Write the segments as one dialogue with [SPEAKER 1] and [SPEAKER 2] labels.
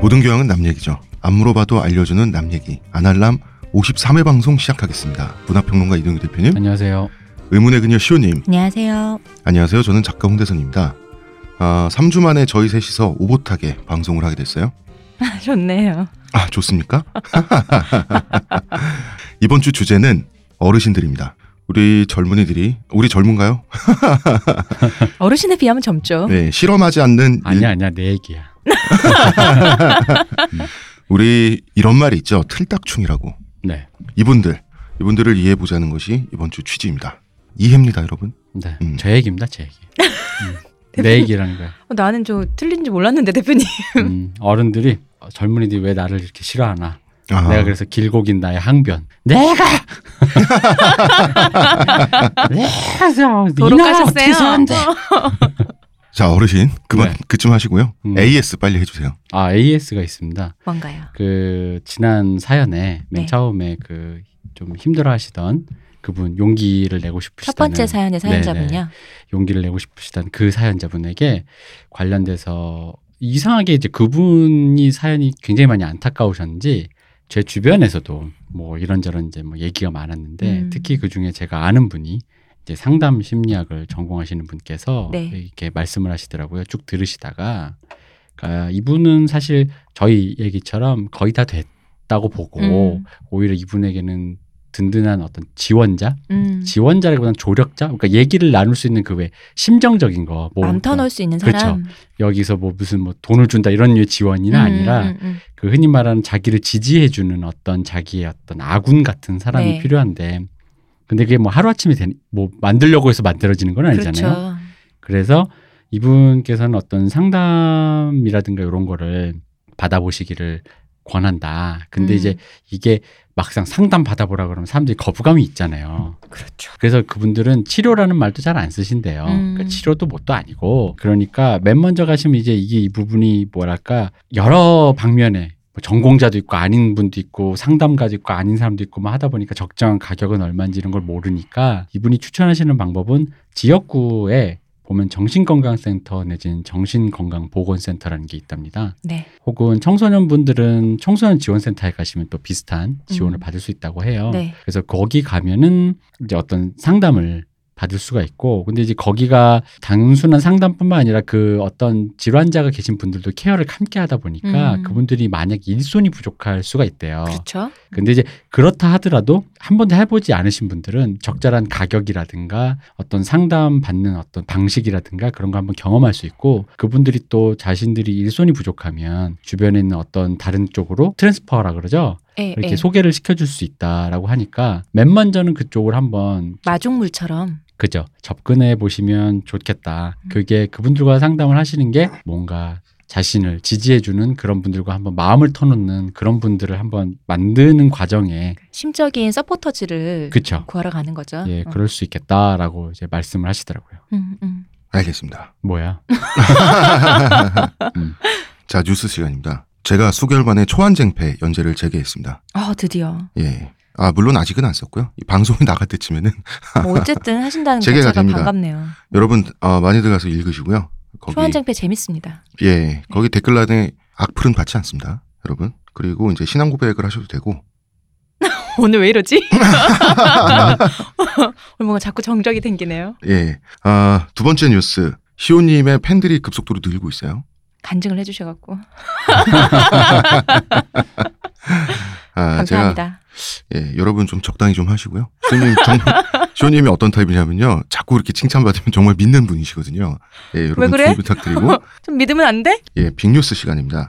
[SPEAKER 1] 모든 교양은 남 얘기죠. 안 물어봐도 알려주는 남 얘기. 아날람 53회 방송 시작하겠습니다. 문화평론가 이동규 대표님,
[SPEAKER 2] 안녕하세요.
[SPEAKER 1] 의문의 그녀 시호님.
[SPEAKER 3] 안녕하세요.
[SPEAKER 1] 안녕하세요. 저는 작가 홍대선입니다. 아, 3주 만에 저희 셋이서 오붓하게 방송을 하게 됐어요.
[SPEAKER 3] 좋네요.
[SPEAKER 1] 아, 좋습니까? 이번 주 주제는 어르신들입니다. 우리 젊은이들이 우리 젊은가요?
[SPEAKER 3] 어르신에 비하면 젊죠.
[SPEAKER 1] 네, 실험하지 않는 일-
[SPEAKER 2] 아니야 아니야 내 얘기야.
[SPEAKER 1] 우리 이런 말이 있죠. 틀딱충이라고.
[SPEAKER 2] 네.
[SPEAKER 1] 이분들 이분들을 이해해 보자는 것이 이번 주 취지입니다. 이해입니다, 여러분.
[SPEAKER 2] 네.
[SPEAKER 1] 음.
[SPEAKER 2] 제 얘기입니다. 제 얘기. 음. 내 얘기라는 거야.
[SPEAKER 3] 어, 나는 저 틀린 줄 몰랐는데 대표님.
[SPEAKER 2] 음, 어른들이 어, 젊은이들이 왜 나를 이렇게 싫어하나.
[SPEAKER 1] 아,
[SPEAKER 2] 내가 그래서 길고 긴 나의 항변. 내가. 내가 저- 이
[SPEAKER 3] 도로
[SPEAKER 2] 나라
[SPEAKER 3] 까셨어요?
[SPEAKER 2] 어떻게 사는데?
[SPEAKER 1] 자 어르신 그만
[SPEAKER 2] 네.
[SPEAKER 1] 그쯤 하시고요.
[SPEAKER 2] 음.
[SPEAKER 1] AS 빨리 해주세요.
[SPEAKER 2] 아 AS가 있습니다.
[SPEAKER 3] 뭔가요?
[SPEAKER 2] 그 지난 사연에 맨
[SPEAKER 3] 네.
[SPEAKER 2] 처음에 그 좀 힘들어하시던 그분 용기를 내고 싶으시다는
[SPEAKER 3] 첫 번째 사연의 사연자분요.
[SPEAKER 2] 용기를 내고 싶으시던 그 사연자분에게 관련돼서 이상하게 이제 그분이 사연이 굉장히 많이 안타까우셨는지 제 주변에서도 뭐 이런저런 이제 뭐 얘기가 많았는데
[SPEAKER 3] 음.
[SPEAKER 2] 특히 그 중에 제가 아는 분이 이제 상담 심리학을 전공하시는 분께서
[SPEAKER 3] 네.
[SPEAKER 2] 이렇게 말씀을 하시더라고요. 쭉 들으시다가 아, 이분은 사실 저희 얘기처럼 거의 다 됐다고 보고
[SPEAKER 3] 음.
[SPEAKER 2] 오히려 이분에게는 든든한 어떤 지원자
[SPEAKER 3] 음.
[SPEAKER 2] 지원자라기보다는 조력자 그러니까 얘기를 나눌 수 있는 그 왜 심정적인 거뭐
[SPEAKER 3] 맘 터놓을 수 있는
[SPEAKER 2] 그렇죠.
[SPEAKER 3] 사람.
[SPEAKER 2] 여기서 뭐 무슨 뭐 돈을 준다 이런 류의 지원이나
[SPEAKER 3] 음,
[SPEAKER 2] 아니라
[SPEAKER 3] 음, 음.
[SPEAKER 2] 그 흔히 말하는 자기를 지지해 주는 어떤 자기의 어떤 아군 같은 사람이
[SPEAKER 3] 네.
[SPEAKER 2] 필요한데 근데 그게 뭐 하루아침에 된, 뭐 만들려고 해서 만들어지는 건 아니잖아요
[SPEAKER 3] 그렇죠.
[SPEAKER 2] 그래서 이분께서는 어떤 상담이라든가 이런 거를 받아보시기를 권한다 근데
[SPEAKER 3] 음.
[SPEAKER 2] 이제 이게 막상 상담 받아보라 그러면 사람들이 거부감이 있잖아요
[SPEAKER 3] 그렇죠.
[SPEAKER 2] 그래서 그분들은 치료라는 말도 잘 안 쓰신대요.
[SPEAKER 3] 음.
[SPEAKER 2] 그러니까 치료도 뭣도 아니고. 그러니까 맨 먼저 가시면 이제 이게 이 부분이 뭐랄까 여러 방면에 뭐 전공자도 있고 아닌 분도 있고 상담가도 있고 아닌 사람도 있고 뭐 하다 보니까 적정한 가격은 얼마인지 이런 걸 모르니까 이분이 추천하시는 방법은 지역구에 보면 정신건강센터 내지는 정신건강보건센터라는 게 있답니다.
[SPEAKER 3] 네.
[SPEAKER 2] 혹은 청소년분들은 청소년 지원센터에 가시면 또 비슷한 지원을
[SPEAKER 3] 음.
[SPEAKER 2] 받을 수 있다고 해요.
[SPEAKER 3] 네.
[SPEAKER 2] 그래서 거기 가면은 이제 어떤 상담을 받을 수가 있고 근데 이제 거기가 단순한 상담뿐만 아니라 그 어떤 질환자가 계신 분들도 케어를 함께 하다 보니까
[SPEAKER 3] 음.
[SPEAKER 2] 그분들이 만약 일손이 부족할 수가 있대요.
[SPEAKER 3] 그렇죠.
[SPEAKER 2] 근데 이제 그렇다 하더라도 한 번도 해보지 않으신 분들은 적절한 가격이라든가 어떤 상담 받는 어떤 방식이라든가 그런 거 한번 경험할 수 있고 그분들이 또 자신들이 일손이 부족하면 주변에 있는 어떤 다른 쪽으로 트랜스퍼라 그러죠.
[SPEAKER 3] 예,
[SPEAKER 2] 이렇게
[SPEAKER 3] 예.
[SPEAKER 2] 소개를 시켜줄 수 있다라고 하니까 맨 먼저는 그쪽을 한번
[SPEAKER 3] 마중물처럼.
[SPEAKER 2] 그죠 접근해 보시면 좋겠다.
[SPEAKER 3] 음.
[SPEAKER 2] 그게 그분들과 상담을 하시는 게 뭔가 자신을 지지해주는 그런 분들과 한번 마음을 터놓는 그런 분들을 한번 만드는 과정에
[SPEAKER 3] 심적인 서포터즈를
[SPEAKER 2] 그쵸.
[SPEAKER 3] 구하러 가는 거죠.
[SPEAKER 2] 예
[SPEAKER 3] 그렇죠. 어.
[SPEAKER 2] 그럴 수 있겠다라고 이제 말씀을 하시더라고요.
[SPEAKER 3] 음, 음.
[SPEAKER 1] 알겠습니다.
[SPEAKER 2] 뭐야? 음.
[SPEAKER 1] 자 뉴스 시간입니다. 제가 수개월만에 초안쟁패 연재를 재개했습니다.
[SPEAKER 3] 아 드디어.
[SPEAKER 1] 예. 아 물론 아직은 안 썼고요. 이 방송이 나갈 때쯤에는
[SPEAKER 3] 뭐 어쨌든 하신다는 것
[SPEAKER 1] 재개가
[SPEAKER 3] 자체가
[SPEAKER 1] 됩니다.
[SPEAKER 3] 반갑네요.
[SPEAKER 1] 여러분 아, 많이들 가서 읽으시고요. 거기
[SPEAKER 3] 초안쟁패 재밌습니다.
[SPEAKER 1] 예 거기 댓글란에 악플은 받지 않습니다, 여러분. 그리고 이제 신앙 고백을 하셔도 되고
[SPEAKER 3] 오늘 왜 이러지? 오늘 뭔가 자꾸 정적이 생기네요.
[SPEAKER 1] 예. 아, 두 번째 뉴스. 시오님의 팬들이 급속도로 늘고 있어요.
[SPEAKER 3] 간증을 해주셔갖고
[SPEAKER 1] 아,
[SPEAKER 3] 감사합니다.
[SPEAKER 1] 제가, 예, 여러분 좀 적당히 좀 하시고요. 시오님, 정말, 시오님이 어떤 타입이냐면요. 자꾸 이렇게 칭찬받으면 정말 믿는 분이시거든요. 예, 여러분
[SPEAKER 3] 왜 그래?
[SPEAKER 1] 좀 부탁드리고.
[SPEAKER 3] 좀 믿으면 안 돼?
[SPEAKER 1] 예, 빅뉴스 시간입니다.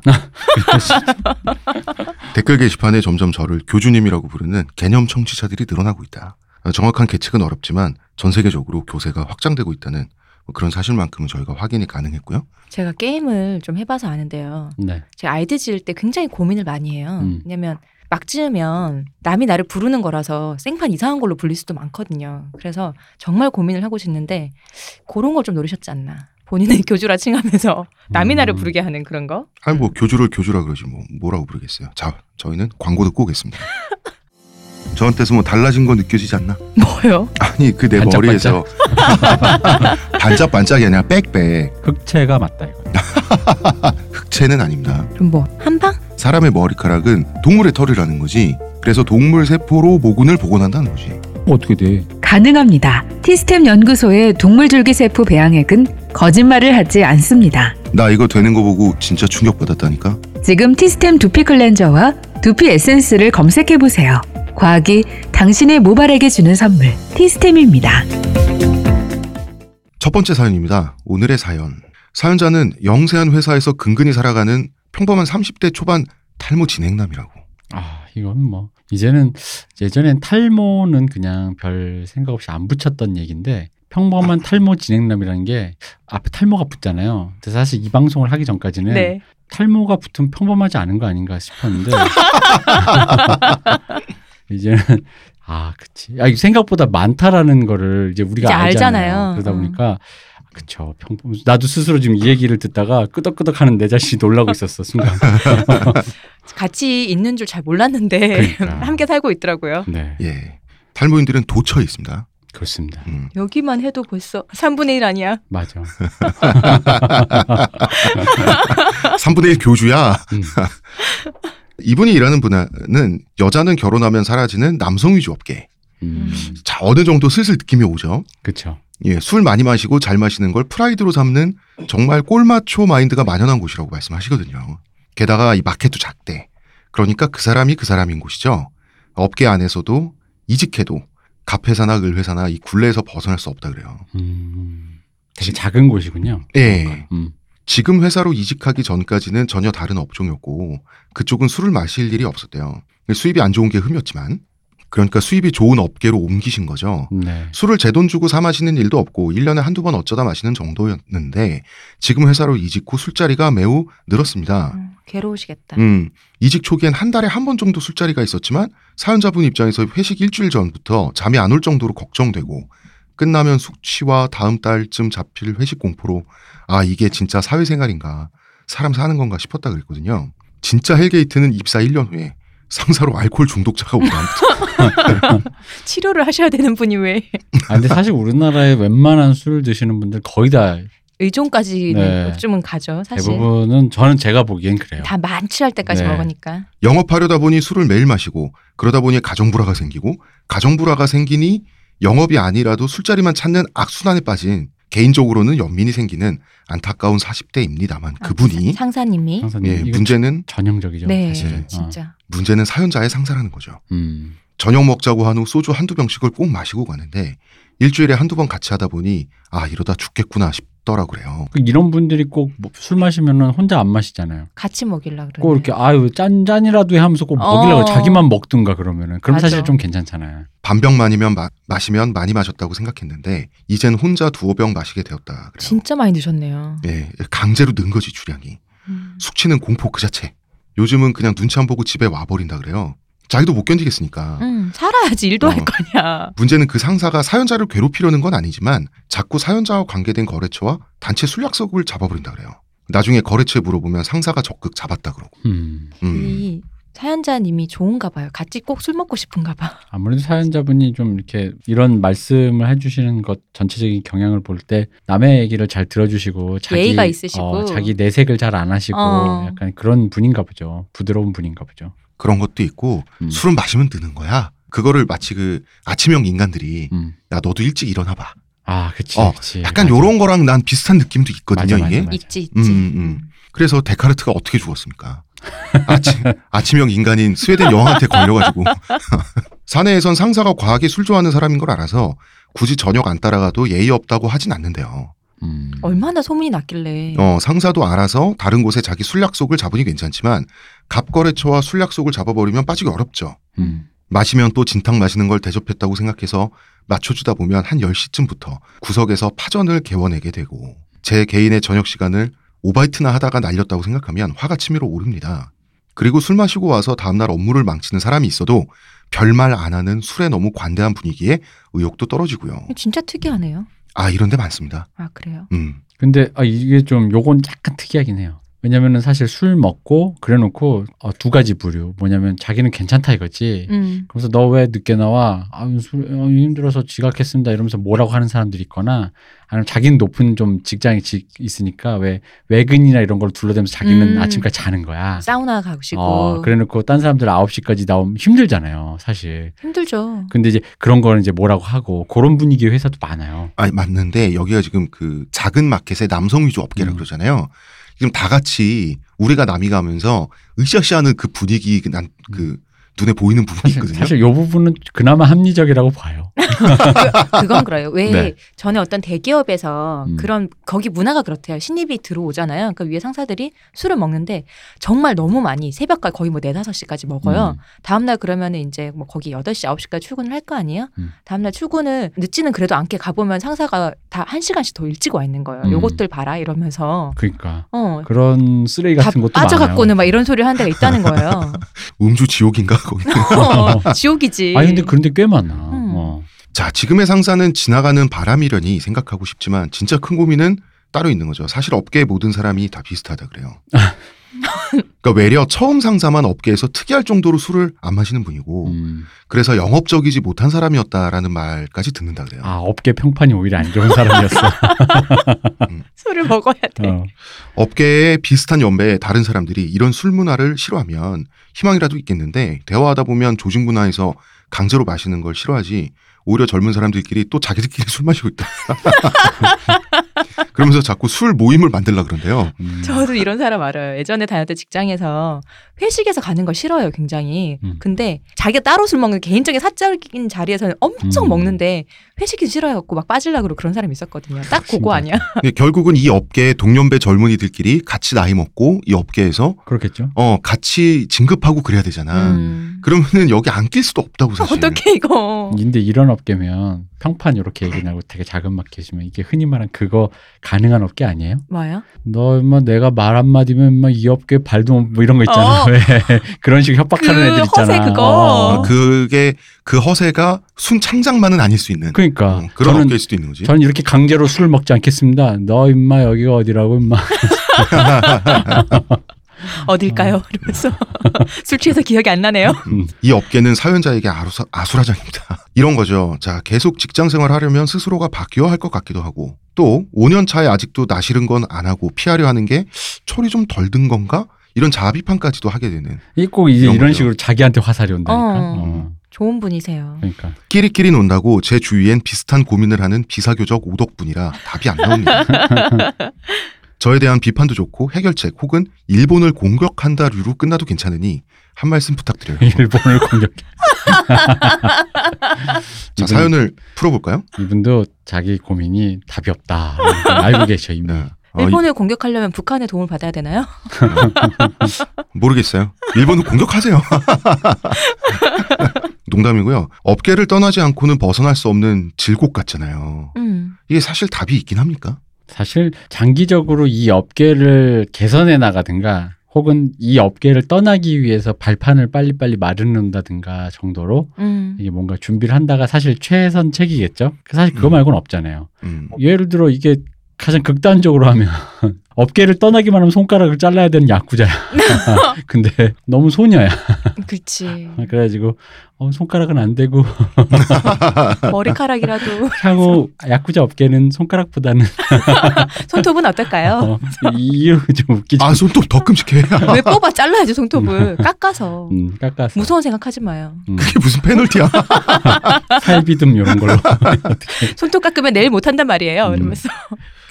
[SPEAKER 1] 댓글 게시판에 점점 저를 교주님이라고 부르는 개념 청취자들이 늘어나고 있다. 아, 정확한 계측은 어렵지만 전 세계적으로 교세가 확장되고 있다는 뭐 그런 사실만큼은 저희가 확인이 가능했고요.
[SPEAKER 3] 제가 게임을 좀 해봐서 아는데요.
[SPEAKER 2] 네.
[SPEAKER 3] 제가 아이디 지을 때 굉장히 고민을 많이 해요.
[SPEAKER 2] 음.
[SPEAKER 3] 왜냐면 막 지으면 남이 나를 부르는 거라서 생판 이상한 걸로 불릴 수도 많거든요. 그래서 정말 고민을 하고 싶는데 그런 걸 좀 노리셨지 않나. 본인은 교주라 칭하면서 남이 나를
[SPEAKER 2] 음.
[SPEAKER 3] 부르게 하는 그런 거.
[SPEAKER 1] 아니 뭐 교주를 교주라 그러지 뭐 뭐라고 부르겠어요. 자 저희는 광고 듣고 오겠습니다. 저한테서 뭐 달라진 거 느껴지지 않나?
[SPEAKER 3] 뭐요?
[SPEAKER 1] 아니 그 내
[SPEAKER 2] 반짝반짝.
[SPEAKER 1] 머리에서 반짝반짝이 아니라 빽빽
[SPEAKER 2] 흑채가 맞다 이거.
[SPEAKER 1] 약체는 아닙니다.
[SPEAKER 3] 그럼 뭐 한방?
[SPEAKER 1] 사람의 머리카락은 동물의 털이라는 거지. 그래서 동물 세포로 모근을 복원한다는 거지.
[SPEAKER 4] 어떻게 돼?
[SPEAKER 5] 가능합니다. 티스템 연구소의 동물줄기세포 배양액은 거짓말을 하지 않습니다.
[SPEAKER 1] 나 이거 되는 거 보고 진짜 충격받았다니까.
[SPEAKER 5] 지금 티스템 두피 클렌저와 두피 에센스를 검색해 보세요. 과학이 당신의 모발에게 주는 선물 티스템입니다.
[SPEAKER 1] 첫 번째 사연입니다. 오늘의 사연. 사연자는 영세한 회사에서 근근히 살아가는 평범한 30대 초반 탈모 진행남이라고.
[SPEAKER 2] 아, 이건 뭐 이제는 예전엔 탈모는 그냥 별 생각 없이 안 붙였던 얘기인데 평범한 탈모 진행남이라는 게 앞에 탈모가 붙잖아요. 근데 사실 이 방송을 하기 전까지는
[SPEAKER 3] 네.
[SPEAKER 2] 탈모가 붙으면 평범하지 않은 거 아닌가 싶었는데 이제는 아, 그치. 아, 이거 생각보다 많다라는 거를 이제 우리가
[SPEAKER 3] 이제
[SPEAKER 2] 알잖아요. 음.
[SPEAKER 3] 알잖아요.
[SPEAKER 2] 그러다
[SPEAKER 3] 어.
[SPEAKER 2] 보니까 그쵸. 평범. 나도 스스로 지금 이 얘기를 듣다가 끄덕끄덕하는 내 자신이 놀라고 있었어 순간.
[SPEAKER 3] 같이 있는 줄 잘 몰랐는데
[SPEAKER 2] 그러니까.
[SPEAKER 3] 함께 살고 있더라고요.
[SPEAKER 2] 네,
[SPEAKER 1] 예. 탈모인들은 도처에 있습니다.
[SPEAKER 2] 그렇습니다.
[SPEAKER 1] 음.
[SPEAKER 3] 여기만 해도 벌써 3분의 1 아니야.
[SPEAKER 2] 맞아.
[SPEAKER 1] 3분의 1 교주야.
[SPEAKER 2] 음.
[SPEAKER 1] 이분이 일하는 분야는 여자는 결혼하면 사라지는 남성 위주 업계.
[SPEAKER 2] 음,
[SPEAKER 1] 자, 어느 정도 슬슬 느낌이 오죠.
[SPEAKER 2] 그렇죠.
[SPEAKER 1] 예, 술 많이 마시고 잘 마시는 걸 프라이드로 삼는 정말 꼴마초 마인드가 만연한 곳이라고 말씀하시거든요. 게다가 이 마켓도 작대. 그러니까 그 사람이 그 사람인 곳이죠. 업계 안에서도 이직해도 갑회사나 을회사나 이 굴레에서 벗어날 수 없다 그래요.
[SPEAKER 2] 음, 되게 작은 곳이군요.
[SPEAKER 1] 예.
[SPEAKER 2] 음,
[SPEAKER 1] 지금 회사로 이직하기 전까지는 전혀 다른 업종이었고 그쪽은 술을 마실 일이 없었대요. 수입이 안 좋은 게 흠이었지만 그러니까 수입이 좋은 업계로 옮기신 거죠.
[SPEAKER 2] 네.
[SPEAKER 1] 술을 제 돈 주고 사 마시는 일도 없고 1년에 한두 번 어쩌다 마시는 정도였는데 지금 회사로 이직 후 술자리가 매우 늘었습니다.
[SPEAKER 3] 음, 괴로우시겠다.
[SPEAKER 1] 음, 이직 초기엔 한 달에 한 번 정도 술자리가 있었지만 사연자분 입장에서 회식 일주일 전부터 잠이 안 올 정도로 걱정되고 끝나면 숙취와 다음 달쯤 잡힐 회식 공포로 아 이게 진짜 사회생활인가 사람 사는 건가 싶었다 그랬거든요. 진짜 헬게이트는 입사 1년 후에 상사로 알코올 중독자가 오다
[SPEAKER 3] 치료를 하셔야 되는 분이 왜
[SPEAKER 2] 아, 근데 사실 우리나라에 웬만한 술을 드시는 분들 거의 다
[SPEAKER 3] 의존까지는
[SPEAKER 2] 네.
[SPEAKER 3] 요즘은 가죠. 사실
[SPEAKER 2] 대부분은 저는 제가 보기엔 그래요.
[SPEAKER 3] 다 만취할 때까지
[SPEAKER 2] 네.
[SPEAKER 3] 먹으니까.
[SPEAKER 1] 영업하려다 보니 술을 매일 마시고 그러다 보니 가정불화가 생기고 가정불화가 생기니 영업이 아니라도 술자리만 찾는 악순환에 빠진 개인적으로는 연민이 생기는 안타까운 40대입니다만
[SPEAKER 3] 아,
[SPEAKER 1] 그분이
[SPEAKER 3] 사- 상사님이
[SPEAKER 2] 상사님
[SPEAKER 1] 예,
[SPEAKER 2] 이거
[SPEAKER 1] 문제는
[SPEAKER 2] 전형적이죠.
[SPEAKER 3] 네
[SPEAKER 2] 사실은. 어.
[SPEAKER 3] 진짜
[SPEAKER 1] 문제는 사연자의 상사라는 거죠.
[SPEAKER 2] 음,
[SPEAKER 1] 저녁 먹자고 한 후 소주 한두 병씩을 꼭 마시고 가는데 일주일에 한두 번 같이 하다 보니 아 이러다 죽겠구나 싶더라 그래요.
[SPEAKER 2] 그 이런 분들이 꼭뭐 술 마시면은 혼자 안 마시잖아요.
[SPEAKER 3] 같이 먹일라 그러네.
[SPEAKER 2] 꼭 이렇게 아유 짠 짠이라도 해 하면서 꼭 먹이려고
[SPEAKER 3] 어.
[SPEAKER 2] 자기만 먹든가 그러면은 그럼
[SPEAKER 3] 맞아.
[SPEAKER 2] 사실 좀 괜찮잖아요.
[SPEAKER 1] 반병만이면 마, 마시면 많이 마셨다고 생각했는데 이젠 혼자 두어 병 마시게 되었다
[SPEAKER 2] 아,
[SPEAKER 1] 그래요.
[SPEAKER 3] 진짜 많이 드셨네요.
[SPEAKER 1] 예, 강제로 는 거지 주량이.
[SPEAKER 3] 음.
[SPEAKER 1] 숙취는 공포 그 자체. 요즘은 그냥 눈치 안 보고 집에 와버린다 그래요. 자기도 못 견디겠으니까.
[SPEAKER 3] 음, 살아야지 일도
[SPEAKER 1] 어.
[SPEAKER 3] 할 거냐.
[SPEAKER 1] 문제는 그 상사가 사연자를 괴롭히려는 건 아니지만 자꾸 사연자와 관계된 거래처와 단체 술 약속을 잡아버린다 그래요. 나중에 거래처에 물어보면 상사가 적극 잡았다 그러고.
[SPEAKER 2] 음.
[SPEAKER 1] 음.
[SPEAKER 3] 이 사연자님이 좋은가 봐요. 같이 꼭 술 먹고 싶은가 봐.
[SPEAKER 2] 아무래도 사연자분이 좀 이렇게 이런 말씀을 해주시는 것 전체적인 경향을 볼 때 남의 얘기를 잘 들어주시고 자기
[SPEAKER 3] 예의가 있으시고.
[SPEAKER 2] 어, 자기 내색을 잘 안 하시고
[SPEAKER 3] 어.
[SPEAKER 2] 약간 그런 분인가 보죠 부드러운 분인가 보죠
[SPEAKER 1] 그런 것도 있고
[SPEAKER 2] 음.
[SPEAKER 1] 술은 마시면 드는 거야. 그거를 마치 그 아침형 인간들이
[SPEAKER 2] 음.
[SPEAKER 1] 야 너도 일찍 일어나봐.
[SPEAKER 2] 아 그치
[SPEAKER 1] 어,
[SPEAKER 2] 그치
[SPEAKER 1] 약간
[SPEAKER 2] 맞아.
[SPEAKER 1] 요런 거랑 난 비슷한 느낌도 있거든요
[SPEAKER 2] 맞아, 맞아,
[SPEAKER 1] 이게.
[SPEAKER 2] 맞아.
[SPEAKER 3] 있지 있지.
[SPEAKER 1] 음, 음, 음. 그래서 데카르트가 어떻게 죽었습니까? 아침, 아침형 인간인 스웨덴 여왕한테 걸려가지고 사내에선 상사가 과하게 술 좋아하는 사람인 걸 알아서 굳이 저녁 안 따라가도 예의 없다고 하진 않는데요.
[SPEAKER 2] 음.
[SPEAKER 3] 얼마나 소문이 났길래.
[SPEAKER 1] 어, 상사도 알아서 다른 곳에 자기 술 약속을 잡으니 괜찮지만 갑거래처와 술 약속을 잡아버리면 빠지기 어렵죠.
[SPEAKER 2] 음.
[SPEAKER 1] 마시면 또 진탕 마시는 걸 대접했다고 생각해서 맞춰주다 보면 한 10시쯤부터 구석에서 파전을 개워내게 되고 제 개인의 저녁 시간을 오바이트나 하다가 날렸다고 생각하면 화가 치밀어 오릅니다. 그리고 술 마시고 와서 다음날 업무를 망치는 사람이 있어도 별말 안 하는 술에 너무 관대한 분위기에 의욕도 떨어지고요.
[SPEAKER 3] 진짜 특이하네요.
[SPEAKER 1] 아 이런 데 많습니다.
[SPEAKER 3] 아 그래요.
[SPEAKER 1] 음.
[SPEAKER 2] 근데 아, 이게 좀 요건 약간 특이하긴 해요 왜냐면은 사실 술 먹고 그래놓고 어, 두 가지 부류 뭐냐면 자기는 괜찮다 이거지.
[SPEAKER 3] 음.
[SPEAKER 2] 그러면서 너 왜 늦게 나와? 아, 술 어, 힘들어서 지각했습니다. 이러면서 뭐라고 하는 사람들이 있거나 아니면 자기는 높은 좀 직장에 지- 있으니까 왜 외근이나 이런 걸 둘러대면서 자기는
[SPEAKER 3] 음.
[SPEAKER 2] 아침까지 자는 거야.
[SPEAKER 3] 사우나 가시고
[SPEAKER 2] 어, 그래놓고 딴 사람들 9시까지 나오면 힘들잖아요, 사실.
[SPEAKER 3] 힘들죠.
[SPEAKER 2] 근데 이제 그런 거는 이제 뭐라고 하고 그런 분위기의 회사도 많아요.
[SPEAKER 1] 아니 맞는데 여기가 지금 그 작은 마켓의 남성 위주 업계라
[SPEAKER 2] 음.
[SPEAKER 1] 그러잖아요. 지금 다 같이 우리가 남이 가면서 으쌰으쌰하는 그 분위기 난 그 눈에 보이는 부분이
[SPEAKER 2] 음. 사실,
[SPEAKER 1] 있거든요.
[SPEAKER 2] 사실 요 부분은 그나마 합리적이라고 봐요.
[SPEAKER 3] 그건 그래요. 왜
[SPEAKER 2] 네.
[SPEAKER 3] 전에 어떤 대기업에서
[SPEAKER 2] 음.
[SPEAKER 3] 그런 거기 문화가 그렇대요. 신입이 들어오잖아요. 그러니까 위에 상사들이 술을 먹는데 정말 너무 많이 새벽까지 거의 뭐 4, 5시까지 먹어요.
[SPEAKER 2] 음.
[SPEAKER 3] 다음날 그러면 이제 뭐 거기 8시, 9시까지 출근을 할 거 아니에요?
[SPEAKER 2] 음.
[SPEAKER 3] 다음날 출근을 늦지는 그래도 않게 가보면 상사가 다 1시간씩 더 일찍 와 있는 거예요.
[SPEAKER 2] 음.
[SPEAKER 3] 요것들 봐라 이러면서.
[SPEAKER 2] 그러니까
[SPEAKER 3] 어.
[SPEAKER 2] 그런 쓰레기
[SPEAKER 3] 다
[SPEAKER 2] 같은 것도
[SPEAKER 3] 빠져갖고는 막
[SPEAKER 2] 많아요.
[SPEAKER 3] 이런 소리를 하는 데가 있다는 거예요.
[SPEAKER 1] 음주 지옥인가 거기.
[SPEAKER 3] 어, 지옥이지.
[SPEAKER 2] 아니 근데 그런데 꽤 많아.
[SPEAKER 3] 음.
[SPEAKER 2] 어.
[SPEAKER 1] 자 지금의 상사는 지나가는 바람이려니 생각하고 싶지만 진짜 큰 고민은 따로 있는 거죠. 사실 업계의 모든 사람이 다 비슷하다 그래요.
[SPEAKER 2] 아.
[SPEAKER 1] 그러니까 외려 처음 상사만 업계에서 특이할 정도로 술을 안 마시는 분이고
[SPEAKER 2] 음.
[SPEAKER 1] 그래서 영업적이지 못한 사람이었다라는 말까지 듣는다 그래요.
[SPEAKER 2] 아 업계 평판이 오히려 안 좋은 사람이었어.
[SPEAKER 3] 술을 먹어야 돼.
[SPEAKER 2] 어.
[SPEAKER 1] 업계의 비슷한 연배의 다른 사람들이 이런 술 문화를 싫어하면 희망이라도 있겠는데 대화하다 보면 조직 문화에서 강제로 마시는 걸 싫어하지 오히려 젊은 사람들끼리 또 자기들끼리 술 마시고 있다. 그러면서 자꾸 술 모임을 만들라 그런데요.
[SPEAKER 2] 음.
[SPEAKER 3] 저도 이런 사람 알아요. 예전에 다녔던 직장에서 회식에서 가는 걸 싫어요, 굉장히.
[SPEAKER 2] 음.
[SPEAKER 3] 근데 자기가 따로 술 먹는 개인적인 사적인 자리에서는 엄청
[SPEAKER 2] 음.
[SPEAKER 3] 먹는데 회식이 싫어해갖고 막 빠질라 그러고 그런 사람이 있었거든요. 딱 그거 아니야?
[SPEAKER 1] 근데 예, 결국은 이 업계의 동년배 젊은이들끼리 같이 나이 먹고 이 업계에서
[SPEAKER 2] 그렇겠죠.
[SPEAKER 1] 어 같이 진급하고 그래야 되잖아.
[SPEAKER 3] 음.
[SPEAKER 1] 그러면은 여기 안 낄 수도 없다고 사실.
[SPEAKER 3] 어떻게 이거?
[SPEAKER 2] 근데 이런 업계면 평판 이렇게 얘기나고 되게 작은 마켓이면 이게 흔히 말한 그거 가능한 업계 아니에요?
[SPEAKER 3] 뭐야?
[SPEAKER 2] 너 인마 내가 말 한마디면 인마 이 업계 발도 못- 뭐 이런 거 있잖아.
[SPEAKER 3] 어.
[SPEAKER 2] 왜 그런 식으로 협박하는
[SPEAKER 3] 그
[SPEAKER 2] 애들 있잖아. 어,
[SPEAKER 3] 허세
[SPEAKER 1] 아,
[SPEAKER 3] 그거.
[SPEAKER 1] 그게 그 허세가 순창장만은 아닐 수 있는.
[SPEAKER 2] 그러니까
[SPEAKER 1] 어, 그런
[SPEAKER 2] 저는
[SPEAKER 1] 업계일 수도 있는 거지.
[SPEAKER 2] 저는 이렇게 강제로 술을 먹지 않겠습니다. 너 인마 여기가 어디라고 인마.
[SPEAKER 3] 어딜까요? 이러면서 술 취해서 기억이 안 나네요.
[SPEAKER 1] 이 업계는 사연자에게 아루사- 아수라장입니다. 이런 거죠. 자, 계속 직장 생활 하려면 스스로가 바뀌어야 할 것 같기도 하고, 또 5년 차에 아직도 나시른 건 안 하고 피하려 하는 게 철이 좀 덜 든 건가? 이런 자비판까지도 하게 되는.
[SPEAKER 2] 이꼭 이제
[SPEAKER 1] 이런
[SPEAKER 2] 이런
[SPEAKER 1] 거죠.
[SPEAKER 2] 식으로 자기한테 화살이 온다니까.
[SPEAKER 3] 어.
[SPEAKER 2] 어,
[SPEAKER 3] 좋은 분이세요.
[SPEAKER 2] 그러니까
[SPEAKER 1] 끼리끼리 논다고 제 주위엔 비슷한 고민을 하는 비사교적 오덕분이라 답이 안 나옵니다. 저에 대한 비판도 좋고 해결책 혹은 일본을 공격한다류로 끝나도 괜찮으니 한 말씀 부탁드려요.
[SPEAKER 2] 예, 일본을 공격.
[SPEAKER 1] 자,
[SPEAKER 2] 이분-
[SPEAKER 1] 사연을 풀어볼까요?
[SPEAKER 2] 이분도 자기 고민이 답이 없다. 알고 계셔 이미.
[SPEAKER 1] 네. 어, 이-
[SPEAKER 3] 일본을 공격하려면 북한의 도움을 받아야 되나요?
[SPEAKER 1] 모르겠어요. 일본은 공격하세요. 농담이고요. 업계를 떠나지 않고는 벗어날 수 없는 질곡 같잖아요.
[SPEAKER 3] 음.
[SPEAKER 1] 이게 사실 답이 있긴 합니까?
[SPEAKER 2] 사실 장기적으로 이 업계를 개선해 나가든가 혹은 이 업계를 떠나기 위해서 발판을 빨리빨리 마련한다든가 정도로
[SPEAKER 3] 음.
[SPEAKER 2] 이게 뭔가 준비를 한다가 사실 최선책이겠죠. 사실 그거
[SPEAKER 1] 음.
[SPEAKER 2] 말고는 없잖아요.
[SPEAKER 1] 음.
[SPEAKER 2] 예를 들어 이게 가장 극단적으로 하면 업계를 떠나기만 하면 손가락을 잘라야 되는 야구잖아. 근데 너무 소녀야.
[SPEAKER 3] 그치.
[SPEAKER 2] 그래가지고 어, 손가락은 안 되고
[SPEAKER 3] 머리카락이라도
[SPEAKER 2] 향후 야쿠자 업계는 손가락보다는
[SPEAKER 3] 손톱은 어떨까요?
[SPEAKER 2] 어, 이유 좀 웃기죠.
[SPEAKER 1] 아, 손톱 더 끔찍해.
[SPEAKER 3] 왜 뽑아 잘라야지 손톱을 깎아서
[SPEAKER 2] 음, 깎아서
[SPEAKER 3] 무서운 생각하지 마요.
[SPEAKER 2] 음,
[SPEAKER 1] 그게 무슨 페널티야.
[SPEAKER 2] 살비듬 이런 걸로
[SPEAKER 1] 네.
[SPEAKER 3] 손톱 깎으면 내일 못 한단 말이에요.
[SPEAKER 2] 음.
[SPEAKER 3] 이러면서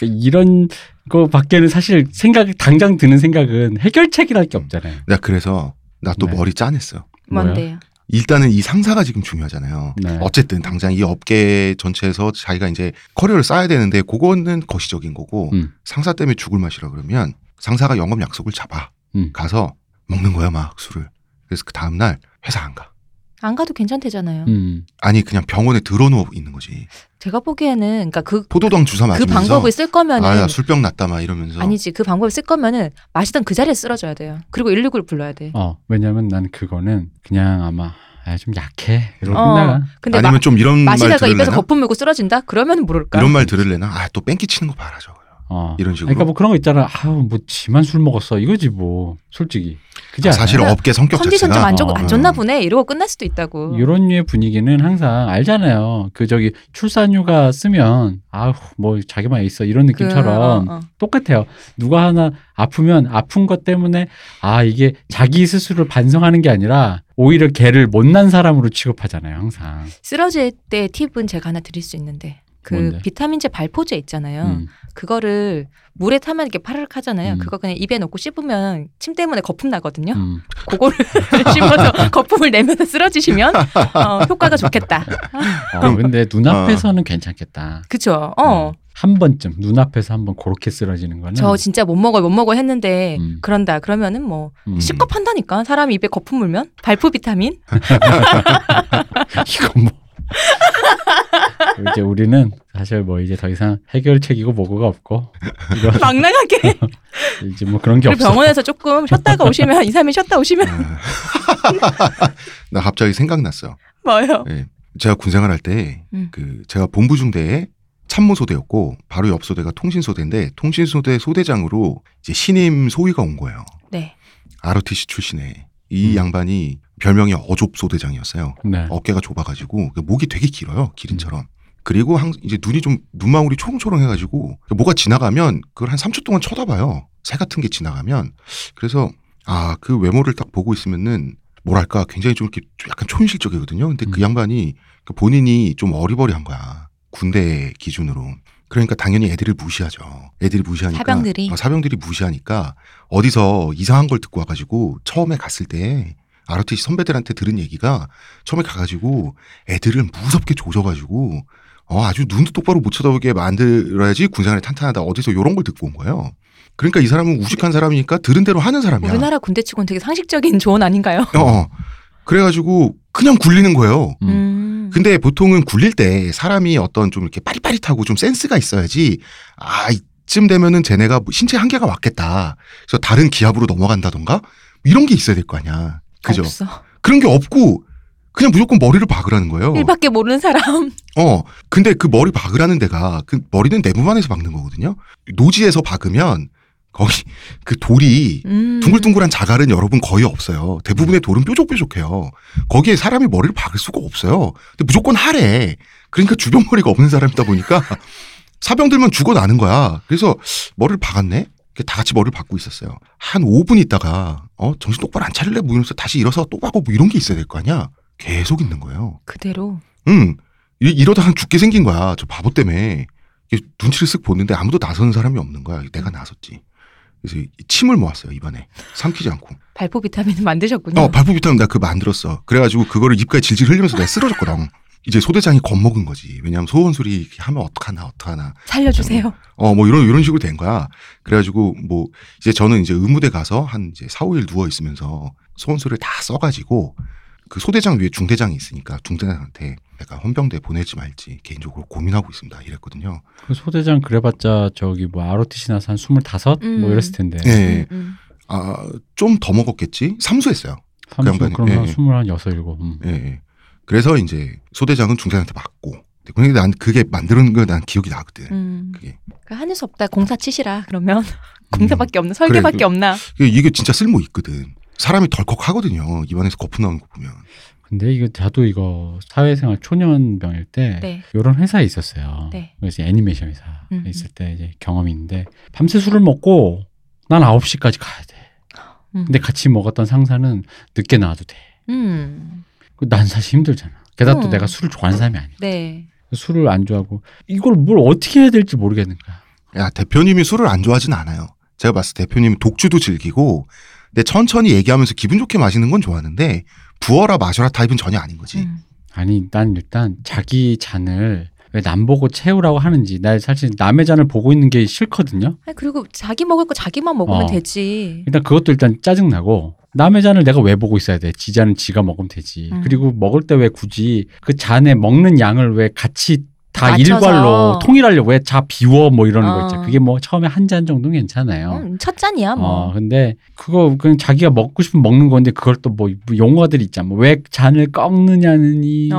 [SPEAKER 2] 이런 거 밖에는 사실 생각 당장 드는 생각은 해결책이랄 게 없잖아요.
[SPEAKER 1] 나 그래서 나 또
[SPEAKER 2] 네.
[SPEAKER 1] 머리 짜냈어.
[SPEAKER 2] 뭐야?
[SPEAKER 3] 뭔데요?
[SPEAKER 1] 일단은 이 상사가 지금 중요하잖아요.
[SPEAKER 2] 네.
[SPEAKER 1] 어쨌든 당장 이 업계 전체에서 자기가 이제 커리어를 쌓아야 되는데 그거는 거시적인 거고
[SPEAKER 2] 음.
[SPEAKER 1] 상사 때문에 죽을 맛이라 그러면 상사가 영업 약속을 잡아
[SPEAKER 2] 음.
[SPEAKER 1] 가서 먹는 거야 막 술을. 그래서 그 다음 날 회사 안 가.
[SPEAKER 3] 안 가도 괜찮대잖아요.
[SPEAKER 2] 음,
[SPEAKER 1] 아니 그냥 병원에 들어누워 있는 거지.
[SPEAKER 3] 제가 보기에는 그러니까 그 그
[SPEAKER 1] 포도당 주사 맞으면서
[SPEAKER 3] 방법을 쓸 거면은
[SPEAKER 1] 아야
[SPEAKER 3] 아,
[SPEAKER 1] 술병 났다 막 이러면서
[SPEAKER 3] 니지그 방법을 쓸 거면은 마시던 그 자리에 쓰러져야 돼요. 그리고 119를 불러야 돼.
[SPEAKER 2] 어 왜냐면 난 그거는 그냥 아마 아, 좀 약해 이러고
[SPEAKER 3] 어.
[SPEAKER 2] 끝나가.
[SPEAKER 3] 근데
[SPEAKER 1] 아니면
[SPEAKER 3] 마,
[SPEAKER 1] 좀 이런 말
[SPEAKER 3] 마시다가 입에서
[SPEAKER 1] 들을래나
[SPEAKER 3] 거품 물고 쓰러진다? 그러면 모를까?
[SPEAKER 1] 이런 말 들을래나 아또 뺑기 아, 치는 거 봐라 저거요.
[SPEAKER 2] 어.
[SPEAKER 1] 이런 식으로.
[SPEAKER 2] 그러니까 뭐 그런 거 있잖아. 아우 뭐 지만 술 먹었어 이거지 뭐 솔직히 그지
[SPEAKER 1] 아,
[SPEAKER 2] 않아요?
[SPEAKER 1] 사실
[SPEAKER 3] 그러니까
[SPEAKER 1] 업계 성격
[SPEAKER 3] 컨디션
[SPEAKER 1] 자체가
[SPEAKER 3] 좀 안
[SPEAKER 2] 좋-
[SPEAKER 1] 어.
[SPEAKER 3] 안 좋나 보네 이러고 끝날 수도 있다고.
[SPEAKER 2] 이런 류의 분위기는 항상 알잖아요. 그 저기 출산휴가 쓰면 아우 뭐 자기만 있어 이런
[SPEAKER 3] 그,
[SPEAKER 2] 느낌처럼
[SPEAKER 3] 어, 어.
[SPEAKER 2] 똑같아요. 누가 하나 아프면 아픈 것 때문에 아 이게 자기 스스로를 반성하는 게 아니라 오히려 걔를 못난 사람으로 취급하잖아요. 항상.
[SPEAKER 3] 쓰러질 때 팁은 제가 하나 드릴 수 있는데 그
[SPEAKER 2] 뭔데?
[SPEAKER 3] 비타민제 발포제 있잖아요.
[SPEAKER 2] 음.
[SPEAKER 3] 그거를 물에 타면 이렇게 파르륵 하잖아요.
[SPEAKER 2] 음.
[SPEAKER 3] 그거 그냥 입에 넣고 씹으면 침 때문에 거품 나거든요.
[SPEAKER 2] 음.
[SPEAKER 3] 그거를 씹어서 거품을 내면서 쓰러지시면 어, 효과가 좋겠다.
[SPEAKER 2] 어, 근데 눈앞에서는 괜찮겠다. 음.
[SPEAKER 3] 그쵸? 어.
[SPEAKER 2] 한 번쯤 눈앞에서 한번 그렇게 쓰러지는 거는
[SPEAKER 3] 저 진짜 못 먹어 못 먹어 했는데
[SPEAKER 2] 음.
[SPEAKER 3] 그런다 그러면은 뭐
[SPEAKER 2] 음.
[SPEAKER 3] 식겁 한다니까 사람 입에 거품 물면 발포 비타민
[SPEAKER 2] 이거 뭐 이제 우리는 사실 뭐 이제 더 이상 해결책이고 뭐고가 없고 이런
[SPEAKER 3] 막 나가게
[SPEAKER 2] 이제 뭐 그런 게
[SPEAKER 3] 그리고
[SPEAKER 2] 없어.
[SPEAKER 3] 병원에서 조금 쉬었다가 오시면 2, 3일 쉬었다 오시면
[SPEAKER 1] 아. 어. 나 갑자기 생각났어요.
[SPEAKER 3] 뭐요?
[SPEAKER 1] 제가 군생활 할 때 그
[SPEAKER 3] 음.
[SPEAKER 1] 제가 본부 중대에 참모소대였고 바로 옆 소대가 통신소대인데 통신소대 소대장으로 이제 신임 소위가 온 거예요.
[SPEAKER 3] 네.
[SPEAKER 1] ROTC 출신에 이
[SPEAKER 2] 음.
[SPEAKER 1] 양반이 별명이 어좁 소대장이었어요.
[SPEAKER 2] 네.
[SPEAKER 1] 어깨가 좁아가지고 그 목이 되게 길어요 기린처럼. 그리고 항, 이제 눈이 좀 눈망울이 초롱초롱해가지고 뭐가 지나가면 그걸 한 3초 동안 쳐다봐요. 새 같은 게 지나가면 그래서 아 그 외모를 딱 보고 있으면은 뭐랄까 굉장히 좀 이렇게 좀 약간 초인실적이거든요. 근데 그
[SPEAKER 2] 음.
[SPEAKER 1] 양반이 그 본인이 좀 어리버리한 거야 군대 기준으로. 그러니까 당연히 애들을 무시하죠. 애들이 무시하니까
[SPEAKER 3] 사병들이?
[SPEAKER 1] 어, 사병들이 무시하니까 어디서 이상한 걸 듣고 와가지고 처음에 갔을 때 ROTC 선배들한테 들은 얘기가 처음에 가가지고 애들을 무섭게 조져가지고 어, 아주 눈도 똑바로 못 쳐다보게 만들어야지 군생활이 탄탄하다. 어디서 이런 걸 듣고 온 거예요. 그러니까 이 사람은 우직한 사람이니까 들은 대로 하는 사람이야.
[SPEAKER 3] 네. 우리나라 군대 치고는 되게 상식적인 조언 아닌가요?
[SPEAKER 1] 어, 어. 그래가지고 그냥 굴리는 거예요.
[SPEAKER 2] 음.
[SPEAKER 3] 음.
[SPEAKER 1] 근데 보통은 굴릴 때 사람이 어떤 좀 이렇게 빠릿빠릿하고 좀 센스가 있어야지 아 이쯤 되면은 쟤네가 뭐 신체 한계가 왔겠다. 그래서 다른 기압으로 넘어간다던가 이런 게 있어야 될 거 아니야. 그죠?
[SPEAKER 3] 없어.
[SPEAKER 1] 그런 게 없고 그냥 무조건 머리를 박으라는 거예요.
[SPEAKER 3] 일밖에 모르는 사람.
[SPEAKER 1] 어. 근데 그 머리 박으라는 데가 그 머리는 내부만에서 박는 거거든요. 노지에서 박으면 거기 그 돌이
[SPEAKER 3] 음.
[SPEAKER 1] 둥글둥글한 자갈은 여러분 거의 없어요. 대부분의 돌은 뾰족뾰족해요. 거기에 사람이 머리를 박을 수가 없어요. 근데 무조건 하래. 그러니까 주변 머리가 없는 사람이다 보니까 사병들만 죽어나는 거야. 그래서 머리를 박았네? 이렇게 다 같이 머리를 박고 있었어요. 한 5분 있다가 어 정신 똑바로 안 차릴래? 뭐 이러면서 다시 일어서 또 박고 뭐 이런 게 있어야 될 거 아니야? 계속 있는 거예요.
[SPEAKER 3] 그대로.
[SPEAKER 1] 응. 이- 이러다가 죽게 생긴 거야. 저 바보 때문에. 이게 눈치를 쓱 보는데 아무도 나서는 사람이 없는 거야. 내가 나섰지. 그래서 이 침을 모았어요, 입안에. 삼키지 않고.
[SPEAKER 3] 발포 비타민을 만드셨군요.
[SPEAKER 1] 어, 발포 비타민 나 그거 만들었어. 그래가지고 그거를 입가에 질질 흘리면서 내가 쓰러졌거든. 이제 소대장이 겁먹은 거지. 왜냐하면 소원 소리 이렇게 하면 어떡하나, 어떡하나.
[SPEAKER 3] 살려주세요.
[SPEAKER 1] 어, 뭐 이런, 이런 식으로 된 거야. 그래가지고 뭐 이제 저는 이제 의무대 가서 한 이제 4, 5일 누워있으면서 소원 소리를 다 써가지고 그 소대장 위에 중대장이 있으니까 중대장한테 내가 헌병대 보낼지 말지 개인적으로 고민하고 있습니다. 이랬거든요.
[SPEAKER 2] 그 소대장 그래봤자 저기 뭐 ROTC 나서 한 스물다섯
[SPEAKER 3] 음.
[SPEAKER 2] 뭐 이랬을 텐데.
[SPEAKER 1] 예.
[SPEAKER 3] 음, 음.
[SPEAKER 1] 아, 좀 더 먹었겠지? 삼수했어요.
[SPEAKER 2] 삼십
[SPEAKER 1] 양반이,
[SPEAKER 2] 그러면 한
[SPEAKER 1] 예.
[SPEAKER 2] 스물한 여섯 일곱. 음.
[SPEAKER 1] 예, 예. 그래서 이제 소대장은 중대장한테 맞고. 근데 난 그게 만드는 거 난 기억이
[SPEAKER 2] 네.
[SPEAKER 1] 나거든.
[SPEAKER 3] 음.
[SPEAKER 1] 그게.
[SPEAKER 3] 그러니까 하늘 수 없다. 공사 치시라. 그러면
[SPEAKER 2] 음.
[SPEAKER 3] 공사밖에 없나? 설계밖에
[SPEAKER 1] 그-
[SPEAKER 3] 없나?
[SPEAKER 1] 이게- 이게 진짜 쓸모 있거든. 사람이 덜컥 하거든요. 입안에서 거품 나오는 거 보면.
[SPEAKER 2] 근데 이거 저도 이거 사회생활 초년병일 때
[SPEAKER 3] 네.
[SPEAKER 2] 이런 회사에 있었어요.
[SPEAKER 3] 네.
[SPEAKER 2] 그래서 애니메이션 회사
[SPEAKER 3] 음,
[SPEAKER 2] 에 있을 때 이제 경험이 있는데 밤새 술을 먹고 난 9시까지 가야 돼.
[SPEAKER 3] 음.
[SPEAKER 2] 근데 같이 먹었던 상사는 늦게 나와도 돼.
[SPEAKER 3] 음.
[SPEAKER 2] 그난 사실 힘들잖아. 게다가 또
[SPEAKER 3] 음.
[SPEAKER 2] 내가 술을 좋아하는 사람이 아니야.
[SPEAKER 3] 네.
[SPEAKER 2] 술을 안 좋아하고 이걸 뭘 어떻게 해야 될지 모르겠는 거야.
[SPEAKER 1] 야, 대표님이 술을 안 좋아하진 않아요. 제가 봤을 때 대표님은 독주도 즐기고, 근데 천천히 얘기하면서 기분 좋게 마시는 건 좋아하는데, 부어라 마셔라 타입은 전혀 아닌 거지.
[SPEAKER 3] 음.
[SPEAKER 2] 아니 난 일단 자기 잔을 왜 남 보고 채우라고 하는지 나 사실 남의 잔을 보고 있는 게 싫거든요.
[SPEAKER 3] 아니, 그리고 자기 먹을 거 자기만 먹으면
[SPEAKER 2] 어.
[SPEAKER 3] 되지.
[SPEAKER 2] 일단 그것도 일단 짜증나고 남의 잔을 내가 왜 보고 있어야 돼? 지 잔은 지가 먹으면 되지.
[SPEAKER 3] 음.
[SPEAKER 2] 그리고 먹을 때 왜 굳이 그 잔에 먹는 양을 왜 같이 다
[SPEAKER 3] 맞춰서.
[SPEAKER 2] 일괄로 통일하려고 해. 자 비워 뭐 이러는
[SPEAKER 3] 어.
[SPEAKER 2] 거 있죠. 그게 뭐 처음에 한 잔 정도는 괜찮아요.
[SPEAKER 3] 음, 첫 잔이야 뭐.
[SPEAKER 2] 어, 근데 그거 그냥 자기가 먹고 싶으면 먹는 건데 그걸 또 뭐 용어들이 있잖아. 뭐 왜 잔을 꺾느냐느니
[SPEAKER 3] 어.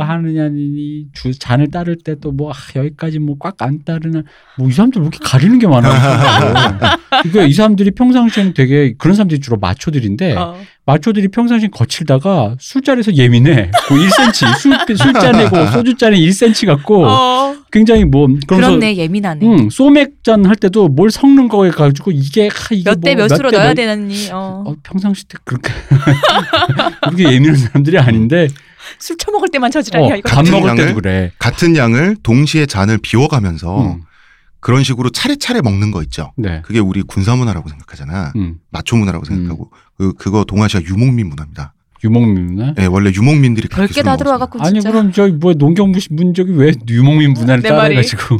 [SPEAKER 2] 뭐 하느냐느니 주 잔을 따를 때 또 뭐 여기까지 뭐 꽉 안 따르나 뭐 이 사람들 왜 이렇게 가리는 게 많아. 그러니까 이 사람들이 평상시에는 되게 그런 사람들이 주로 마초들인데
[SPEAKER 3] 어.
[SPEAKER 2] 마초들이 평상시에 거칠다가 술자리에서 예민해. 그 1cm 술 술잔이고 소주잔이 1cm 같고
[SPEAKER 3] 어.
[SPEAKER 2] 굉장히 뭐 그러면서 음,
[SPEAKER 3] 그렇네 예민하네.
[SPEAKER 2] 응, 소맥잔 할 때도 뭘 섞는 거에 가지고 이게 하, 이게
[SPEAKER 3] 몇 대
[SPEAKER 2] 뭐
[SPEAKER 3] 몇으로
[SPEAKER 2] 몇
[SPEAKER 3] 넣어야
[SPEAKER 2] 몇-
[SPEAKER 3] 되니? 어.
[SPEAKER 2] 어, 평상시 때 그렇게 그렇게 예민한 사람들이 아닌데
[SPEAKER 3] 술 처먹을 때만 저지랄이야
[SPEAKER 2] 어,
[SPEAKER 3] 음, 이거.
[SPEAKER 2] 밥 먹을
[SPEAKER 1] 양을?
[SPEAKER 2] 때도 그래.
[SPEAKER 1] 같은 양을 동시에 잔을 비워가면서
[SPEAKER 2] 음,
[SPEAKER 1] 그런 식으로 차례차례 먹는 거 있죠.
[SPEAKER 2] 네.
[SPEAKER 1] 그게 우리 군사 문화라고 생각하잖아.
[SPEAKER 2] 음,
[SPEAKER 1] 마초 문화라고 생각하고 그, 그거 동아시아 유목민 문화입니다.
[SPEAKER 2] 유목민이나
[SPEAKER 1] 예, 원래 유목민들이 그렇게
[SPEAKER 3] 별게 다
[SPEAKER 1] 술을 먹었어요.
[SPEAKER 3] 들어와 갖고 진짜.
[SPEAKER 2] 아니 그럼 저기 뭐야 농경 무시 문적이 왜 유목민 문화를
[SPEAKER 3] 내
[SPEAKER 2] 따라가지고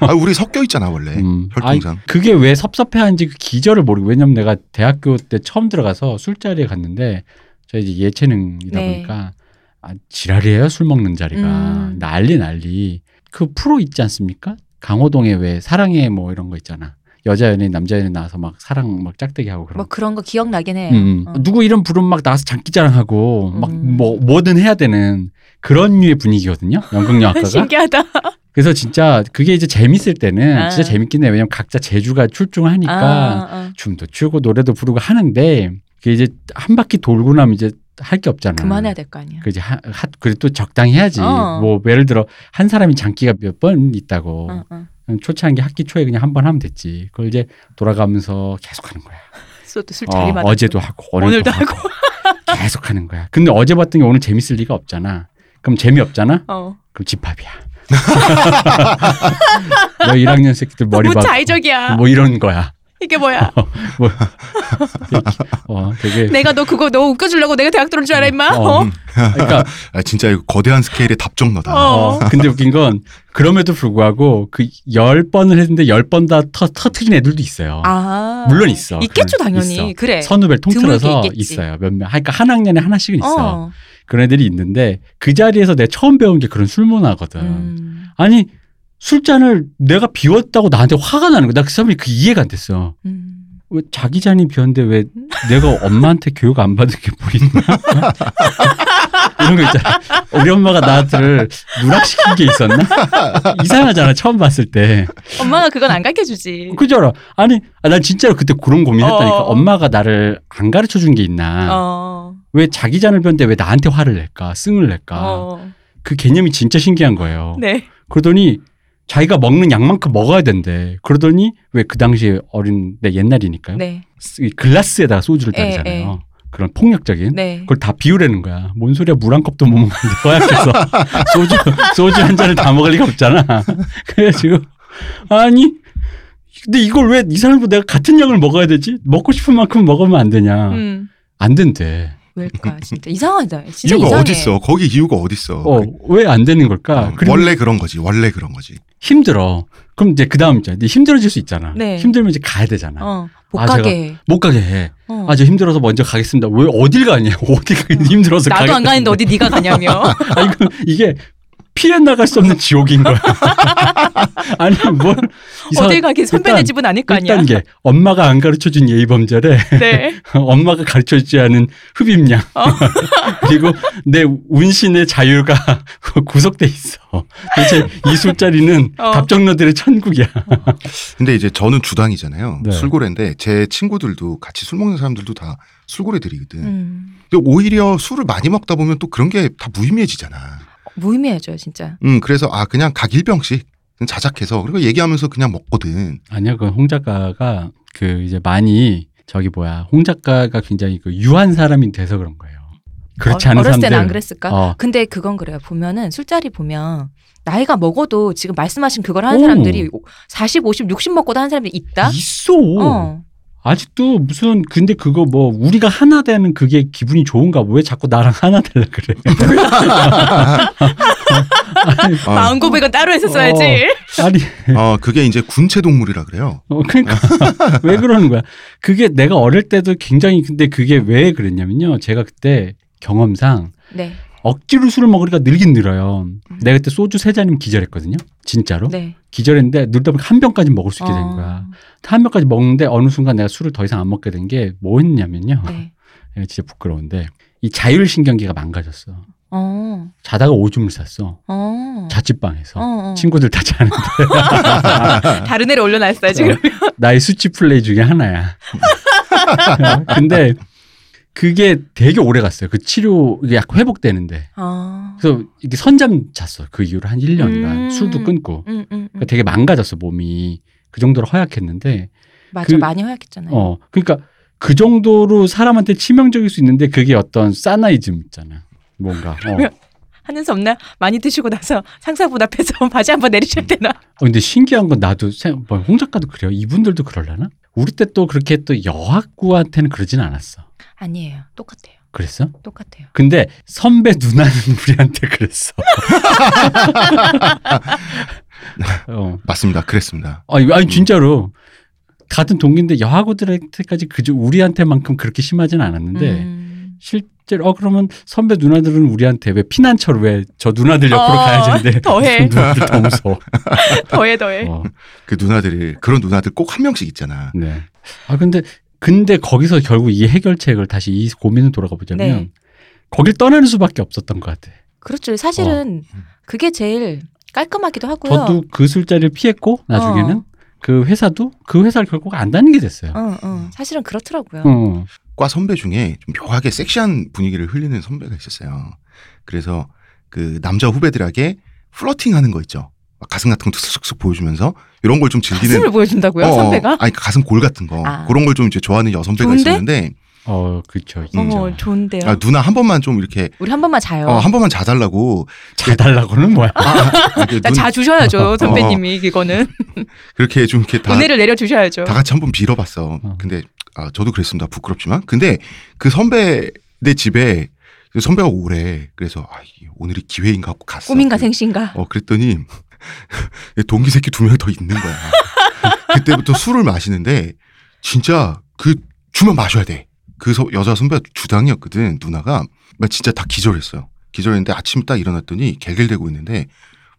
[SPEAKER 1] 아, 우리 섞여 있잖아 원래 네,
[SPEAKER 2] 음.
[SPEAKER 1] 혈통상.
[SPEAKER 2] 그게 왜 섭섭해하는지 그 기절을 모르고 왜냐면 내가 대학교 때 처음 들어가서 술자리에 갔는데 저 이제 예체능이다
[SPEAKER 3] 네.
[SPEAKER 2] 보니까 아 지랄이에요 술 먹는 자리가
[SPEAKER 3] 음.
[SPEAKER 2] 난리 난리 그 프로 있지 않습니까 강호동에 왜 사랑해 뭐 이런 거 있잖아 여자 연예인 남자 연예인 나와서 막 사랑 막 짝대기 하고 그런
[SPEAKER 3] 뭐
[SPEAKER 2] 거.
[SPEAKER 3] 그런 거 기억나긴 해.
[SPEAKER 2] 음.
[SPEAKER 3] 어.
[SPEAKER 2] 누구 이름 부르면 막 나와서 장기자랑하고 막
[SPEAKER 3] 음.
[SPEAKER 2] 뭐 뭐든 해야 되는 그런 류의 분위기거든요 연극영화과가
[SPEAKER 3] 신기하다.
[SPEAKER 2] 그래서 진짜 그게 이제 재밌을 때는
[SPEAKER 3] 아.
[SPEAKER 2] 진짜 재밌긴 해. 왜냐면 각자 재주가 출중하니까 음.
[SPEAKER 3] 아, 아.
[SPEAKER 2] 춤도 추고 노래도 부르고 하는데 그게 이제 한 바퀴 돌고 나면 이제 할 게 없잖아.
[SPEAKER 3] 그만해야 될 거 아니야.
[SPEAKER 2] 그 이제 하, 하, 그리고 또 적당히 해야지.
[SPEAKER 3] 어.
[SPEAKER 2] 뭐 예를 들어 한 사람이 장기가 몇 번 있다고
[SPEAKER 3] 어, 어.
[SPEAKER 2] 초창기 학기 초에 그냥 한 번 하면 됐지. 그걸 이제 돌아가면서 계속 하는 거야.
[SPEAKER 3] 술도 술
[SPEAKER 2] 어,
[SPEAKER 3] 자리마다.
[SPEAKER 2] 어제도 하고 오늘도
[SPEAKER 3] 오늘도
[SPEAKER 2] 하고, 계속 하는 거야. 근데 어제 봤던 게 오늘 재밌을 리가 없잖아. 그럼 재미 없잖아.
[SPEAKER 3] 어.
[SPEAKER 2] 그럼 집합이야. 너 1학년 새끼들 머리
[SPEAKER 3] 너무
[SPEAKER 2] 봐.
[SPEAKER 3] 자의적이야.
[SPEAKER 2] 뭐 이런 거야.
[SPEAKER 3] 이게 뭐야?
[SPEAKER 2] 어, 되게
[SPEAKER 3] 내가 너 그거 너 웃겨주려고 내가 대학 들어온 줄 알아 임마?
[SPEAKER 2] 어.
[SPEAKER 3] 어?
[SPEAKER 2] 그러니까
[SPEAKER 1] 아, 진짜 이거 거대한 스케일의 답정너다.
[SPEAKER 3] 어.
[SPEAKER 2] 어, 근데 웃긴 건 그럼에도 불구하고 그 열 번을 했는데 열 번 다 터트린 애들도 있어요.
[SPEAKER 3] 아
[SPEAKER 2] 물론 있어.
[SPEAKER 3] 있겠죠
[SPEAKER 2] 그건
[SPEAKER 3] 당연히.
[SPEAKER 2] 있어.
[SPEAKER 3] 그래.
[SPEAKER 2] 선후배 통틀어서
[SPEAKER 3] 드물게 있겠지.
[SPEAKER 2] 있어요. 몇 명. 그러니까 한 학년에 하나씩은 있어.
[SPEAKER 3] 어.
[SPEAKER 2] 그런 애들이 있는데 그 자리에서 내가 처음 배운 게 그런 술 문화거든.
[SPEAKER 3] 음.
[SPEAKER 2] 아니 술잔을 내가 비웠다고 나한테 화가 나는 거야. 나 그 사람이 그 이해가 안 됐어.
[SPEAKER 3] 음.
[SPEAKER 2] 왜 자기 잔이 비었는데 왜 내가 엄마한테 교육 안 받은 게 보이나? 이런 거 있잖아. 우리 엄마가 나한테를 누락시킨 게 있었나? 이상하잖아. 처음 봤을 때.
[SPEAKER 3] 엄마가 그건 안 가르쳐 주지.
[SPEAKER 2] 그죠? 아니, 아, 난 진짜로 그때 그런 고민했다니까.
[SPEAKER 3] 어.
[SPEAKER 2] 엄마가 나를 안 가르쳐 준 게 있나?
[SPEAKER 3] 어.
[SPEAKER 2] 왜 자기 잔을 비웠는데 왜 나한테 화를 낼까? 승을 낼까?
[SPEAKER 3] 어.
[SPEAKER 2] 그 개념이 진짜 신기한 거예요.
[SPEAKER 3] 네.
[SPEAKER 2] 그러더니 자기가 먹는 양만큼 먹어야 된대. 그러더니 왜 그 당시에 어린, 내 옛날이니까요.
[SPEAKER 3] 네.
[SPEAKER 2] 이 글라스에다가 소주를
[SPEAKER 3] 예,
[SPEAKER 2] 따르잖아요. 그런 폭력적인.
[SPEAKER 3] 네.
[SPEAKER 2] 그걸 다 비우라는 거야. 뭔 소리야? 물 한 컵도 못 먹는데 허약해서 소주 소주 한 잔을 다 먹을 리가 없잖아. 그래가지고 아니 근데 이걸 왜 이 사람도 내가 같은 양을 먹어야 되지? 먹고 싶은 만큼 먹으면 안 되냐?
[SPEAKER 3] 음.
[SPEAKER 2] 안 된대.
[SPEAKER 3] 왜일까 진짜 이상하다. 진짜
[SPEAKER 1] 이유가
[SPEAKER 3] 이상해. 아,
[SPEAKER 1] 어디 있어? 거기 이유가 어디 있어? 어,
[SPEAKER 2] 어 왜 안 되는 걸까? 그리고
[SPEAKER 1] 원래 그런 거지. 원래 그런 거지.
[SPEAKER 2] 힘들어. 그럼 이제 그 다음 이제 힘들어질 수 있잖아.
[SPEAKER 3] 네.
[SPEAKER 2] 힘들면 이제 가야 되잖아.
[SPEAKER 3] 어. 못
[SPEAKER 2] 아,
[SPEAKER 3] 가게. 해.
[SPEAKER 2] 못 가게 해.
[SPEAKER 3] 어.
[SPEAKER 2] 아 저 힘들어서 먼저 가겠습니다. 왜 어딜 가냐? 어디 가 힘들어서
[SPEAKER 3] 나도 안
[SPEAKER 2] 가겠다는데.
[SPEAKER 3] 가는데 어디 네가 가냐며.
[SPEAKER 2] 아 이거 이게 피해 나갈 수 없는 지옥인 거야. 아니 뭘 이상-
[SPEAKER 3] 어딜 가긴 선배네
[SPEAKER 2] 일단-
[SPEAKER 3] 집은 아닐 거 아니야.
[SPEAKER 2] 일단 게 엄마가 안 가르쳐준 예의 범절에
[SPEAKER 3] 네.
[SPEAKER 2] 엄마가 가르쳐주지 않은 흡입량
[SPEAKER 3] 어.
[SPEAKER 2] 그리고 내 운신의 자유가 구속돼 있어. 도대체 이 술자리는
[SPEAKER 3] 어.
[SPEAKER 2] 답정너들의 천국이야.
[SPEAKER 1] 근데 이제 저는 주당이잖아요.
[SPEAKER 2] 네.
[SPEAKER 1] 술고래인데 제 친구들도 같이 술 먹는 사람들도 다 술고래들이거든.
[SPEAKER 3] 음.
[SPEAKER 1] 근데 오히려 술을 많이 먹다 보면 또 그런 게 다 무의미해지잖아.
[SPEAKER 3] 무의미해져요 진짜.
[SPEAKER 1] 음, 그래서 아 그냥 각일병씩 자작해서 그리고 얘기하면서 그냥 먹거든.
[SPEAKER 2] 아니야 그 홍 작가가 그 이제 많이 저기 뭐야 홍 작가가 굉장히 그 유한 사람이 돼서 그런 거예요. 그렇지
[SPEAKER 3] 어-
[SPEAKER 2] 않은
[SPEAKER 3] 어렸을
[SPEAKER 2] 사람들
[SPEAKER 3] 때는 안 그랬을까?
[SPEAKER 2] 어.
[SPEAKER 3] 근데 그건 그래요. 보면은 술자리 보면 나이가 먹어도 지금 말씀하신 그걸 하는
[SPEAKER 2] 오.
[SPEAKER 3] 사람들이 40, 50, 60 먹고도 하는 사람들이 있다.
[SPEAKER 2] 있어.
[SPEAKER 3] 어.
[SPEAKER 2] 아직도 무슨 근데 그거 뭐 우리가 하나 되는 그게 기분이 좋은가 봐. 왜 자꾸 나랑 하나 되려 그래?
[SPEAKER 1] 아,
[SPEAKER 3] 마음 고백은 따로 했었어야지.
[SPEAKER 2] 아니
[SPEAKER 1] 어, 그게 이제 군체 동물이라 그래요.
[SPEAKER 2] 어, 그러니까 왜 그러는 거야? 그게 내가 어릴 때도 굉장히 근데 그게 왜 그랬냐면요. 제가 그때 경험상
[SPEAKER 3] 네.
[SPEAKER 2] 억지로 술을 먹으니까 늘긴 늘어요. 내가 그때 소주 세 잔이면 기절했거든요. 진짜로.
[SPEAKER 3] 네. 아. 어.
[SPEAKER 2] 기절했는데 늘다 보니까 한 병까지 먹을 수 있게 어? 된 거야. 한 병까지 먹는데 어느 순간 내가 술을 더 이상 안 먹게 된 게 뭐였냐면요.
[SPEAKER 3] 어, 네.
[SPEAKER 2] 예, 진짜 부끄러운데 이 자율신경계가 망가졌어.
[SPEAKER 3] 어.
[SPEAKER 2] 자다가 오줌을 쌌어.
[SPEAKER 3] 어.
[SPEAKER 2] 아. 자취방에서.
[SPEAKER 3] 어, 어.
[SPEAKER 2] 친구들 다 자는데
[SPEAKER 3] 다른 애를 올려놨어요 지금.
[SPEAKER 2] 나의 수치 플레이 중에 하나야. 근데 그게 되게 오래 갔어요. 그 치료 이게 약 회복되는데.
[SPEAKER 3] 아.
[SPEAKER 2] 그래서 이게 선잠 잤어. 그 이후로 한 1년간
[SPEAKER 3] 음.
[SPEAKER 2] 술도 끊고.
[SPEAKER 3] 음, 음, 음.
[SPEAKER 2] 그러니까 되게 망가졌어, 몸이. 그 정도로 허약했는데
[SPEAKER 3] 맞아
[SPEAKER 2] 그-
[SPEAKER 3] 많이 허약했잖아요.
[SPEAKER 2] 어. 그러니까 그 정도로 사람한테 치명적일 수 있는데 그게 어떤 사나이즘 있잖아. 뭔가. 어.
[SPEAKER 3] 하는 수 없나? 많이 드시고 나서 상사분 앞에서 바지 한번 내리실 때나.
[SPEAKER 2] 어, 근데 신기한 건 나도 생각- 뭐홍 작가도 그래요. 이분들도 그럴라나? 우리 때 또 그렇게 또 여학구한테는 그러진 않았어.
[SPEAKER 3] 아니에요. 똑같아요.
[SPEAKER 2] 그랬어?
[SPEAKER 3] 똑같아요.
[SPEAKER 2] 근데 선배 누나는 우리한테 그랬어. 어.
[SPEAKER 1] 맞습니다. 그랬습니다.
[SPEAKER 2] 아니, 아니 진짜로 같은 동기인데 여학우들한테까지 그저 우리한테만큼 그렇게 심하진 않았는데
[SPEAKER 3] 음.
[SPEAKER 2] 실제로 어 그러면 선배 누나들은 우리한테 왜 피난처로 왜 저 누나들 옆으로
[SPEAKER 3] 어,
[SPEAKER 2] 가야 되는데
[SPEAKER 3] 더해.
[SPEAKER 2] 누나들 더 무서워.
[SPEAKER 3] 더해 더해.
[SPEAKER 2] 어,
[SPEAKER 1] 그 누나들이 그런 누나들 꼭 한 명씩 있잖아.
[SPEAKER 2] 네. 아 근데 근데 거기서 결국 이 해결책을 다시 이 고민을 돌아가 보자면
[SPEAKER 3] 네.
[SPEAKER 2] 거길 떠나는 수밖에 없었던 것 같아.
[SPEAKER 3] 그렇죠. 사실은
[SPEAKER 1] 어.
[SPEAKER 3] 그게 제일 깔끔하기도 하고요.
[SPEAKER 2] 저도 그 술자리를 피했고 나중에는
[SPEAKER 3] 어.
[SPEAKER 2] 그 회사도 그 회사를 결국 안 다니게 됐어요.
[SPEAKER 3] 어, 어. 사실은 그렇더라고요.
[SPEAKER 1] 음,
[SPEAKER 2] 어.
[SPEAKER 1] 과 선배 중에 좀 묘하게 섹시한 분위기를 흘리는 선배가 있었어요. 그래서 그 남자 후배들에게 플러팅하는 거 있죠. 막 가슴 같은 거 툭툭툭 보여주면서 이런 걸 좀 즐기는
[SPEAKER 3] 가슴을 보여준다고요,
[SPEAKER 1] 어, 어.
[SPEAKER 3] 선배가?
[SPEAKER 1] 아니 가슴 골 같은 거
[SPEAKER 3] 아.
[SPEAKER 1] 그런 걸 좀 이제 좋아하는 여선배가
[SPEAKER 3] 좋은데?
[SPEAKER 1] 있었는데
[SPEAKER 2] 어, 그렇죠.
[SPEAKER 1] 음.
[SPEAKER 2] 진짜.
[SPEAKER 3] 어머, 좋은데요.
[SPEAKER 1] 아, 누나 한 번만 좀 이렇게
[SPEAKER 3] 우리 한 번만 자요.
[SPEAKER 1] 어, 한 번만 자달라고
[SPEAKER 2] 자달라고는 뭐야?
[SPEAKER 1] 아, 아, 그
[SPEAKER 3] 나
[SPEAKER 1] 눈-
[SPEAKER 3] 자주셔야죠, 선배님이, 그거는.
[SPEAKER 1] 그렇게 좀 이렇게 다
[SPEAKER 3] 은혜를 내려주셔야죠.
[SPEAKER 1] 다 같이 한번 빌어봤어.
[SPEAKER 2] 어.
[SPEAKER 1] 근데 아, 저도 그랬습니다. 부끄럽지만. 근데 그 선배 내 집에 그 선배가 오래. 그래서 아, 이- 오늘이 기회인가 하고 갔어.
[SPEAKER 3] 꿈인가
[SPEAKER 1] 그-
[SPEAKER 3] 생신가.
[SPEAKER 1] 어 그랬더니 동기 새끼 두 명이 더 있는 거야. 그때부터 술을 마시는데 진짜 그 주면 마셔야 돼. 그 서- 여자 선배 주당이었거든 누나가 막 진짜 다 기절했어요. 기절했는데 아침 딱 일어났더니 개gel대고 있는데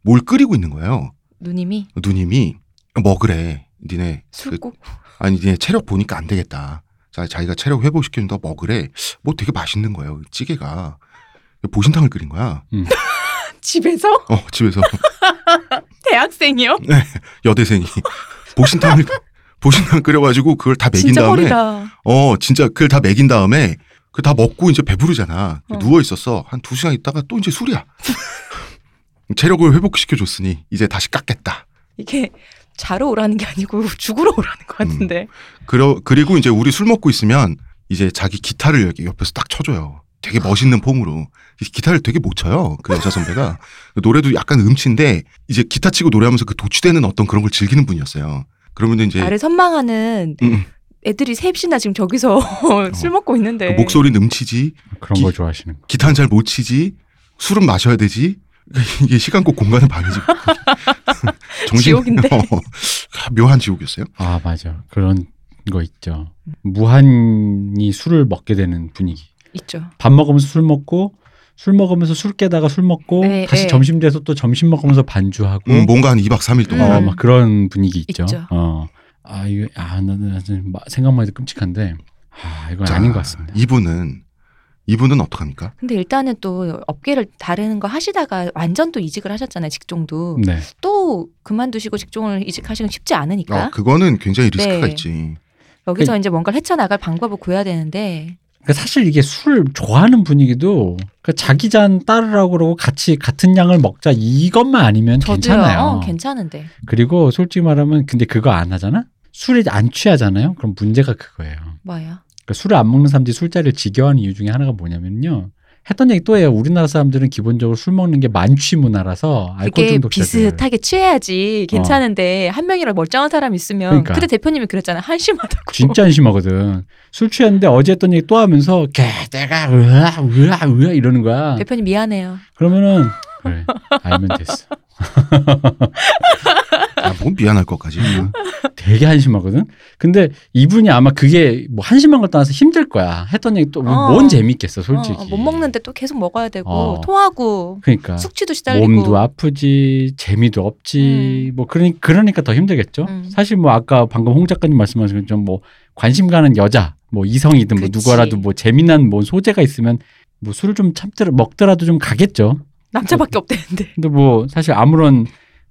[SPEAKER 1] 뭘 끓이고 있는 거예요.
[SPEAKER 3] 누님이
[SPEAKER 1] 누님이 먹으래. 니네 그-
[SPEAKER 3] 술국.
[SPEAKER 1] 아니 니네 체력 보니까 안 되겠다. 자, 자기가 체력 회복시켜준다 먹으래. 뭐 되게 맛있는 거예요. 찌개가 보신탕을 끓인 거야.
[SPEAKER 3] 집에서?
[SPEAKER 1] 어 집에서
[SPEAKER 3] 대학생이요?
[SPEAKER 1] 여대생이 보신탕을 보신탕 끓여가지고 그걸 다 먹인
[SPEAKER 3] 진짜
[SPEAKER 1] 다음에
[SPEAKER 3] 허리다.
[SPEAKER 1] 어 진짜 그걸 다 먹인 다음에 그 다 먹고 이제 배부르잖아
[SPEAKER 3] 어.
[SPEAKER 1] 누워 있었어 한 두 시간 있다가 또 이제 술이야 체력을 회복시켜 줬으니 이제 다시 깎겠다
[SPEAKER 3] 이게 자러 오라는 게 아니고 죽으러 오라는 것 같은데.
[SPEAKER 1] 음, 그러, 그리고 이제 우리 술 먹고 있으면 이제 자기 기타를 이렇게 옆에서 딱 쳐줘요 되게 멋있는 폼으로 기타를 되게 못 쳐요 그 여자 선배가 노래도 약간 음치인데 이제 기타 치고 노래하면서 그 도취되는 어떤 그런 걸 즐기는 분이었어요 그러면 이제
[SPEAKER 3] 나를 선망하는
[SPEAKER 1] 예. 음.
[SPEAKER 3] 애들이 셋이나 지금 저기서 술 먹고 있는데.
[SPEAKER 1] 그 아, 목소리는 음치지
[SPEAKER 2] 그런 거 좋아하시는 거.
[SPEAKER 1] 기타는 잘 못 치지 술은 마셔야 되지 이게 시간과 공간의 방해지
[SPEAKER 3] 지옥인데.
[SPEAKER 1] 어, 묘한 지옥이었어요
[SPEAKER 2] 아, 맞아. 그런 거 있죠. 무한히 술을 먹게 되는 분위기.
[SPEAKER 3] 있죠.
[SPEAKER 2] 밥 먹으면서 술 먹고 술 먹으면서 술 깨다가 술 먹고
[SPEAKER 3] 네,
[SPEAKER 2] 다시
[SPEAKER 3] 네.
[SPEAKER 2] 점심 돼서 또 점심 먹으면서 반주하고
[SPEAKER 1] 음, 뭔가 한 2박 3일 동안
[SPEAKER 2] 어, 막 그런 분위기 있죠.
[SPEAKER 3] 음. 있죠.
[SPEAKER 2] 어. 아, 이거 아, 나는 나는 마- 생각만 해도 끔찍한데. 아, 이건
[SPEAKER 1] 자,
[SPEAKER 2] 아닌 것 같습니다.
[SPEAKER 1] 이분은 이분은 어떡합니까
[SPEAKER 3] 근데 일단은 또 업계를 다른 거 하시다가 완전 또 이직을 하셨잖아요. 직종도.
[SPEAKER 2] 네.
[SPEAKER 3] 또 그만두시고 직종을 이직하시긴 쉽지 않으니까.
[SPEAKER 1] 어, 그거는 굉장히 리스크가
[SPEAKER 3] 네.
[SPEAKER 1] 있지
[SPEAKER 3] 여기서
[SPEAKER 2] 그-
[SPEAKER 3] 이제 뭔가를 헤쳐나갈 방법을 구해야 되는데.
[SPEAKER 2] 그러니까 사실 이게 술 좋아하는 분위기도 그러니까 자기 잔 따르라고 그러고 같이 같은 양을 먹자 이것만 아니면
[SPEAKER 3] 저도요.
[SPEAKER 2] 괜찮아요.
[SPEAKER 3] 어, 괜찮은데.
[SPEAKER 2] 그리고 솔직히 말하면 근데 그거 안 하잖아? 술에 안 취하잖아요? 그럼 문제가 그거예요.
[SPEAKER 3] 뭐예요?
[SPEAKER 2] 그러니까 술을 안 먹는 사람들이 술자리를 지겨워하는 이유 중에 하나가 뭐냐면요. 했던 얘기 또 해요. 우리나라 사람들은 기본적으로 술 먹는 게 만취 문화라서 알코올
[SPEAKER 3] 그게
[SPEAKER 2] 중독자들 어.
[SPEAKER 3] 비슷하게 취해야지 괜찮은데 한 명이라도 멀쩡한 사람 있으면
[SPEAKER 2] 그러니까.
[SPEAKER 3] 그때 대표님이 그랬잖아 한심하다고.
[SPEAKER 2] 진짜 안심하거든. 술 취했는데 어제 했던 얘기 또 하면서 개 내가 으아 으아 으아 이러는 거야.
[SPEAKER 3] 대표님 미안해요.
[SPEAKER 2] 그러면은 그래 알면 됐어. 아,
[SPEAKER 1] 뭐 미안할 것까지.
[SPEAKER 2] 음. 되게 한심하거든. 근데 이분이 아마 그게 뭐 한심한 걸 떠나서 힘들 거야. 했던 얘기 또 뭔
[SPEAKER 3] 어.
[SPEAKER 2] 재밌겠어, 솔직히.
[SPEAKER 3] 어, 못 먹는데 또 계속 먹어야 되고
[SPEAKER 2] 어.
[SPEAKER 3] 토하고
[SPEAKER 2] 그러니까
[SPEAKER 3] 숙취도 시달리고
[SPEAKER 2] 몸도 아프지, 재미도 없지. 뭐 그러니 그러니까 더 힘들겠죠.
[SPEAKER 3] 음.
[SPEAKER 2] 사실 뭐 아까 방금 홍 작가님 말씀하신 것처럼 뭐 관심 가는 여자, 뭐 이성이든 뭐
[SPEAKER 3] 그치.
[SPEAKER 2] 누구라도 뭐 재미난 뭐 소재가 있으면 뭐 술을 좀 참더라 먹더라도 좀 가겠죠.
[SPEAKER 3] 남자밖에 없대는데
[SPEAKER 2] 근데 뭐 사실 아무런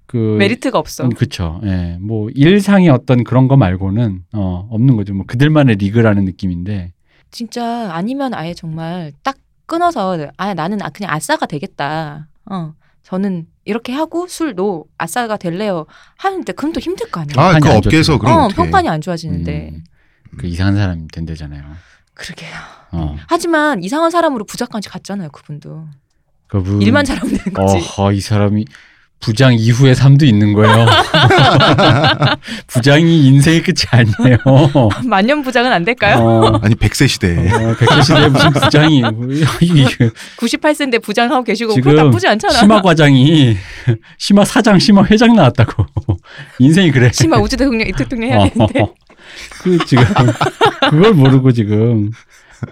[SPEAKER 2] 그
[SPEAKER 3] 메리트가 없어.
[SPEAKER 2] 음, 그쵸. 예. 뭐, 일상의 어떤 그런 거 말고는, 어, 없는 거죠. 뭐, 그들만의 리그라는 느낌인데.
[SPEAKER 3] 진짜 아니면 아예 정말 딱 끊어서 아 나는 아- 그냥 아싸가 되겠다. 어 저는 이렇게 하고 술도 아싸가 될래요 하는데 그럼 또 힘들 거 아니야.
[SPEAKER 1] 아,
[SPEAKER 2] 평판이
[SPEAKER 1] 그
[SPEAKER 2] 안
[SPEAKER 1] 업계에서
[SPEAKER 2] 좋죠.
[SPEAKER 1] 그럼
[SPEAKER 3] 어
[SPEAKER 1] 어떻게?
[SPEAKER 3] 평판이 안 좋아지는데
[SPEAKER 2] 음, 그 이상한 사람이 된대잖아요.
[SPEAKER 3] 그러게요. 음.
[SPEAKER 2] 어.
[SPEAKER 3] 하지만 이상한 사람으로 부작까지 갔잖아요 그분도
[SPEAKER 2] 그분.
[SPEAKER 3] 일만 잘하면 되는 거지.
[SPEAKER 2] 어허, 이 사람이 부장 이후의 삶도 있는 거예요. 부장이 인생의 끝이 아니에요.
[SPEAKER 3] 만년 부작은 안 될까요?
[SPEAKER 2] 어.
[SPEAKER 1] 아니 백세 시대에
[SPEAKER 2] 백세 시대 무슨 부장이 이게
[SPEAKER 3] 98세인데 부장하고 계시고
[SPEAKER 2] 지금
[SPEAKER 3] 그거 나쁘지 않잖아.
[SPEAKER 2] 심화 과장이 심화 사장, 심화 회장 나왔다고 인생이 그래.
[SPEAKER 3] 심화 우주 대통령 이 대통령 해야 되는데
[SPEAKER 2] 어, 그 지금 그걸 모르고 지금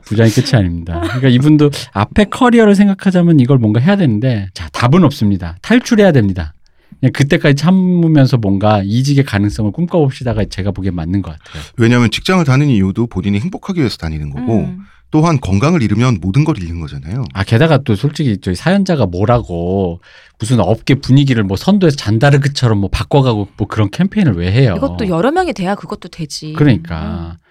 [SPEAKER 2] 부장이 끝이 아닙니다. 그러니까 이분도 앞에 커리어를 생각하자면 이걸 뭔가 해야 되는데 자 답은 없습니다. 탈출해야 됩니다. 그냥 그때까지 참으면서 뭔가 이직의 가능성을 꿈꿔봅시다가 제가 보기엔 맞는 것 같아요.
[SPEAKER 1] 왜냐하면 직장을 다니는 이유도 본인이 행복하기 위해서 다니는
[SPEAKER 2] 어.
[SPEAKER 1] 거고
[SPEAKER 3] 음.
[SPEAKER 1] 또한 건강을 잃으면 모든 걸 잃는 거잖아요.
[SPEAKER 2] 아 게다가 또 솔직히 저희 사연자가 뭐라고 무슨 업계 분위기를 뭐 선도해서 잔다르크처럼 뭐 바꿔가고 뭐 그런 캠페인을 왜 해요?
[SPEAKER 3] 이것도 여러 명이 돼야 그것도 되지. 음.
[SPEAKER 2] 그러니까 그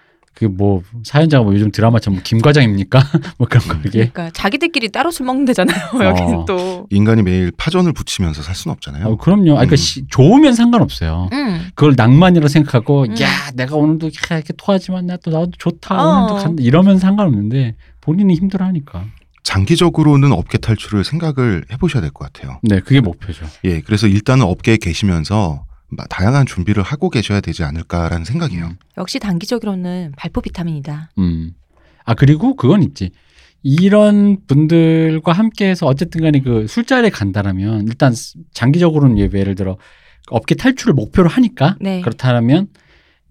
[SPEAKER 2] 뭐 사연자가 뭐 요즘 드라마처럼 김 과장입니까? 뭐 그런 거 이게
[SPEAKER 3] 그러니까 자기들끼리 따로 술 먹는 데잖아요. 여기는
[SPEAKER 2] 어.
[SPEAKER 3] 또.
[SPEAKER 1] 인간이 매일 파전을 붙이면서 살 수는 없잖아요.
[SPEAKER 2] 어, 그럼요. 아,
[SPEAKER 1] 음.
[SPEAKER 2] 그러니까 시- 좋으면 상관없어요.
[SPEAKER 3] 음.
[SPEAKER 2] 그걸 낭만이라 생각하고
[SPEAKER 3] 음.
[SPEAKER 2] 야 내가 오늘도 야, 이렇게 토하지만 나 또 나도 좋다
[SPEAKER 3] 어.
[SPEAKER 2] 오늘도 간다 이러면 상관없는데 본인이 힘들어하니까.
[SPEAKER 1] 장기적으로는 업계 탈출을 생각을 해보셔야 될 것 같아요.
[SPEAKER 2] 네 그게 목표죠.
[SPEAKER 1] 예, 그래서 일단은 업계에 계시면서 마- 다양한 준비를 하고 계셔야 되지 않을까라는 생각이에요.
[SPEAKER 3] 역시 단기적으로는 발포 비타민이다.
[SPEAKER 2] 음. 아 그리고 그건 있지. 이런 분들과 함께해서 어쨌든간에 그 술자리에 간다라면 일단 스- 장기적으로는 예, 예를 들어 업계 탈출을 목표로 하니까
[SPEAKER 3] 네.
[SPEAKER 2] 그렇다면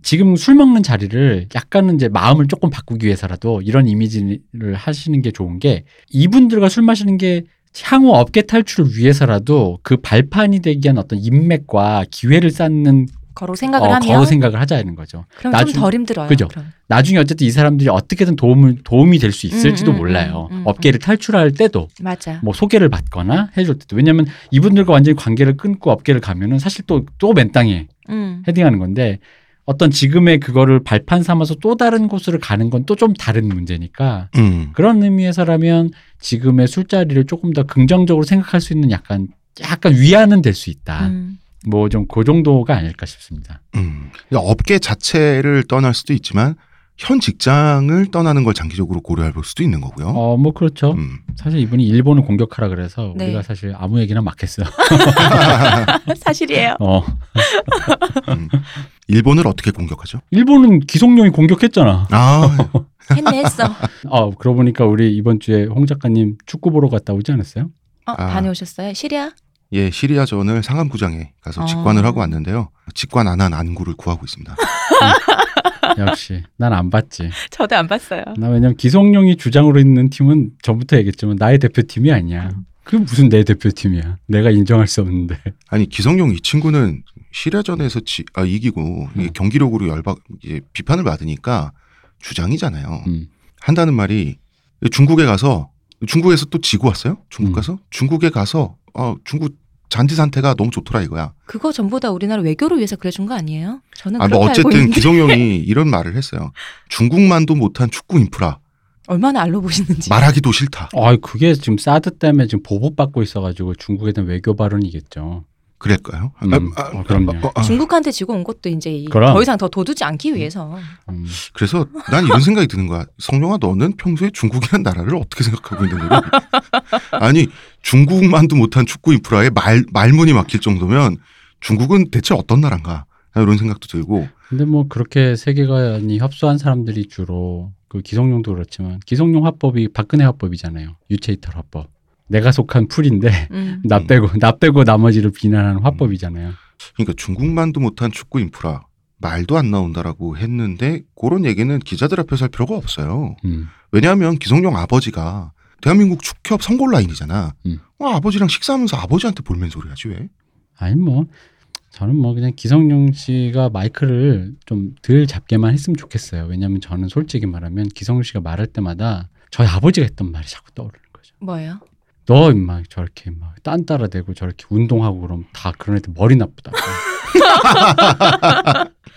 [SPEAKER 2] 지금 술 먹는 자리를 약간은 이제 마음을 조금 바꾸기 위해서라도 이런 이미지를 하시는 게 좋은 게 이분들과 술 마시는 게 향후 업계 탈출을 위해서라도 그 발판이 되기 위한 어떤 인맥과 기회를 쌓는
[SPEAKER 3] 거로
[SPEAKER 2] 어,
[SPEAKER 3] 생각을 하면
[SPEAKER 2] 거로 생각을 하자는 거죠.
[SPEAKER 3] 그럼
[SPEAKER 2] 나중-
[SPEAKER 3] 좀 덜 힘들어요.
[SPEAKER 2] 그죠.
[SPEAKER 3] 그럼.
[SPEAKER 2] 나중에 어쨌든 이 사람들이 어떻게든 도움을 도움이 될 수 있을지도
[SPEAKER 3] 음, 음,
[SPEAKER 2] 몰라요.
[SPEAKER 3] 음, 음, 음.
[SPEAKER 2] 업계를 탈출할 때도
[SPEAKER 3] 맞아.
[SPEAKER 2] 뭐 소개를 받거나 해줄 때도 왜냐하면 이분들과 완전히 관계를 끊고 업계를 가면은 사실 또또맨 땅에
[SPEAKER 3] 음.
[SPEAKER 2] 헤딩하는 건데 어떤 지금의 그거를 발판 삼아서 또 다른 곳으로 가는 건 또 좀 다른 문제니까
[SPEAKER 1] 음.
[SPEAKER 2] 그런 의미에서라면 지금의 술자리를 조금 더 긍정적으로 생각할 수 있는 약간 약간 위안은 될 수 있다.
[SPEAKER 3] 음.
[SPEAKER 2] 뭐 좀 그 정도가 아닐까 싶습니다.
[SPEAKER 1] 음. 그러니까 업계 자체를 떠날 수도 있지만 현 직장을 떠나는 걸 장기적으로 고려해 볼 수도 있는 거고요.
[SPEAKER 2] 어, 뭐 그렇죠.
[SPEAKER 1] 음.
[SPEAKER 2] 사실 이분이 일본을 공격하라 그래서
[SPEAKER 3] 네.
[SPEAKER 2] 우리가 사실 아무 얘기나 막겠어.
[SPEAKER 3] 사실이에요.
[SPEAKER 2] 어.
[SPEAKER 1] 음. 일본을 어떻게 공격하죠?
[SPEAKER 2] 일본은 기성용이 공격했잖아.
[SPEAKER 1] 아,
[SPEAKER 3] 했네 했어.
[SPEAKER 2] 어, 그러고 보니까 우리 이번 주에 홍 작가님 축구 보러 갔다 오지 않았어요?
[SPEAKER 3] 어,
[SPEAKER 1] 아.
[SPEAKER 3] 다녀오셨어요? 시리아?
[SPEAKER 1] 예, 시리아전을 상암구장에 가서
[SPEAKER 3] 어.
[SPEAKER 1] 직관을 하고 왔는데요. 직관 안 한 안구를 구하고 있습니다.
[SPEAKER 2] 역시 난 안 봤지.
[SPEAKER 3] 저도 안 봤어요.
[SPEAKER 2] 나 왜냐면 기성용이 주장으로 있는 팀은 전부터 얘기했지만 나의 대표팀이 아니야. 그 무슨 내 대표팀이야. 내가 인정할 수 없는데.
[SPEAKER 1] 아니 기성용 이 친구는 시리아전에서 지, 아, 이기고 이게
[SPEAKER 2] 음.
[SPEAKER 1] 경기력으로 열박 이제 비판을 받으니까 주장이잖아요.
[SPEAKER 2] 음.
[SPEAKER 1] 한다는 말이 중국에 가서 중국에서 또 지고 왔어요? 중국
[SPEAKER 2] 음.
[SPEAKER 1] 가서 중국에 가서 어, 중국 잔디 상태가 너무 좋더라 이거야.
[SPEAKER 3] 그거 전부 다 우리나라 외교를 위해서 그래준 거 아니에요? 저는
[SPEAKER 1] 아, 뭐
[SPEAKER 3] 그렇게 알고
[SPEAKER 1] 어쨌든
[SPEAKER 3] 있는데
[SPEAKER 1] 기성용이 이런 말을 했어요. 중국만도 못한 축구 인프라
[SPEAKER 2] 그-
[SPEAKER 3] 얼마나 알로 보시는지.
[SPEAKER 1] 말하기도 싫다.
[SPEAKER 2] 아, 그게 지금 사드 때문에 지금 보복받고 있어가지고 중국에 대한 외교 발언이겠죠.
[SPEAKER 1] 그랬까요?
[SPEAKER 2] 음. 어, 그럼요.
[SPEAKER 1] 어, 아.
[SPEAKER 3] 중국한테 지고 온 것도 이제 이-
[SPEAKER 2] 그럼.
[SPEAKER 3] 더 이상 더 도두지 않기 위해서.
[SPEAKER 2] 음.
[SPEAKER 1] 그래서 난 이런 생각이 드는 거야. 성룡아, 너는 평소에 중국이란 나라를 어떻게 생각하고 있는 거니? 아니, 중국만도 못한 축구 인프라에 말, 말문이 막힐 정도면 중국은 대체 어떤 나라인가? 이런 생각도 들고.
[SPEAKER 2] 근데 뭐 그렇게 세계관이 협소한 사람들이 주로 그 기성용도 그렇지만 기성용 화법이 박근혜 화법이잖아요. 유체이탈 화법. 내가 속한 풀인데
[SPEAKER 3] 음.
[SPEAKER 2] 나
[SPEAKER 1] 음.
[SPEAKER 2] 빼고 나 빼고 나머지를 비난하는 화법이잖아요.
[SPEAKER 1] 그러니까 중국만도 못한 축구 인프라 말도 안 나온다라고 했는데 그런 얘기는 기자들 앞에서 할 필요가 없어요.
[SPEAKER 2] 음.
[SPEAKER 1] 왜냐하면 기성용 아버지가 대한민국 축협 선골 라인이잖아.
[SPEAKER 2] 음.
[SPEAKER 1] 어, 아버지랑 식사하면서 아버지한테 볼멘 소리 하지 왜?
[SPEAKER 2] 아니 뭐 저는 뭐 그냥 기성용 씨가 마이크를 좀 덜 잡게만 했으면 좋겠어요. 왜냐하면 저는 솔직히 말하면 기성용 씨가 말할 때마다 저희 아버지가 했던 말이 자꾸 떠오르는 거죠.
[SPEAKER 3] 뭐예요?
[SPEAKER 2] 너 임마 저렇게 막 딴 따라대고 저렇게 운동하고 그럼 다 그런 애들 머리 나쁘다.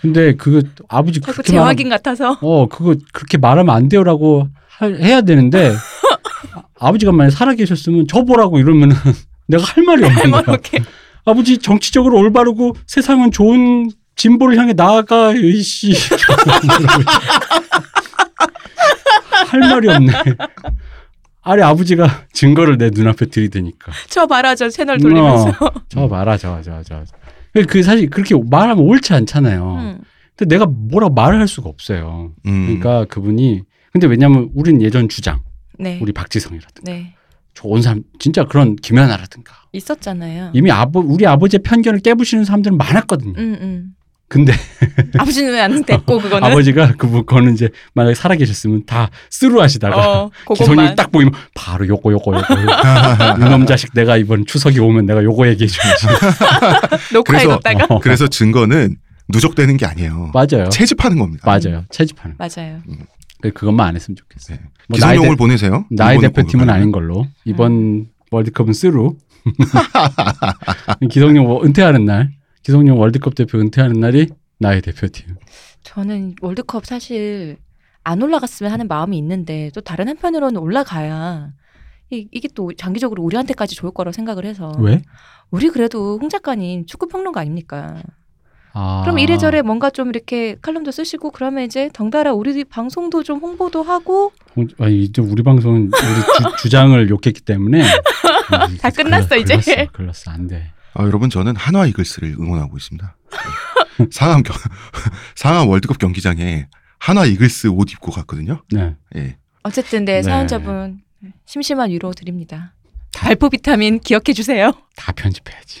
[SPEAKER 2] 근데 그거 아버지
[SPEAKER 3] 자꾸
[SPEAKER 2] 그렇게 말하면
[SPEAKER 3] 재확인 같아서
[SPEAKER 2] 어, 그거 그렇게 말하면 안 돼요라고 할- 해야 되는데 아, 버지가 만약 살아 계셨으면 저 보라고 이러면은 내가 할 말이 없는 거야.
[SPEAKER 3] 해머렇게
[SPEAKER 2] 아버지 정치적으로 올바르고 세상은 좋은 진보를 향해 나아가 이씨. 할 말이 없네. 아래 아버지가 증거를 내 눈앞에 들이대니까. 어,
[SPEAKER 3] 저 봐라 저 채널 돌리면서.
[SPEAKER 2] 저 말아 저 저 저. 근데 그 사실 그렇게 말하면 옳지 않잖아요.
[SPEAKER 3] 음.
[SPEAKER 2] 근데 내가 뭐라 말을 할 수가 없어요.
[SPEAKER 1] 음,
[SPEAKER 2] 그러니까 그분이 근데 왜냐면 우린 예전 주장
[SPEAKER 3] 네.
[SPEAKER 2] 우리 박지성이라든가
[SPEAKER 3] 네.
[SPEAKER 2] 좋은 사람 진짜 그런 김연아라든가
[SPEAKER 3] 있었잖아요.
[SPEAKER 2] 이미 아버 우리 아버지의 편견을 깨부시는 사람들은 많았거든요.
[SPEAKER 3] 음, 음.
[SPEAKER 2] 근데
[SPEAKER 3] 아버지는 왜 안 됐고 그거는
[SPEAKER 2] 아버지가 그거는 이제 만약에 살아계셨으면 다 쓰루하시다가
[SPEAKER 3] 어,
[SPEAKER 2] 기성님
[SPEAKER 3] 그것만
[SPEAKER 2] 딱 보이면 바로 요거 요거 요거 이놈 자식 내가 이번 추석이 오면 내가 요거 얘기해 주지.
[SPEAKER 3] 녹화해뒀다가
[SPEAKER 2] 어,
[SPEAKER 1] 그래서 증거는 누적되는 게 아니에요.
[SPEAKER 2] 맞아요.
[SPEAKER 1] 채집하는 겁니다.
[SPEAKER 2] 그렇죠? 맞아요. 채집하는.
[SPEAKER 3] 맞아요.
[SPEAKER 2] 그- 그것만 안 했으면 좋겠어요.
[SPEAKER 1] 네.
[SPEAKER 2] 뭐 나이,
[SPEAKER 1] 기성용을
[SPEAKER 2] 대,
[SPEAKER 1] 보내세요.
[SPEAKER 2] 나이
[SPEAKER 1] 일본에 공격하는.
[SPEAKER 2] 대표팀은
[SPEAKER 1] 뭐
[SPEAKER 2] 아닌
[SPEAKER 3] 네.
[SPEAKER 2] 걸로 이번 월드컵은 쓰루. 기성용 워- 은퇴하는 날, 기성용 월드컵 대표 은퇴하는 날이 나의 대표팀.
[SPEAKER 3] 저는 월드컵 사실 안 올라갔으면 하는 마음이 있는데 또 다른 한편으로는 올라가야 이, 이게 또 장기적으로 우리한테까지 좋을 거라고 생각을 해서
[SPEAKER 2] 왜?
[SPEAKER 3] 우리 그래도 홍 작가님 축구 평론가 아닙니까?
[SPEAKER 2] 아.
[SPEAKER 3] 그럼 이래저래 뭔가 좀 이렇게 칼럼도 쓰시고 그러면 이제 덩달아 우리 방송도 좀 홍보도 하고
[SPEAKER 2] 홍- 아니 이제 우리 방송은 우리 주, 주장을 욕했기 때문에 음,
[SPEAKER 3] 다
[SPEAKER 2] 글-
[SPEAKER 3] 끝났어, 이제.
[SPEAKER 2] 글렀어, 글렀어 안돼
[SPEAKER 1] 아, 여러분 저는 한화 이글스를 응원하고 있습니다. 네. 상암 경 상암 월드컵 경기장에 한화 이글스 옷 입고 갔거든요.
[SPEAKER 2] 네
[SPEAKER 1] 예.
[SPEAKER 3] 어쨌든 네,
[SPEAKER 2] 네.
[SPEAKER 3] 사연자분 심심한 위로 드립니다. 발포 비타민 기억해 주세요.
[SPEAKER 2] 다 편집해야지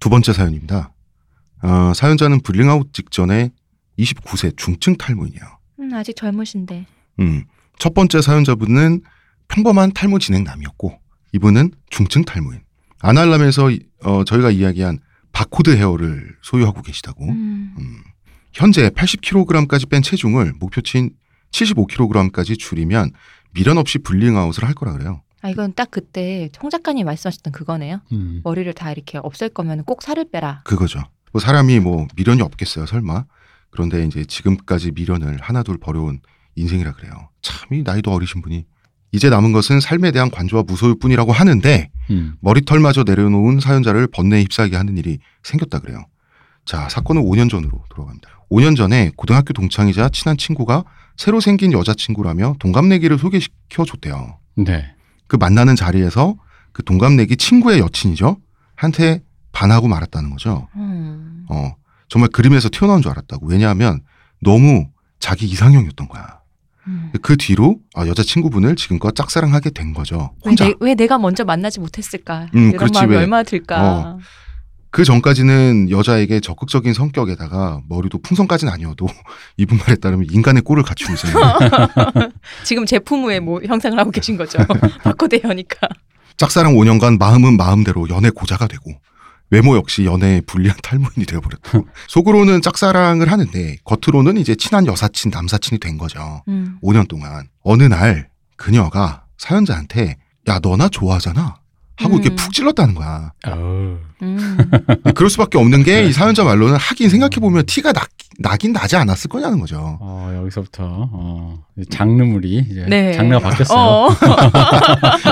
[SPEAKER 1] 두 번째 사연입니다. 어, 사연자는 블링아웃 직전에 29세 중증 탈모인이에요.
[SPEAKER 3] 음, 아직 젊으신데.
[SPEAKER 1] 음. 첫 번째 사연자분은 평범한 탈모 진행남이었고 이분은 중증 탈모인. 아날람에서 이- 어, 저희가 이야기한 바코드 헤어를 소유하고 계시다고.
[SPEAKER 3] 음.
[SPEAKER 1] 음, 현재 80kg까지 뺀 체중을 목표치인 75kg까지 줄이면 미련 없이 블링아웃을 할 거라 그래요.
[SPEAKER 3] 아 이건 딱 그때 홍 작가님 말씀하셨던 그거네요.
[SPEAKER 2] 음.
[SPEAKER 3] 머리를 다 이렇게 없앨 거면 꼭 살을 빼라.
[SPEAKER 1] 그거죠. 뭐 사람이 뭐 미련이 없겠어요, 설마. 그런데 이제 지금까지 미련을 하나둘 버려온 인생이라 그래요. 참 이 나이도 어리신 분이 이제 남은 것은 삶에 대한 관조와 무소유뿐이라고 하는데
[SPEAKER 2] 음.
[SPEAKER 1] 머리털마저 내려놓은 사연자를 번뇌에 휩싸이게 하는 일이 생겼다 그래요. 자, 사건은 5년 전으로 돌아갑니다. 5년 전에 고등학교 동창이자 친한 친구가 새로 생긴 여자친구라며 동갑내기를 소개시켜 줬대요.
[SPEAKER 2] 네
[SPEAKER 1] 그 만나는 자리에서 그 동갑내기 친구의 여친이죠. 한테 반하고 말았다는 거죠.
[SPEAKER 3] 음.
[SPEAKER 1] 어, 정말 그림에서 튀어나온 줄 알았다고. 왜냐하면 너무 자기 이상형이었던 거야.
[SPEAKER 3] 음.
[SPEAKER 1] 그 뒤로 아, 여자친구분을 지금껏 짝사랑하게 된 거죠.
[SPEAKER 3] 왜,
[SPEAKER 1] 혼자.
[SPEAKER 3] 내, 왜 내가 먼저 만나지 못했을까?
[SPEAKER 1] 음,
[SPEAKER 3] 이런
[SPEAKER 1] 그렇지,
[SPEAKER 3] 마음이
[SPEAKER 1] 왜.
[SPEAKER 3] 얼마나 들까?
[SPEAKER 1] 어. 그 전까지는 여자에게 적극적인 성격에다가 머리도 풍선까지는 아니어도 이분 말에 따르면 인간의 꼴을 갖추고 있어요.
[SPEAKER 3] 지금 제품의 뭐 형상을 하고 계신 거죠. 바코드여니까.
[SPEAKER 1] 짝사랑 5년간 마음은 마음대로 연애 고자가 되고 외모 역시 연애에 불리한 탈모인이 되어버렸고 속으로는 짝사랑을 하는데 겉으로는 이제 친한 여사친 남사친이 된 거죠.
[SPEAKER 3] 음.
[SPEAKER 1] 5년 동안 어느 날 그녀가 사연자한테 야 너나 좋아하잖아 하고 이렇게
[SPEAKER 3] 음.
[SPEAKER 1] 푹 찔렀다는 거야.
[SPEAKER 2] 어.
[SPEAKER 3] 음.
[SPEAKER 1] 그럴 수밖에 없는 게 이
[SPEAKER 2] 그렇죠.
[SPEAKER 1] 사연자 말로는 하긴 생각해 보면 티가 나, 나긴 나지 않았을 거냐는 거죠.
[SPEAKER 2] 어, 여기서부터 어, 이제 장르물이 이제
[SPEAKER 3] 네.
[SPEAKER 2] 장르가 바뀌었어요.
[SPEAKER 3] 어.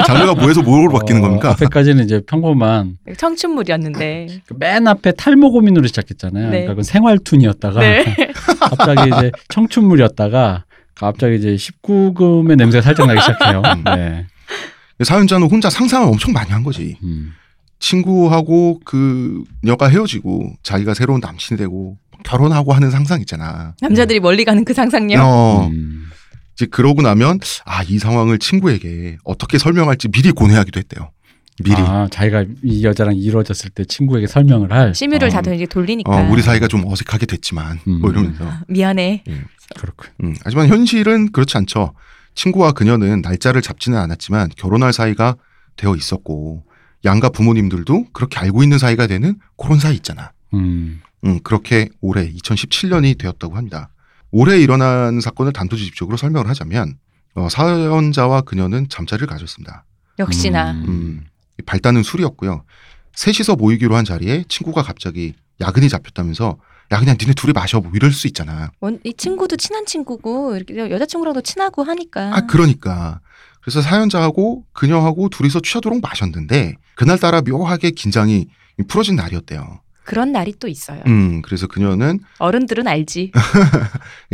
[SPEAKER 1] 장르가 뭐에서 뭐로 바뀌는
[SPEAKER 2] 어,
[SPEAKER 1] 겁니까?
[SPEAKER 2] 앞에까지는 이제 평범한
[SPEAKER 3] 청춘물이었는데.
[SPEAKER 2] 그맨 앞에 탈모 고민으로 시작했잖아요.
[SPEAKER 3] 네.
[SPEAKER 2] 그러니까 그건
[SPEAKER 1] 아.
[SPEAKER 2] 생활툰이었다가
[SPEAKER 3] 네.
[SPEAKER 2] 갑자기 이제 청춘물이었다가 갑자기 이제 19금의 냄새가 살짝 나기 시작해요.
[SPEAKER 1] 음.
[SPEAKER 2] 네.
[SPEAKER 1] 사연자는 혼자 상상을 엄청 많이 한 거지.
[SPEAKER 2] 음.
[SPEAKER 1] 친구하고 그녀가 헤어지고 자기가 새로운 남친이 되고 결혼하고 하는 상상 있잖아.
[SPEAKER 3] 남자들이 멀리 가는 그 상상력.
[SPEAKER 1] 어,
[SPEAKER 2] 음.
[SPEAKER 1] 이제 그러고 나면 아 이 상황을 친구에게 어떻게 설명할지 미리 고뇌하기도 했대요. 미리. 어,
[SPEAKER 2] 아, 자기가 이 여자랑 이루어졌을 때 친구에게 설명을 할
[SPEAKER 3] 심의를
[SPEAKER 2] 어,
[SPEAKER 3] 다 돌리- 돌리니까.
[SPEAKER 1] 어, 우리 사이가 좀 어색하게 됐지만
[SPEAKER 2] 음.
[SPEAKER 1] 뭐 이러면서.
[SPEAKER 3] 미안해.
[SPEAKER 2] 아, 그렇군.
[SPEAKER 1] 음, 하지만 현실은 그렇지 않죠. 친구와 그녀는 날짜를 잡지는 않았지만 결혼할 사이가 되어 있었고 양가 부모님들도 그렇게 알고 있는 사이가 되는 그런 사이 있잖아.
[SPEAKER 2] 음.
[SPEAKER 1] 음, 그렇게 올해 2017년이 되었다고 합니다. 올해 일어난 사건을 단도직입적으로 설명을 하자면 어, 사연자와 그녀는 잠자리를 가졌습니다.
[SPEAKER 3] 역시나.
[SPEAKER 1] 음, 발단은 술이었고요. 셋이서 모이기로 한 자리에 친구가 갑자기 야근이 잡혔다면서 야 그냥 니네 둘이 마셔 뭐 이럴 수 있잖아.
[SPEAKER 3] 원- 이 친구도 친한 친구고 이렇게 여자친구랑도 친하고 하니까.
[SPEAKER 1] 아 그러니까 그래서 사연자하고 그녀하고 둘이서 취하도록 마셨는데 그날따라 묘하게 긴장이 풀어진 날이었대요.
[SPEAKER 3] 그런 날이 또 있어요.
[SPEAKER 1] 음 그래서 그녀는
[SPEAKER 3] 어른들은 알지.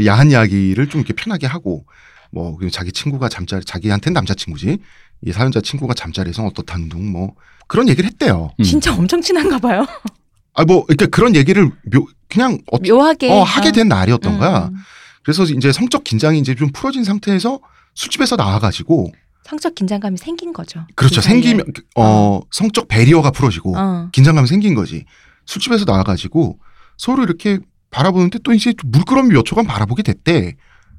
[SPEAKER 1] 야한 이야기를 좀 이렇게 편하게 하고 뭐 그리고 자기 친구가 잠자리 자기한테 남자친구지 이 사연자 친구가 잠자리에서 어떻다는 둥 뭐 그런 얘기를 했대요.
[SPEAKER 2] 음.
[SPEAKER 3] 진짜 엄청 친한가 봐요.
[SPEAKER 1] 아뭐 그러니까 그런 얘기를 묘 그냥 어,
[SPEAKER 3] 묘하게.
[SPEAKER 1] 어, 하게 된 날이었던 거야.
[SPEAKER 3] 아. 음.
[SPEAKER 1] 그래서 이제 성적 긴장이 이제 좀 풀어진 상태에서 술집에서 나와가지고
[SPEAKER 3] 성적 긴장감이 생긴 거죠.
[SPEAKER 1] 그렇죠
[SPEAKER 3] 그 사이에.
[SPEAKER 1] 생기면 뭐. 어 성적 배리어가 풀어지고
[SPEAKER 3] 어.
[SPEAKER 1] 긴장감이 생긴 거지. 술집에서 나와가지고 서로 이렇게 바라보는데 또 이제 물끄러미 몇 초간 바라보게 됐대.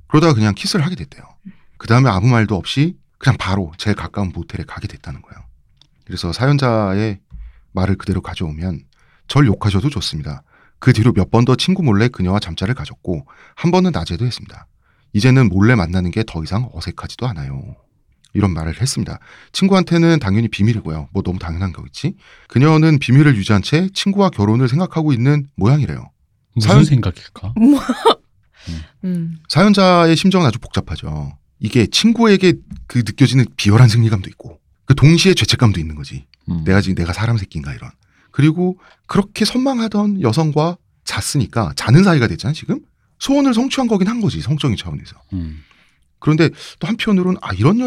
[SPEAKER 1] 그러다가 그냥 키스를 하게 됐대요. 그 다음에 아무 말도 없이 그냥 바로 제일 가까운 모텔에 가게 됐다는 거예요. 그래서 사연자의 말을 그대로 가져오면 절 욕하셔도 좋습니다. 그 뒤로 몇 번 더 친구 몰래 그녀와 잠자를 가졌고 한 번은 낮에도 했습니다. 이제는 몰래 만나는 게 더 이상 어색하지도 않아요. 이런 말을 했습니다. 친구한테는 당연히 비밀이고요. 뭐 너무 당연한 거겠지. 그녀는 비밀을 유지한 채 친구와 결혼을 생각하고 있는 모양이래요.
[SPEAKER 2] 무슨
[SPEAKER 1] 사연-
[SPEAKER 2] 생각일까?
[SPEAKER 3] 음.
[SPEAKER 1] 사연자의 심정은 아주 복잡하죠. 이게 친구에게 그 느껴지는 비열한 승리감도 있고, 그 동시에 죄책감도 있는 거지.
[SPEAKER 2] 음.
[SPEAKER 1] 내가 지금 내가 사람 새끼인가 이런. 그리고 그렇게 선망하던 여성과 잤으니까 자는 사이가 됐잖아 지금. 소원을 성취한 거긴 한 거지 성적인 차원에서.
[SPEAKER 2] 음.
[SPEAKER 1] 그런데 또 한편으로는 아 이런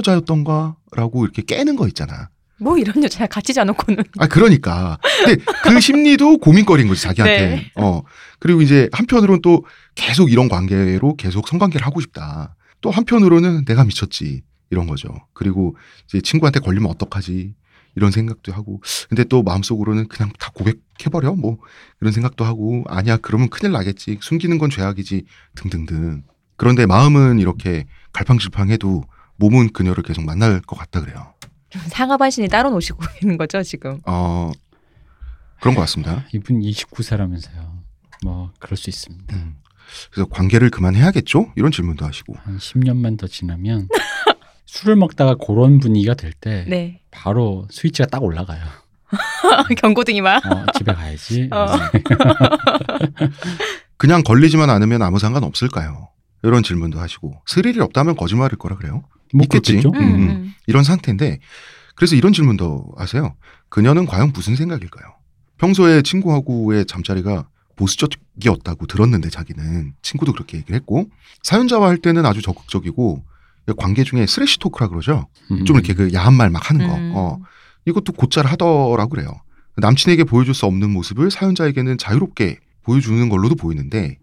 [SPEAKER 1] 여자였던가라고 이렇게 깨는 거 있잖아.
[SPEAKER 3] 뭐 이런 여자 같이 자놓고는.
[SPEAKER 1] 아 그러니까. 근데 그 심리도 고민거리인 거지 자기한테.
[SPEAKER 3] 네.
[SPEAKER 1] 어 그리고 이제 한편으로는 또 계속 이런 관계로 계속 성관계를 하고 싶다. 또 한편으로는 내가 미쳤지 이런 거죠. 그리고 이제 친구한테 걸리면 어떡하지 이런 생각도 하고. 근데 또 마음속으로는 그냥 다 고백해버려 뭐 이런 생각도 하고 아니야 그러면 큰일 나겠지 숨기는 건 죄악이지 등등등. 그런데 마음은 이렇게 갈팡질팡해도 몸은 그녀를 계속 만날 것 같다 그래요.
[SPEAKER 3] 좀 상하반신이 따로 노시고 있는 거죠 지금.
[SPEAKER 1] 어 그런 것 같습니다.
[SPEAKER 2] 이분 29세라면서요. 뭐 그럴 수 있습니다.
[SPEAKER 1] 음. 그래서 관계를 그만해야겠죠? 이런 질문도 하시고.
[SPEAKER 2] 한 10년만 더 지나면 술을 먹다가 그런 분위기가 될 때
[SPEAKER 3] 네.
[SPEAKER 2] 바로 스위치가 딱 올라가요.
[SPEAKER 3] 경고등이 막.
[SPEAKER 2] 어, 집에 가야지. 음.
[SPEAKER 3] 어.
[SPEAKER 1] 그냥 걸리지만 않으면 아무 상관 없을까요? 이런 질문도 하시고. 스릴이 없다면 거짓말일 거라 그래요.
[SPEAKER 2] 뭐
[SPEAKER 1] 있겠지.
[SPEAKER 2] 그렇겠죠.
[SPEAKER 3] 음,
[SPEAKER 1] 음, 음.
[SPEAKER 3] 음.
[SPEAKER 1] 이런 상태인데 그래서 이런 질문도 하세요. 그녀는 과연 무슨 생각일까요? 평소에 친구하고의 잠자리가 보수적이었다고 들었는데 자기는 친구도 그렇게 얘기를 했고 사연자와 할 때는 아주 적극적이고 관계 중에 쓰레쉬 토크라 그러죠.
[SPEAKER 2] 음.
[SPEAKER 1] 좀 이렇게 그 야한 말 막 하는 거.
[SPEAKER 3] 음.
[SPEAKER 1] 어. 이것도 곧잘 하더라고 그래요. 남친에게 보여줄 수 없는 모습을 사연자에게는 자유롭게 보여주는 걸로도 보이는데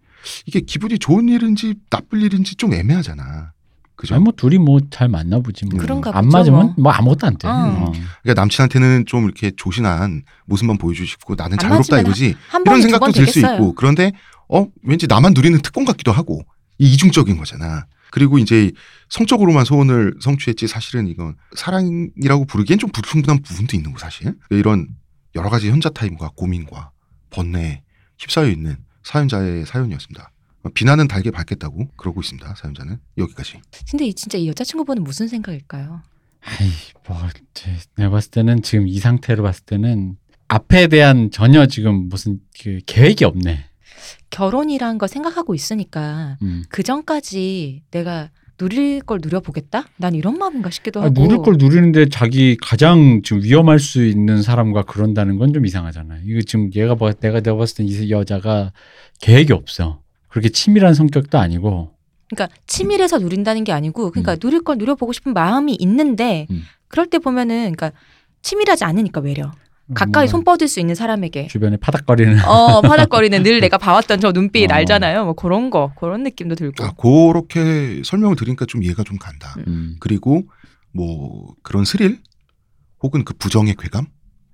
[SPEAKER 1] 이게 기분이 좋은 일인지 나쁠 일인지 좀 애매하잖아. 그죠?
[SPEAKER 2] 아니 뭐 둘이 뭐 잘 만나 보지 뭐.
[SPEAKER 3] 그런가
[SPEAKER 2] 안
[SPEAKER 3] 보죠,
[SPEAKER 2] 맞으면
[SPEAKER 3] 뭐.
[SPEAKER 2] 뭐 아무것도 안 돼.
[SPEAKER 3] 어.
[SPEAKER 2] 어.
[SPEAKER 1] 그러니까 남친한테는 좀 이렇게 조신한 모습만 보여주고 싶고 나는
[SPEAKER 3] 안
[SPEAKER 1] 자유롭다
[SPEAKER 3] 맞으면
[SPEAKER 1] 이거지.
[SPEAKER 3] 한
[SPEAKER 1] 이런
[SPEAKER 3] 번에
[SPEAKER 1] 생각도
[SPEAKER 3] 두번
[SPEAKER 1] 들 수
[SPEAKER 3] 되겠어요.
[SPEAKER 1] 있고 그런데 어 왠지 나만 누리는 특권 같기도 하고 이 이중적인 거잖아. 그리고 이제 성적으로만 소원을 성취했지 사실은 이건 사랑이라고 부르기엔 좀 불충분한 부분도 있는 거 사실. 이런 여러 가지 현자 타임과 고민과 번뇌에 휩싸여 있는 사연자의 사연이었습니다. 비난은 달게 받겠다고 그러고 있습니다. 사연자는 여기까지.
[SPEAKER 3] 근데 이 진짜 이 여자친구분은 무슨 생각일까요?
[SPEAKER 2] 아이 뭐 제- 내가 봤을 때는 지금 이 상태로 봤을 때는 앞에 대한 전혀 지금 무슨 그 계획이 없네.
[SPEAKER 3] 결혼이란 거 생각하고 있으니까
[SPEAKER 2] 음.
[SPEAKER 3] 그 전까지 내가 누릴 걸 누려보겠다? 난 이런 마음인가 싶기도
[SPEAKER 2] 아,
[SPEAKER 3] 하고.
[SPEAKER 2] 누릴 걸 누리는데 자기 가장 지금 위험할 수 있는 사람과 그런다는 건 좀 이상하잖아요. 이거 지금 얘가 봐, 내가 내가 봤을 땐 이 여자가 계획이 없어. 그렇게 치밀한 성격도 아니고
[SPEAKER 3] 그러니까 치밀해서 누린다는 게 아니고, 그러니까
[SPEAKER 2] 음.
[SPEAKER 3] 누릴 걸 누려보고 싶은 마음이 있는데,
[SPEAKER 2] 음.
[SPEAKER 3] 그럴 때 보면은, 그러니까 치밀하지 않으니까 외려 가까이
[SPEAKER 2] 뭔가
[SPEAKER 3] 손 뻗을 수 있는 사람에게.
[SPEAKER 2] 주변에 파닥거리는
[SPEAKER 3] 어, 파닥거리는 늘 내가 봐왔던 저 눈빛
[SPEAKER 2] 어.
[SPEAKER 3] 알잖아요. 뭐 그런 거, 그런 느낌도 들고.
[SPEAKER 1] 아, 그렇게 설명을 드리니까 좀 이해가 좀 간다.
[SPEAKER 3] 음.
[SPEAKER 2] 음.
[SPEAKER 1] 그리고 뭐 그런 스릴 혹은 그 부정의 쾌감,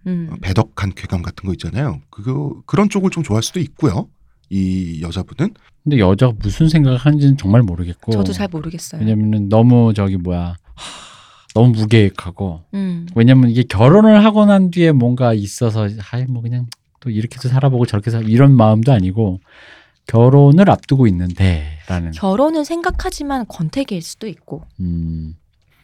[SPEAKER 3] 음.
[SPEAKER 1] 어,
[SPEAKER 2] 아.
[SPEAKER 1] 배덕한 쾌감 같은 거 있잖아요. 그거 그런 쪽을 좀 좋아할 수도 있고요. 이 여자분은
[SPEAKER 2] 근데 여자가 무슨 생각을 하는지는 정말 모르겠고
[SPEAKER 3] 저도 잘 모르겠어요.
[SPEAKER 2] 왜냐면은 너무 저기 뭐야 하, 너무 무계획하고
[SPEAKER 3] 음.
[SPEAKER 2] 왜냐면 이게 결혼을 하고 난 뒤에 뭔가 있어서 아이 뭐 그냥 또 이렇게도 살아보고 저렇게 살아 이런 마음도 아니고 결혼을 앞두고 있는데라는
[SPEAKER 3] 결혼은 생각하지만 권태기일 수도 있고,
[SPEAKER 2] 음.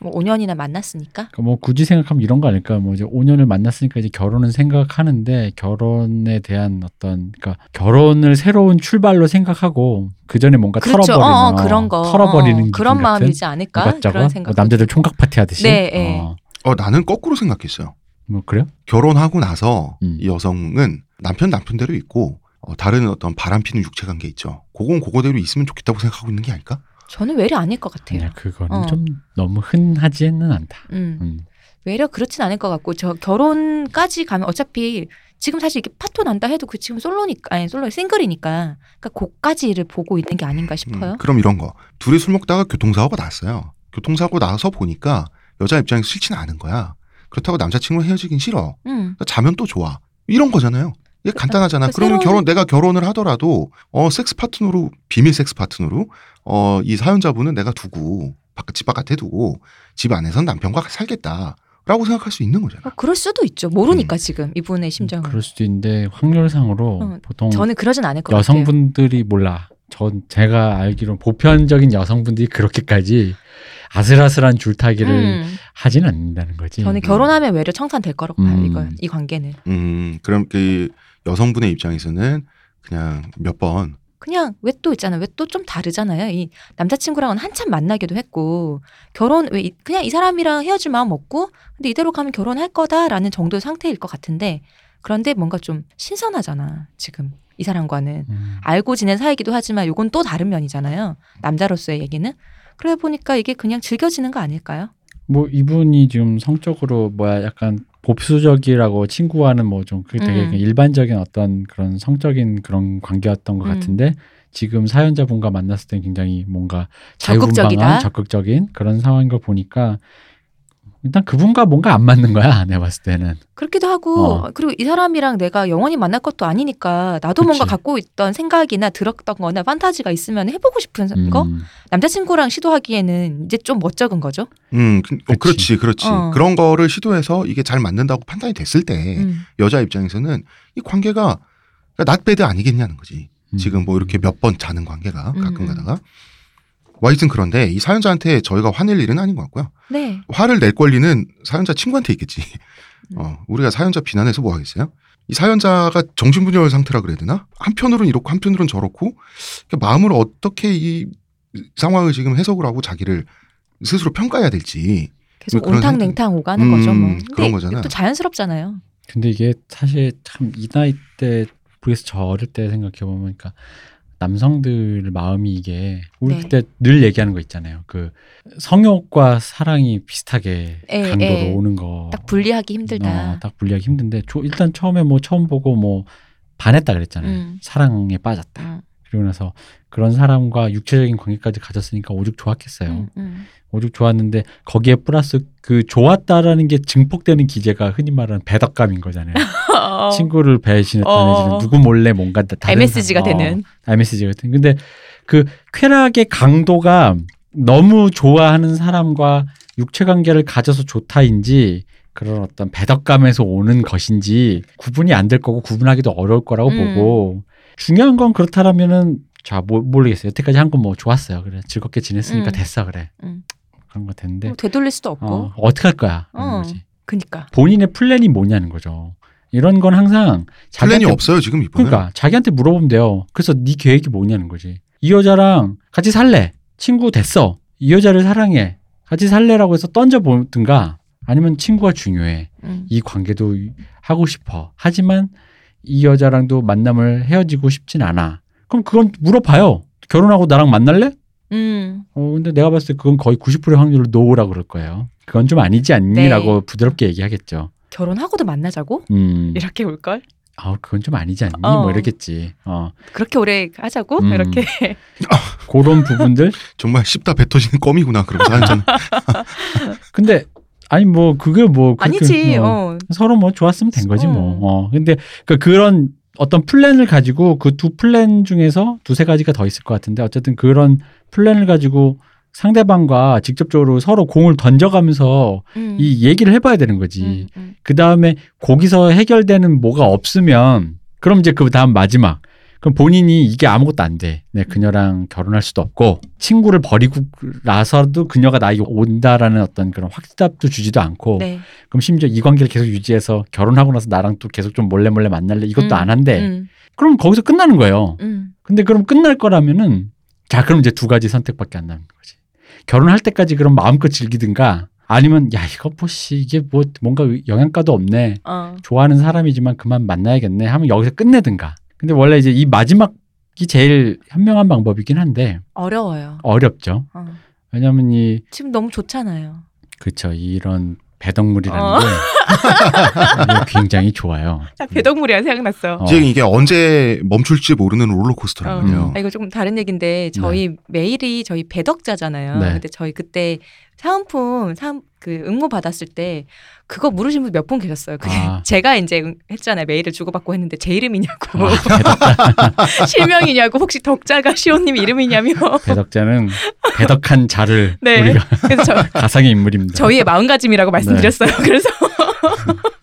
[SPEAKER 3] 뭐 5년이나 만났으니까.
[SPEAKER 2] 그러니까 뭐 굳이 생각하면 이런 거 아닐까 뭐 이제 5년을 만났으니까 이제 결혼은 생각하는데 결혼에 대한 어떤 그러니까 결혼을 새로운 출발로 생각하고 그 전에 뭔가
[SPEAKER 3] 그렇죠. 어,
[SPEAKER 2] 털어버리는
[SPEAKER 3] 어,
[SPEAKER 2] 어,
[SPEAKER 3] 그런 거.
[SPEAKER 2] 털어버리는
[SPEAKER 3] 어,
[SPEAKER 2] 기분
[SPEAKER 3] 그런
[SPEAKER 2] 같은
[SPEAKER 3] 마음이지 않을까?
[SPEAKER 2] 이것저것
[SPEAKER 3] 그런
[SPEAKER 2] 뭐
[SPEAKER 3] 생각.
[SPEAKER 2] 남자들 총각 파티 하듯이
[SPEAKER 3] 네, 예.
[SPEAKER 2] 어,
[SPEAKER 1] 어 나는 거꾸로 생각했어요.
[SPEAKER 2] 뭐 그래요?
[SPEAKER 1] 결혼하고 나서
[SPEAKER 2] 음.
[SPEAKER 1] 이 여성은 남편 남편대로 있고 어, 다른 어떤 바람피는 육체 관계 있죠. 그건 그거대로 있으면 좋겠다고 생각하고 있는 게 아닐까?
[SPEAKER 3] 저는 외려 아닐 것 같아요.
[SPEAKER 2] 그냥 그거는
[SPEAKER 3] 어.
[SPEAKER 2] 좀 너무 흔하지는 않다.
[SPEAKER 3] 음.
[SPEAKER 2] 네. 음.
[SPEAKER 3] 외려 그렇진 않을 것 같고 저 결혼까지 가면 어차피 지금 사실 이게 파토 난다 해도 그 지금 솔로니까 아니 솔로 싱글이니까 그러니까 고까지를 보고 있는 게 아닌가
[SPEAKER 1] 음,
[SPEAKER 3] 싶어요.
[SPEAKER 1] 그럼 이런 거. 둘이 술 먹다가 교통사고가 났어요. 교통사고 나서 보니까 여자 입장에서 싫지는 않은 거야. 그렇다고 남자친구 헤어지긴 싫어.
[SPEAKER 3] 음.
[SPEAKER 1] 그러니까 자면 또 좋아. 이런 거잖아요. 이게
[SPEAKER 3] 그러니까
[SPEAKER 1] 간단하잖아.
[SPEAKER 3] 그
[SPEAKER 1] 그러면
[SPEAKER 3] 새로운-
[SPEAKER 1] 결혼 내가 결혼을 하더라도 어 섹스 파트너로 비밀 섹스 파트너로 어 이 사연자분은 내가 두고 바깥 집 바깥에 두고 집 안에선 남편과 살겠다라고 생각할 수 있는 거잖아.
[SPEAKER 3] 어, 그럴 수도 있죠. 모르니까 지금 이분의 심정을.
[SPEAKER 2] 음. 그럴 수도 있는데 확률상으로
[SPEAKER 3] 어,
[SPEAKER 2] 보통
[SPEAKER 3] 저는 그러진 않을 것 같아요.
[SPEAKER 2] 여성분들이 몰라. 전 제가 알기로 보편적인 여성분들이 그렇게까지 아슬아슬한 줄타기를
[SPEAKER 3] 음.
[SPEAKER 2] 하진 않는다는 거지.
[SPEAKER 3] 저는 결혼하면 외려 청산될 거라고 봐요.
[SPEAKER 2] 음.
[SPEAKER 3] 이건 이 관계는
[SPEAKER 1] 음 그럼 그 여성분의 입장에서는 그냥 몇 번
[SPEAKER 3] 그냥 왜 또 있잖아. 요 왜 또 좀 다르잖아요. 이 남자친구랑은 한참 만나기도 했고 결혼 왜 이- 그냥 이 사람이랑 헤어질 마음 없고 근데 이대로 가면 결혼할 거다라는 정도의 상태일 것 같은데 그런데 뭔가 좀 신선하잖아. 지금 이 사람과는
[SPEAKER 2] 음.
[SPEAKER 3] 알고 지낸 사이기도 하지만 요건 또 다른 면이잖아요. 남자로서의 얘기는 그러다 보니까 이게 그냥 즐겨지는 거 아닐까요?
[SPEAKER 2] 뭐 이분이 지금 성적으로 뭐야 약간 보수적이라고 친구와는 뭐 좀 그게 되게
[SPEAKER 3] 음.
[SPEAKER 2] 그냥 일반적인 어떤 그런 성적인 그런 관계였던 것
[SPEAKER 3] 음.
[SPEAKER 2] 같은데 지금 사연자분과 만났을 때 굉장히 뭔가
[SPEAKER 3] 적극적이다.
[SPEAKER 2] 자유분방한 적극적인 그런 상황인 걸 보니까 일단 그분과 뭔가 안 맞는 거야 내가 봤을 때는
[SPEAKER 3] 그렇기도 하고 아,
[SPEAKER 2] 어.
[SPEAKER 3] 그리고 이 사람이랑 내가 영원히 만날 것도 아니니까 나도
[SPEAKER 2] 그치.
[SPEAKER 3] 뭔가 갖고 있던 생각이나 들었던 거나 판타지가 있으면 해보고 싶은 거
[SPEAKER 2] 음.
[SPEAKER 3] 남자친구랑 시도하기에는 이제 좀 멋쩍은 거죠.
[SPEAKER 1] 음, 그, 어, 그렇지,
[SPEAKER 2] 그치.
[SPEAKER 1] 그렇지.
[SPEAKER 3] 어.
[SPEAKER 1] 그런 거를 시도해서 이게 잘 맞는다고 판단이 됐을 때
[SPEAKER 3] 음.
[SPEAKER 1] 여자 입장에서는 이 관계가 낫배드 아니겠냐는 거지.
[SPEAKER 2] 음.
[SPEAKER 1] 지금 뭐 이렇게 몇 번 자는 관계가
[SPEAKER 3] 음,
[SPEAKER 1] 가끔
[SPEAKER 3] 음.
[SPEAKER 1] 가다가. 와이튼 그런데 이 사연자한테 저희가 화낼 일은 아닌 것 같고요.
[SPEAKER 3] 네.
[SPEAKER 1] 화를 낼 권리는 사연자 친구한테 있겠지.
[SPEAKER 2] 음.
[SPEAKER 1] 어, 우리가 사연자 비난해서 뭐 하겠어요? 이 사연자가 정신분열 상태라 그래야 되나? 한편으로는 이렇고 한편으로는 저렇고 그러니까 마음을 어떻게 이 상황을 지금 해석을 하고 자기를 스스로 평가해야 될지
[SPEAKER 3] 계속
[SPEAKER 1] 뭐 그런
[SPEAKER 3] 온탕
[SPEAKER 1] 생각-
[SPEAKER 3] 냉탕 오가는
[SPEAKER 1] 음,
[SPEAKER 3] 거죠. 뭐.
[SPEAKER 1] 그런
[SPEAKER 3] 근데
[SPEAKER 1] 거잖아.
[SPEAKER 3] 또 자연스럽잖아요.
[SPEAKER 2] 근데 이게 사실 참 이 나이 때 모르겠어 저 어릴 때 생각해 보면 그러니까 남성들 마음이 이게 우리
[SPEAKER 3] 네.
[SPEAKER 2] 그때 늘 얘기하는 거 있잖아요. 그 성욕과 사랑이 비슷하게
[SPEAKER 3] 에,
[SPEAKER 2] 강도로
[SPEAKER 3] 에.
[SPEAKER 2] 오는 거.
[SPEAKER 3] 예, 딱 분리하기 힘들다. 음,
[SPEAKER 2] 어, 딱 분리하기 힘든데 조- 일단 처음에 뭐 처음 보고 뭐 반했다 그랬잖아요.
[SPEAKER 3] 음.
[SPEAKER 2] 사랑에 빠졌다.
[SPEAKER 3] 음,
[SPEAKER 2] 그리고 나서 그런 사람과 육체적인 관계까지 가졌으니까 오죽 좋았겠어요.
[SPEAKER 3] 음, 음.
[SPEAKER 2] 오죽 좋았는데 거기에 플러스 그 좋았다라는 게 증폭되는 기제가 흔히 말하는 배덕감인 거잖아요.
[SPEAKER 3] 어,
[SPEAKER 2] 친구를 배신했다는
[SPEAKER 3] 어.
[SPEAKER 2] 지는 누구 몰래 뭔가 다- 다른
[SPEAKER 3] MSG가
[SPEAKER 2] 사람-
[SPEAKER 3] 되는.
[SPEAKER 2] 어, MSG 같은. 근데 그 쾌락의 강도가 너무 좋아하는 사람과 육체 관계를 가져서 좋다인지 그런 어떤 배덕감에서 오는 것인지 구분이 안 될 거고 구분하기도 어려울 거라고
[SPEAKER 3] 음.
[SPEAKER 2] 보고 중요한 건뭐 그렇다라면은 자 모, 모르겠어요. 여태까지 한 건 뭐 좋았어요. 그래 즐겁게 지냈으니까
[SPEAKER 3] 음.
[SPEAKER 2] 됐어 그래.
[SPEAKER 3] 음.
[SPEAKER 2] 그런 것 같았는데
[SPEAKER 3] 뭐 되돌릴 수도 없고.
[SPEAKER 2] 네. 어, 어떻게 할 거야? 라는
[SPEAKER 3] 어.
[SPEAKER 2] 거지.
[SPEAKER 3] 그니까.
[SPEAKER 2] 본인의 플랜이 뭐냐는 거죠. 이런 건 항상
[SPEAKER 1] 플랜이
[SPEAKER 2] 자기한테
[SPEAKER 1] 없어요 지금 이분은.
[SPEAKER 2] 그러니까 자기한테 물어보면 돼요. 그래서 네 계획이 뭐냐는 거지. 이 여자랑 같이 살래. 친구 됐어. 이 여자를 사랑해. 같이 살래라고 해서 던져 보든가 아니면 친구가 중요해.
[SPEAKER 3] 음.
[SPEAKER 2] 이 관계도 하고 싶어. 하지만 이 여자랑도 만남을 헤어지고 싶진 않아. 그럼 그건 물어봐요. 결혼하고 나랑 만날래?
[SPEAKER 3] 음.
[SPEAKER 2] 어, 근데 내가 봤을 때 그건 거의 90%의 확률로 노라 그럴 거예요. 그건 좀 아니지
[SPEAKER 3] 네.
[SPEAKER 2] 않니라고 부드럽게 얘기하겠죠.
[SPEAKER 3] 결혼하고도 만나자고?
[SPEAKER 2] 음.
[SPEAKER 3] 이렇게 올 걸?
[SPEAKER 2] 아, 그건 좀 아니지 않니?
[SPEAKER 3] 어.
[SPEAKER 2] 뭐 이러겠지. 어.
[SPEAKER 3] 그렇게 오래 하자고?
[SPEAKER 2] 음.
[SPEAKER 3] 이렇게.
[SPEAKER 2] 그런 부분들
[SPEAKER 1] 정말 씹다 뱉어지는 껌이구나 그러고 사는 저는.
[SPEAKER 2] 근데 아니 뭐 그게 뭐 그렇게
[SPEAKER 3] 아니지.
[SPEAKER 2] 어,
[SPEAKER 3] 어.
[SPEAKER 2] 서로 뭐 좋았으면 된 거지
[SPEAKER 3] 음.
[SPEAKER 2] 뭐. 어. 근데 그 그런 어떤 플랜을 가지고 그 두 플랜 중에서 두세 가지가 더 있을 것 같은데 어쨌든 그런 플랜을 가지고 상대방과 직접적으로 서로 공을 던져가면서
[SPEAKER 3] 음.
[SPEAKER 2] 이 얘기를 해봐야 되는 거지.
[SPEAKER 3] 음, 음.
[SPEAKER 2] 그 다음에 거기서 해결되는 뭐가 없으면 그럼 이제 그 다음 마지막 그럼 본인이 이게 아무것도 안 돼. 네, 그녀랑 결혼할 수도 없고 친구를 버리고 나서도 그녀가 나에게 온다라는 어떤 그런 확답도 주지도 않고
[SPEAKER 3] 네.
[SPEAKER 2] 그럼 심지어 이 관계를 계속 유지해서 결혼하고 나서 나랑 또 계속 좀 몰래 몰래 만날래 이것도
[SPEAKER 3] 음,
[SPEAKER 2] 안 한대.
[SPEAKER 3] 음.
[SPEAKER 2] 그럼 거기서 끝나는 거예요.
[SPEAKER 3] 음.
[SPEAKER 2] 근데 그럼 끝날 거라면은 자 그럼 이제 두 가지 선택밖에 안 남는 거지 결혼할 때까지 그럼 마음껏 즐기든가 아니면 야 이거 뭐씨 이게 뭐 뭔가 영양가도 없네
[SPEAKER 3] 어.
[SPEAKER 2] 좋아하는 사람이지만 그만 만나야겠네 하면 여기서 끝내든가 근데 원래 이제 이 마지막이 제일 현명한 방법이긴 한데
[SPEAKER 3] 어려워요.
[SPEAKER 2] 어렵죠
[SPEAKER 3] 어.
[SPEAKER 2] 왜냐면 이
[SPEAKER 3] 지금 너무 좋잖아요.
[SPEAKER 2] 네. 그쵸 이런 배덕물이라는
[SPEAKER 3] 어.
[SPEAKER 2] 게 이게 굉장히 좋아요
[SPEAKER 3] 나 배덕물이야 생각났어.
[SPEAKER 2] 어.
[SPEAKER 1] 지금 이게 언제 멈출지 모르는 롤러코스터란
[SPEAKER 3] 어.
[SPEAKER 1] 말이에요.
[SPEAKER 2] 음.
[SPEAKER 3] 아, 이거 조금 다른 얘기인데 저희 메일이 저희 배덕자잖아요.
[SPEAKER 2] 네.
[SPEAKER 3] 근데 저희 그때 사은품 사그 응모 받았을 때 그거 물으신 분 몇 분 계셨어요. 그게
[SPEAKER 2] 아.
[SPEAKER 3] 제가 이제 응- 했잖아요. 메일을 주고받고 했는데 제 이름이냐고
[SPEAKER 2] 아, 배덕,
[SPEAKER 3] 실명이냐고 혹시 덕자가 시호님 이름이냐며.
[SPEAKER 2] 배덕자는 배덕한 자를
[SPEAKER 3] 네.
[SPEAKER 2] 우리가
[SPEAKER 3] 그래서 저,
[SPEAKER 2] 가상의 인물입니다.
[SPEAKER 3] 저희의 마음가짐이라고 말씀드렸어요.
[SPEAKER 2] 네.
[SPEAKER 3] 그래서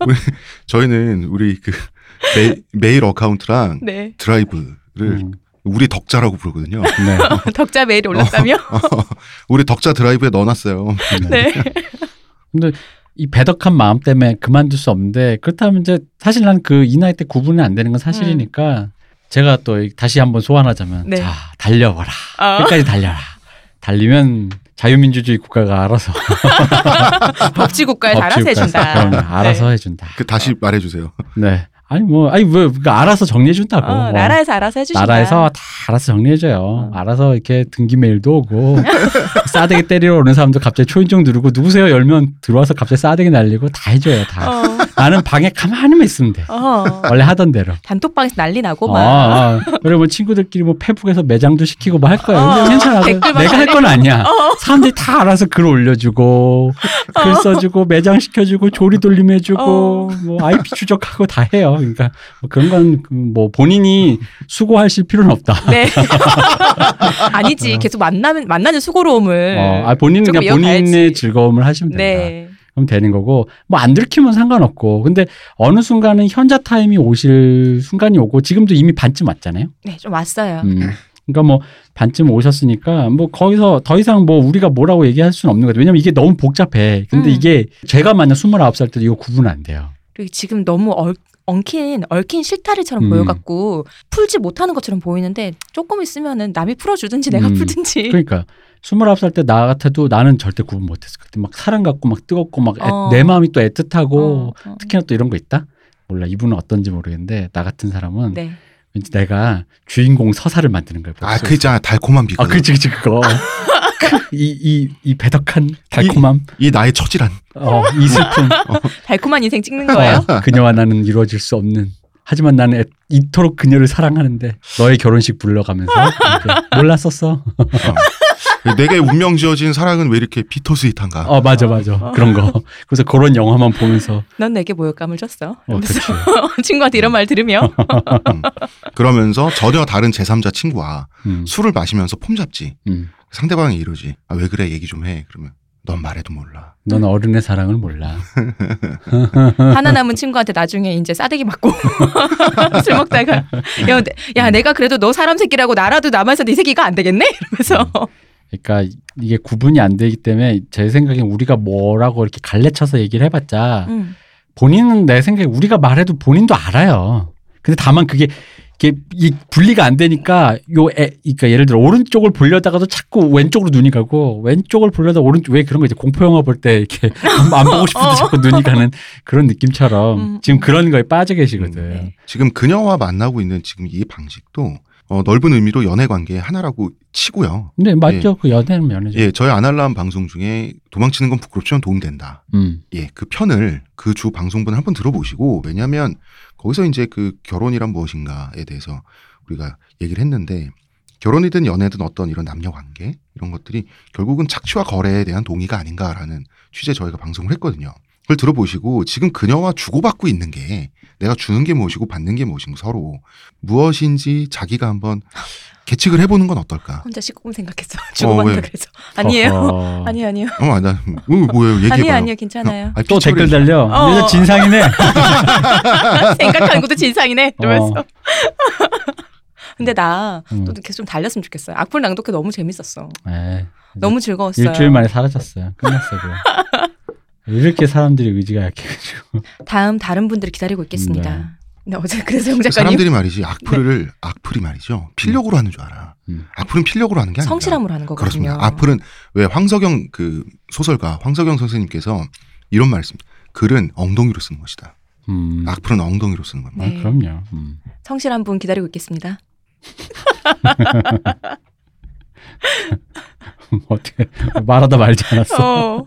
[SPEAKER 1] 저희는 우리 그 메, 메일 어카운트랑
[SPEAKER 3] 네
[SPEAKER 1] 드라이브를
[SPEAKER 2] 음,
[SPEAKER 1] 우리 덕자라고 부르거든요.
[SPEAKER 2] 네.
[SPEAKER 3] 덕자 메일이 올랐다며.
[SPEAKER 1] 우리 덕자 드라이브에 넣어놨어요.
[SPEAKER 2] 어, 네.
[SPEAKER 3] 네.
[SPEAKER 2] 이 배덕한 마음 때문에 그만둘 수 없는데 그렇다면 이제 사실 난 그 이 나이 때 구분이 안 되는 건 사실이니까 제가 또 이- 다시 한번 소환하자면
[SPEAKER 3] 음. 네.
[SPEAKER 2] 자 달려봐라
[SPEAKER 3] 아,
[SPEAKER 2] 끝까지 달려라 달리면 자유민주주의 국가가 알아서
[SPEAKER 3] 법치국가에 알아서 해준다. 네.
[SPEAKER 2] 그럼 알아서 해준다.
[SPEAKER 1] 그 다시 말해주세요.
[SPEAKER 2] 네. 아니 뭐 아니 왜 그러니까 알아서 정리해준다고.
[SPEAKER 3] 어,
[SPEAKER 2] 어.
[SPEAKER 3] 나라에서 알아서 해주신다. 어.
[SPEAKER 2] 나라에서 다 알아서 정리해줘요. 알아서 이렇게 등기 메일도 오고 싸대기 때리러 오는 사람도 갑자기 초인종 누르고 누구세요 열면 들어와서 갑자기 싸대기 날리고 다 해줘요. 다.
[SPEAKER 3] 어,
[SPEAKER 2] 나는 방에 가만히만 있으면 돼.
[SPEAKER 3] 어.
[SPEAKER 2] 원래 하던 대로.
[SPEAKER 3] 단톡방에서 난리 나고
[SPEAKER 2] 어,
[SPEAKER 3] 막.
[SPEAKER 2] 어. 그리고 뭐 친구들끼리 뭐 페북에서 매장도 시키고 뭐 할 거야. 근데
[SPEAKER 3] 어,
[SPEAKER 2] 괜찮아.
[SPEAKER 3] 댓글만 어.
[SPEAKER 2] 내가 할 건 아니야. 사람들이 다 알아서 글 올려주고 글 써주고 매장 시켜주고 조리 돌림
[SPEAKER 3] 어.
[SPEAKER 2] 해주고 뭐 IP 추적하고 다 해요. 그러니까 뭐 그런 건 뭐 본인이 수고하실 필요는 없다.
[SPEAKER 3] 네. 아니지. 계속 만나면 만나는 수고로움을.
[SPEAKER 2] 음. 어, 아, 본인은
[SPEAKER 3] 조금
[SPEAKER 2] 그냥 본인의
[SPEAKER 3] 네. 이어가야지.
[SPEAKER 2] 즐거움을 하시면 된다.
[SPEAKER 3] 네.
[SPEAKER 2] 그럼 되는 거고 뭐 안 들키면 상관없고 근데 어느 순간은 현자 타임이 오실 순간이 오고 지금도 이미 반쯤 왔잖아요.
[SPEAKER 3] 네, 좀 왔어요.
[SPEAKER 2] 음. 그러니까 뭐 반쯤 오셨으니까 뭐 거기서 더 이상 뭐 우리가 뭐라고 얘기할 수는 없는 거죠. 왜냐면 이게 너무 복잡해. 근데
[SPEAKER 3] 음.
[SPEAKER 2] 이게 제가 만약 29살 때도 이거 구분 안 돼요.
[SPEAKER 3] 그리고 지금 너무 얼, 엉킨 얽힌 실타래처럼
[SPEAKER 2] 음.
[SPEAKER 3] 보여갖고 풀지 못하는 것처럼 보이는데 조금 있으면은 남이 풀어주든지 내가
[SPEAKER 2] 음.
[SPEAKER 3] 풀든지.
[SPEAKER 2] 그러니까 29살 때 나 같아도 나는 절대 구분 못 했을 것 같아. 막 사랑 같고 막 뜨겁고 막 애-
[SPEAKER 3] 어.
[SPEAKER 2] 내 마음이 또 애틋하고
[SPEAKER 3] 어, 어.
[SPEAKER 2] 특히나 또 이런 거 있다? 몰라 이분은 어떤지 모르겠는데 나 같은 사람은
[SPEAKER 3] 네.
[SPEAKER 2] 왠지 내가 주인공 서사를 만드는 거예요.
[SPEAKER 1] 아,
[SPEAKER 2] 머릿속에서.
[SPEAKER 1] 그 있잖아. 달콤한 비교.
[SPEAKER 2] 아, 그치, 그치, 그거. 이, 이, 이 배덕한 달콤함,
[SPEAKER 1] 이 나의 처지란.
[SPEAKER 2] 어, 이 슬픔,
[SPEAKER 3] 달콤한 인생 찍는 거예요?
[SPEAKER 2] 어, 그녀와 나는 이루어질 수 없는. 하지만 나는 애- 이토록 그녀를 사랑하는데 너의 결혼식 불러가면서 이렇게 몰랐었어.
[SPEAKER 1] 내게 운명 지어진 사랑은 왜 이렇게 비터스윗한가.
[SPEAKER 2] 어 맞아 맞아 그런 거. 그래서 그런 영화만 보면서
[SPEAKER 3] 넌 내게 모욕감을 줬어.
[SPEAKER 2] 어
[SPEAKER 3] 이러면서
[SPEAKER 2] 그치. 어.
[SPEAKER 3] 친구한테 이런 말 들으며
[SPEAKER 1] 음. 그러면서 전혀 다른 제3자 친구와
[SPEAKER 2] 음,
[SPEAKER 1] 술을 마시면서 폼 잡지.
[SPEAKER 2] 음.
[SPEAKER 1] 상대방이 이러지. 아, 왜 그래? 얘기 좀 해. 그러면 넌 말해도 몰라.
[SPEAKER 2] 넌 어른의 사랑을 몰라.
[SPEAKER 3] 하나 남은 친구한테 나중에 이제 싸대기 맞고 술 먹다가 야, 내- 야 내가 그래도 너 사람 새끼라고 나라도 남아서 네 새끼가 안 되겠네 이러면서
[SPEAKER 2] 그러니까 이게 구분이 안 되기 때문에 제 생각엔 우리가 뭐라고 이렇게 갈래쳐서 얘기를 해봤자
[SPEAKER 3] 음.
[SPEAKER 2] 본인은 내 생각에 우리가 말해도 본인도 알아요. 근데 다만 그게 이게 이 분리가 안 되니까 요 애, 그러니까 예를 들어 오른쪽을 보려다가도 자꾸 왼쪽으로 눈이 가고 왼쪽을 보려다 오른쪽 왜 그런 거 이제 공포 영화 볼 때 이렇게 안, 안 보고 싶은데
[SPEAKER 3] 어.
[SPEAKER 2] 자꾸 눈이 가는 그런 느낌처럼
[SPEAKER 3] 음. 네.
[SPEAKER 2] 지금 네, 그런 거에 빠져 계시거든.
[SPEAKER 1] 음, 지금 그녀와 만나고 있는 지금 이 방식도 어, 넓은 의미로 연애 관계의 하나라고 치고요.
[SPEAKER 2] 근데 맞죠? 그 연애는 연애죠.
[SPEAKER 1] 예, 저희 아날람 방송 중에 도망치는 건 부끄럽지만 도움된다.
[SPEAKER 2] 음.
[SPEAKER 1] 예, 그 편을 그 주 방송분 한번 들어보시고 왜냐하면 거기서 이제 그 결혼이란 무엇인가에 대해서 우리가 얘기를 했는데 결혼이든 연애든 어떤 이런 남녀 관계 이런 것들이 결국은 착취와 거래에 대한 동의가 아닌가라는 취재 저희가 방송을 했거든요. 그걸 들어보시고 지금 그녀와 주고받고 있는 게 내가 주는 게 무엇이고 받는 게 무엇인가 서로 무엇인지 자기가 한번 계측을 해보는 건 어떨까?
[SPEAKER 3] 혼자 시공 생각했어.
[SPEAKER 1] 왜?
[SPEAKER 3] 주고받다 그래서 아니에요.
[SPEAKER 2] 어허.
[SPEAKER 3] 아니에요, 아니에요.
[SPEAKER 1] 어, 나 어, 뭐예요? 얘기해봐요.
[SPEAKER 3] 아니에요, 아니에요. 괜찮아요.
[SPEAKER 1] 아니,
[SPEAKER 2] 또 댓글
[SPEAKER 1] 피처링.
[SPEAKER 2] 달려.
[SPEAKER 3] 어.
[SPEAKER 2] 얘네 진상이네.
[SPEAKER 1] 어.
[SPEAKER 3] 생각하는 것도 진상이네. 이러면서.
[SPEAKER 2] 어.
[SPEAKER 3] 근데 나
[SPEAKER 2] 음.
[SPEAKER 3] 또 계속 좀 달렸으면 좋겠어요. 악플 낭독회 너무 재밌었어.
[SPEAKER 2] 네.
[SPEAKER 3] 너무 즐거웠어요.
[SPEAKER 2] 일주일 만에 사라졌어요. 끝났어요. 그거. 이렇게 사람들이 의지가 약해가지고.
[SPEAKER 3] 다음 다른 분들이 기다리고 있겠습니다.
[SPEAKER 2] 네.
[SPEAKER 3] 근데 어제 그래서 영 작가님
[SPEAKER 1] 사람들이 말이지
[SPEAKER 3] 네.
[SPEAKER 1] 악플을 악플이 말이죠 필력으로 하는 줄 알아.
[SPEAKER 2] 음.
[SPEAKER 1] 악플은 필력으로 하는 게 아니라
[SPEAKER 3] 성실함으로 하는 거거든요.
[SPEAKER 1] 그렇습니다. 악플은 왜 황석영 그 소설가 황석영 선생님께서 이런 말씀 글은 엉덩이로 쓰는 것이다.
[SPEAKER 2] 음.
[SPEAKER 1] 악플은 엉덩이로 쓰는 겁니다.
[SPEAKER 2] 아,
[SPEAKER 3] 네.
[SPEAKER 2] 그럼요. 음.
[SPEAKER 3] 성실한 분 기다리고 있겠습니다.
[SPEAKER 2] 뭐 어떻게 말하다 말지 않았어.
[SPEAKER 3] 어,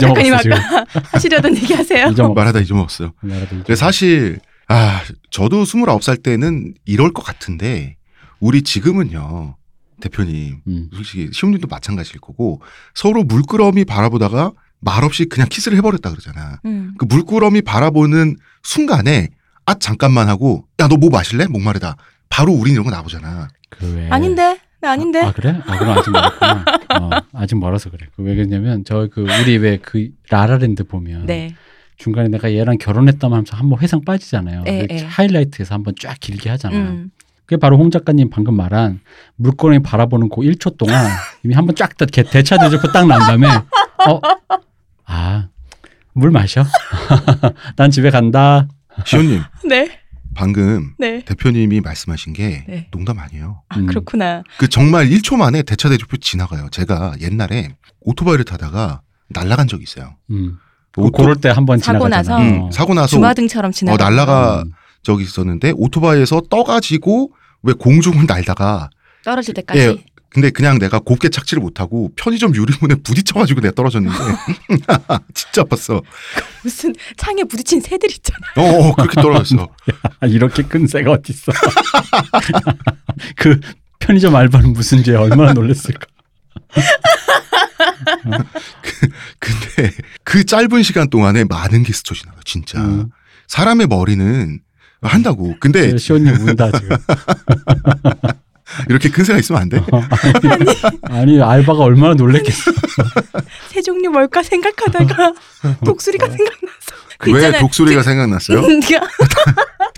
[SPEAKER 3] 작가님
[SPEAKER 2] 잊어먹었어 지금.
[SPEAKER 3] 아까 하시려던 얘기 하세요.
[SPEAKER 2] 잊어먹었어.
[SPEAKER 1] 말하다 잊어먹었어요.
[SPEAKER 2] 말하다 잊어.
[SPEAKER 1] 근데 사실 아 저도 29살 때는 이럴 것 같은데 우리 지금은요 대표님
[SPEAKER 2] 음.
[SPEAKER 1] 솔직히 시험님도 마찬가지일 거고 서로 물끄러미 바라보다가 말없이 그냥 키스를 해버렸다 그러잖아.
[SPEAKER 3] 음.
[SPEAKER 1] 그 물끄러미 바라보는 순간에 아 잠깐만 하고 야 너 뭐 마실래? 목마르다. 바로 우린 이런 거 나오잖아.
[SPEAKER 2] 그
[SPEAKER 1] 네.
[SPEAKER 2] 왜?
[SPEAKER 3] 아닌데, 나 아닌데.
[SPEAKER 2] 아, 아, 그래? 아 그럼 아직 멀었구나. 어, 아직 멀어서 그래. 그 왜 그러냐면 저 그 우리 왜 그 라라랜드 보면
[SPEAKER 3] 네,
[SPEAKER 2] 중간에 내가 얘랑 결혼했다면 하면서 한번 회상 빠지잖아요.
[SPEAKER 3] 네,
[SPEAKER 2] 그
[SPEAKER 3] 네.
[SPEAKER 2] 하이라이트에서 한번 쫙 길게 하잖아.
[SPEAKER 3] 음.
[SPEAKER 2] 그게 바로 홍 작가님 방금 말한 물건을 바라보는 그 1초 동안 이미 한번 쫙 다- 개- 대차 대조고 딱 난 다음에 어? 아, 물 마셔. 난 집에 간다.
[SPEAKER 1] 시온님
[SPEAKER 3] 네,
[SPEAKER 1] 방금
[SPEAKER 3] 네.
[SPEAKER 1] 대표님이 말씀하신 게
[SPEAKER 3] 네.
[SPEAKER 1] 농담 아니에요.
[SPEAKER 3] 아,
[SPEAKER 2] 음.
[SPEAKER 3] 그렇구나.
[SPEAKER 1] 그 정말 1초 만에 대차대조표 지나가요. 제가 옛날에 오토바이를 타다가 날아간 적이 있어요.
[SPEAKER 2] 음.
[SPEAKER 1] 오토-
[SPEAKER 2] 그럴 때 한번
[SPEAKER 3] 사고
[SPEAKER 2] 지나가잖아. 어. 음.
[SPEAKER 3] 나서?
[SPEAKER 1] 음, 사고 나서
[SPEAKER 3] 주마등처럼 지나.
[SPEAKER 1] 어, 날라가 적이 있었는데 오토바이에서 떠가지고 왜 공중을 날다가
[SPEAKER 3] 떨어질 때까지.
[SPEAKER 1] 예. 근데 그냥 내가 곱게 착지를 못하고 편의점 유리문에 부딪혀가지고 내가 떨어졌는데 진짜 아팠어.
[SPEAKER 3] 무슨 창에 부딪힌 새들 있잖아.
[SPEAKER 1] 어, 어 그렇게 떨어졌어.
[SPEAKER 2] 아, 이렇게 끈 새가 어딨어. 그 편의점 알바는 무슨 죄 얼마나 놀랬을까.
[SPEAKER 1] 근데 그 짧은 시간 동안에 많은 게 스쳐 지나가 진짜
[SPEAKER 2] 음.
[SPEAKER 1] 사람의 머리는 한다고 근데
[SPEAKER 2] 그 시온님 운다 지금.
[SPEAKER 1] 이렇게 큰 새가 있으면 안 돼?
[SPEAKER 2] 아니 알바가 얼마나 놀랬겠어.
[SPEAKER 3] 새 종류 뭘까 생각하다가 독수리가 생각나서. 그
[SPEAKER 1] 왜
[SPEAKER 3] 있잖아요.
[SPEAKER 1] 독수리가 어. 생각났어요?
[SPEAKER 3] 네가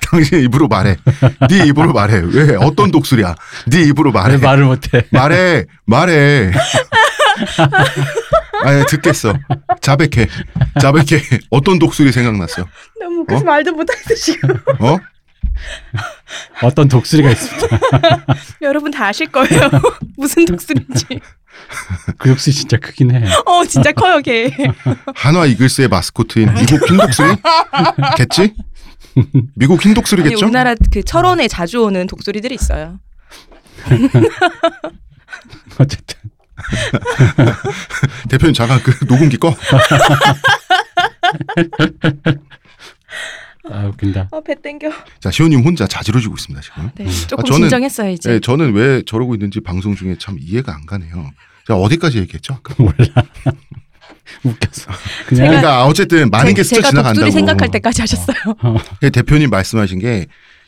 [SPEAKER 1] 당신 입으로 말해 네 입으로 말해 왜 어떤 독수리야 네 입으로 말해
[SPEAKER 2] 왜 말을 못해.
[SPEAKER 1] 말해 말해 아니 듣겠어 자백해 자백해 어떤 독수리 생각났어
[SPEAKER 3] 너무 웃겨서
[SPEAKER 1] 어?
[SPEAKER 3] 말도 못하겠어 지금.
[SPEAKER 1] 어?
[SPEAKER 2] 어떤 독수리가 있습니다.
[SPEAKER 3] 여러분 다 아실 거예요. 무슨 독수리인지.
[SPEAKER 2] 그 독수리 진짜 크긴 해.
[SPEAKER 3] 어 진짜 커요 걔.
[SPEAKER 1] 한화 이글스의 마스코트인 미국 흰 독수리 겠지? 미국 흰
[SPEAKER 3] 아니,
[SPEAKER 1] 독수리겠죠?
[SPEAKER 3] 우리나라 그 철원에 자주 오는 독수리들이 있어요.
[SPEAKER 2] 어쨌든.
[SPEAKER 1] 대표님 잠깐 그 녹음기 꺼
[SPEAKER 2] 아 웃긴다.
[SPEAKER 3] 어배 땡겨.
[SPEAKER 1] 자, 시호님 혼자 자지러지고 있습니다, 지금.
[SPEAKER 3] 네,
[SPEAKER 1] 아,
[SPEAKER 3] 조금
[SPEAKER 1] 저는-
[SPEAKER 3] 진정했어요 이제.
[SPEAKER 1] 네, 저는 왜 저러고 있는지 방송 중에 참 이해가 안 가네요. 제가 어디까지 얘기했죠? 아까?
[SPEAKER 2] 몰라. 웃겼어. 그냥
[SPEAKER 3] 제가-
[SPEAKER 1] 그러니까 어쨌든 많은 게
[SPEAKER 3] 제,
[SPEAKER 1] 스쳐
[SPEAKER 3] 가
[SPEAKER 1] 지나간다고.
[SPEAKER 3] 독수리 생각할 때까지 하셨어요.
[SPEAKER 1] 예, 대표님 말씀하신 게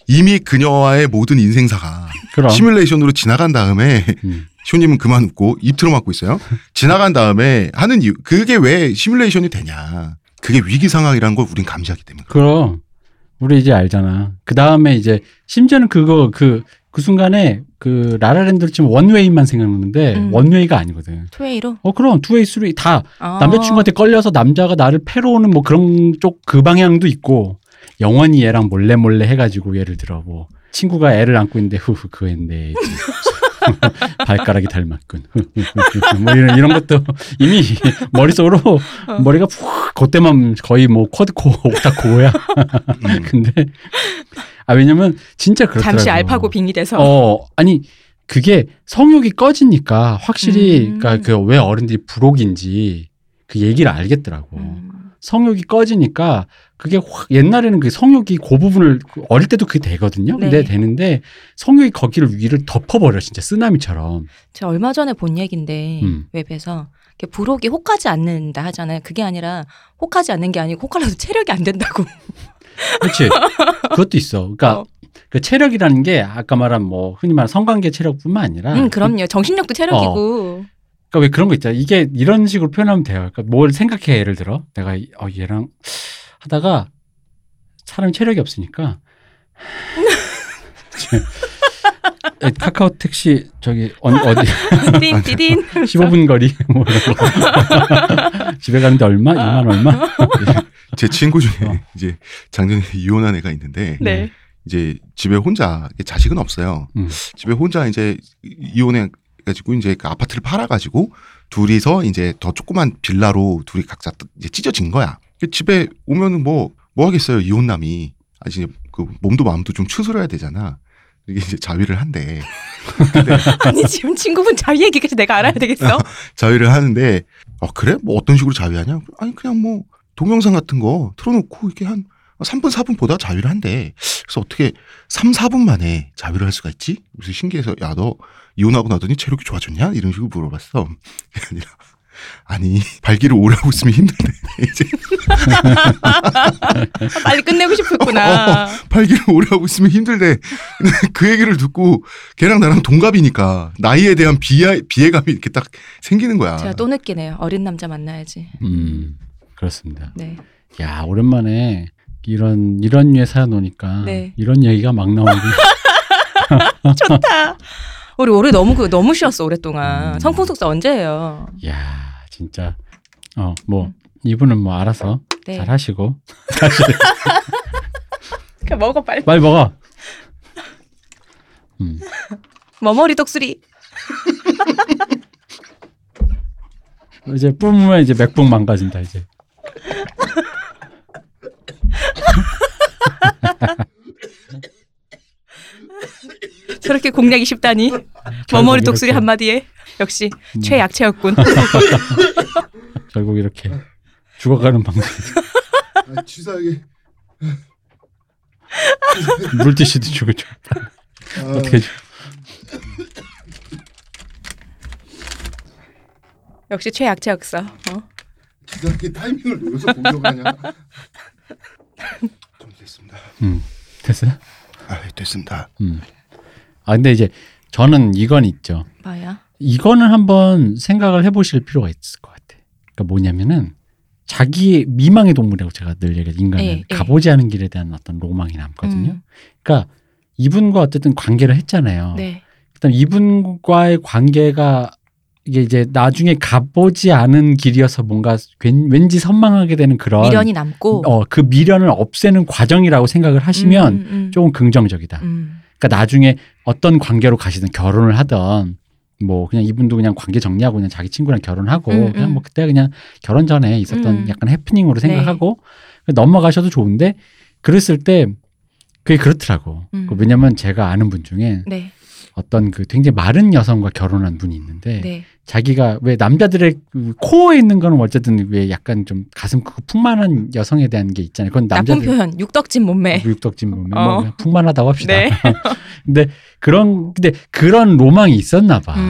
[SPEAKER 1] 이미 그녀와의 모든 인생사가
[SPEAKER 2] 그럼.
[SPEAKER 1] 시뮬레이션으로 지나간 다음에
[SPEAKER 2] 음.
[SPEAKER 1] 시호님은 그만 웃고 입 틀어막고 있어요. 지나간 다음에 하는 이유 그게 왜 시뮬레이션이 되냐? 그게 위기 상황이라는 걸 우린 감지하기 때문에.
[SPEAKER 2] 그럼 우리 이제 알잖아. 그 다음에 이제 심지어는 그거 그 그 그 순간에 그 라라랜드를 치면 원웨이만 생각나는데
[SPEAKER 3] 음.
[SPEAKER 2] 원웨이가 아니거든.
[SPEAKER 3] 투웨이로
[SPEAKER 2] 어 그럼 투웨이, 쓰리 다
[SPEAKER 3] 아.
[SPEAKER 2] 남자친구한테 걸려서 남자가 나를 패러 오는 뭐 그런 쪽 그 방향도 있고 영원히 얘랑 몰래 몰래 해가지고 예를 들어 뭐 친구가 애를 안고 있는데 후후 그거 했네 발가락이 닮았군 뭐 이런 이런 것도 이미 머릿속으로 머리가 푹 그때만 거의 뭐 쿼드코 오타코야
[SPEAKER 1] 음.
[SPEAKER 2] 근데 아 왜냐면 진짜 그렇더라고
[SPEAKER 3] 잠시 알파고 빙이 돼서
[SPEAKER 2] 어, 아니 그게 성욕이 꺼지니까 확실히
[SPEAKER 3] 음.
[SPEAKER 2] 그러니까 그 왜 어른들이 부록인지 그 얘기를 알겠더라고.
[SPEAKER 3] 음.
[SPEAKER 2] 성욕이 꺼지니까 그게 확 옛날에는 그 성욕이 그 부분을 어릴 때도 그게 되거든요.
[SPEAKER 3] 네.
[SPEAKER 2] 근데 되는데 성욕이 거기를 위를 덮어버려 진짜 쓰나미처럼.
[SPEAKER 3] 제가 얼마 전에 본 얘긴데
[SPEAKER 2] 음.
[SPEAKER 3] 웹에서 이렇게 부록이 혹하지 않는다 하잖아요. 그게 아니라 혹하지 않는 게 아니고 혹하려도 체력이 안 된다고.
[SPEAKER 2] 그렇지. 그것도 있어. 그러니까
[SPEAKER 3] 어.
[SPEAKER 2] 그 체력이라는 게 아까 말한 뭐 흔히 말하는 성관계 체력뿐만 아니라
[SPEAKER 3] 음, 그럼요. 정신력도 체력이고.
[SPEAKER 2] 그러니까 왜 그런 거 있잖아. 이게 이런 식으로 표현하면 돼요. 그러니까 뭘 생각해 예를 들어 내가 이- 어, 얘랑 하다가 사람 이 체력이 없으니까 에, 카카오 택시 저기 어, 어디
[SPEAKER 3] 띠딘 띠딘.
[SPEAKER 2] 15분 거리 뭐 이런 거. 집에 가는데 얼마 2만 얼마
[SPEAKER 1] 제 친구 중에
[SPEAKER 2] 어.
[SPEAKER 1] 이제 작년에 이혼한 애가 있는데
[SPEAKER 3] 네.
[SPEAKER 1] 이제 집에 혼자 자식은 없어요.
[SPEAKER 2] 음.
[SPEAKER 1] 집에 혼자 이제 이혼해 가지고 이제 그 아파트를 팔아 가지고 둘이서 이제 더 조그만 빌라로 둘이 각자 또 이제 찢어진 거야. 그 집에 오면은 뭐 뭐 하겠어요 이혼남이 아직 그 몸도 마음도 좀 추스려야 되잖아. 이게 이제 자위를 한대.
[SPEAKER 3] 아니 지금 친구분 자기 얘기까지 내가 알아야 되겠어?
[SPEAKER 1] 자위를 하는데 아 그래 뭐 어떤 식으로 자위하냐 아니 그냥 뭐 동영상 같은 거 틀어놓고 이렇게 한 3분 4분 보다 자위를 한대 그래서 어떻게 3, 4분 만에 자위를 할 수가 있지 그래서 신기해서 야 너 이혼하고 나더니 체력이 좋아졌냐 이런 식으로 물어봤어 그게 아니라 아니 발기를 오래 하고 있으면 힘든데 이제
[SPEAKER 3] 빨리 끝내고 싶었구나.
[SPEAKER 2] 어.
[SPEAKER 1] 발기를 오래 하고 있으면 힘들대 근데 그 얘기를 듣고 걔랑 나랑 동갑이니까 나이에 대한 비하, 비애감이 이렇게 딱 생기는 거야
[SPEAKER 3] 제가 또 느끼네요. 어린 남자 만나야지.
[SPEAKER 2] 음 그렇습니다
[SPEAKER 3] 네.
[SPEAKER 2] 야 오랜만에 이런 이런 류의 사연 오니까
[SPEAKER 3] 네.
[SPEAKER 2] 이런 얘기가 막 나오고
[SPEAKER 3] 좋다. 우리 올해 너무 그 너무 쉬었어 오랫동안.
[SPEAKER 2] 음.
[SPEAKER 3] 성풍속사 언제예요?
[SPEAKER 2] 야 진짜 어 뭐 이분은 뭐 알아서
[SPEAKER 3] 네.
[SPEAKER 2] 잘 하시고
[SPEAKER 3] 그냥 먹어 빨리.
[SPEAKER 2] 빨리 먹어. 음.
[SPEAKER 3] 머머리 독수리.
[SPEAKER 2] 이제 뿜으면 이제 맥북 망가진다 이제.
[SPEAKER 3] 저렇게 공략이 쉽다니.
[SPEAKER 2] 결국
[SPEAKER 3] 머머리
[SPEAKER 2] 이렇게,
[SPEAKER 3] 독수리 한 마디에 역시
[SPEAKER 2] 음,
[SPEAKER 3] 최약체였군.
[SPEAKER 2] 결국 이렇게 죽어가는 방송.
[SPEAKER 1] 치사하게
[SPEAKER 2] 물티슈도 죽어 줘. 어떻게 줘?
[SPEAKER 3] 역시 최약체였어. 어?
[SPEAKER 1] 이상하게 타이밍을 노려서 공격하냐? 좀 됐습니다.
[SPEAKER 2] 음. 됐어요?
[SPEAKER 1] 아, 됐습니다.
[SPEAKER 2] 음. 아 근데 이제 저는 이건 있죠.
[SPEAKER 3] 뭐야?
[SPEAKER 2] 이거는 한번 생각을 해보실 필요가 있을 것 같아. 그러니까 뭐냐면은 자기 미망의 동물이라고 제가 늘 얘기해 인간은
[SPEAKER 3] 예, 예.
[SPEAKER 2] 가보지 않은 길에 대한 어떤 로망이 남거든요.
[SPEAKER 3] 음,
[SPEAKER 2] 그러니까 이분과 어쨌든 관계를 했잖아요.
[SPEAKER 3] 네.
[SPEAKER 2] 그다음 이분과의 관계가 이게 이제 나중에 가보지 않은 길이어서 뭔가 괜- 왠지 선망하게 되는 그런
[SPEAKER 3] 미련이 남고.
[SPEAKER 2] 어, 그 미련을 없애는 과정이라고 생각을 하시면
[SPEAKER 3] 음, 음, 음.
[SPEAKER 2] 조금 긍정적이다.
[SPEAKER 3] 음.
[SPEAKER 2] 그러니까 나중에 어떤 관계로 가시든 결혼을 하던 뭐 그냥 이분도 그냥 관계 정리하고 그냥 자기 친구랑 결혼하고
[SPEAKER 3] 음,
[SPEAKER 2] 그냥
[SPEAKER 3] 음.
[SPEAKER 2] 뭐 그때 그냥 결혼 전에 있었던
[SPEAKER 3] 음.
[SPEAKER 2] 약간 해프닝으로 생각하고 넘어가셔도 좋은데 그랬을 때 그게 그렇더라고.
[SPEAKER 3] 음.
[SPEAKER 2] 왜냐면 제가 아는 분 중에
[SPEAKER 3] 네.
[SPEAKER 2] 어떤 그 굉장히 마른 여성과 결혼한 분이 있는데
[SPEAKER 3] 네.
[SPEAKER 2] 자기가 왜 남자들의 그 코어에 있는 거는 어쨌든 왜 약간 좀 가슴 크고 풍만한 여성에 대한 게 있잖아요. 그건
[SPEAKER 3] 나쁜
[SPEAKER 2] 남자들
[SPEAKER 3] 표현. 육덕진 몸매.
[SPEAKER 2] 육덕진 보면
[SPEAKER 3] 어.
[SPEAKER 2] 뭐 그냥 풍만하다고 합시다.
[SPEAKER 3] 네.
[SPEAKER 2] 근데 그런 근데 그런 로망이 있었나 봐.
[SPEAKER 3] 음,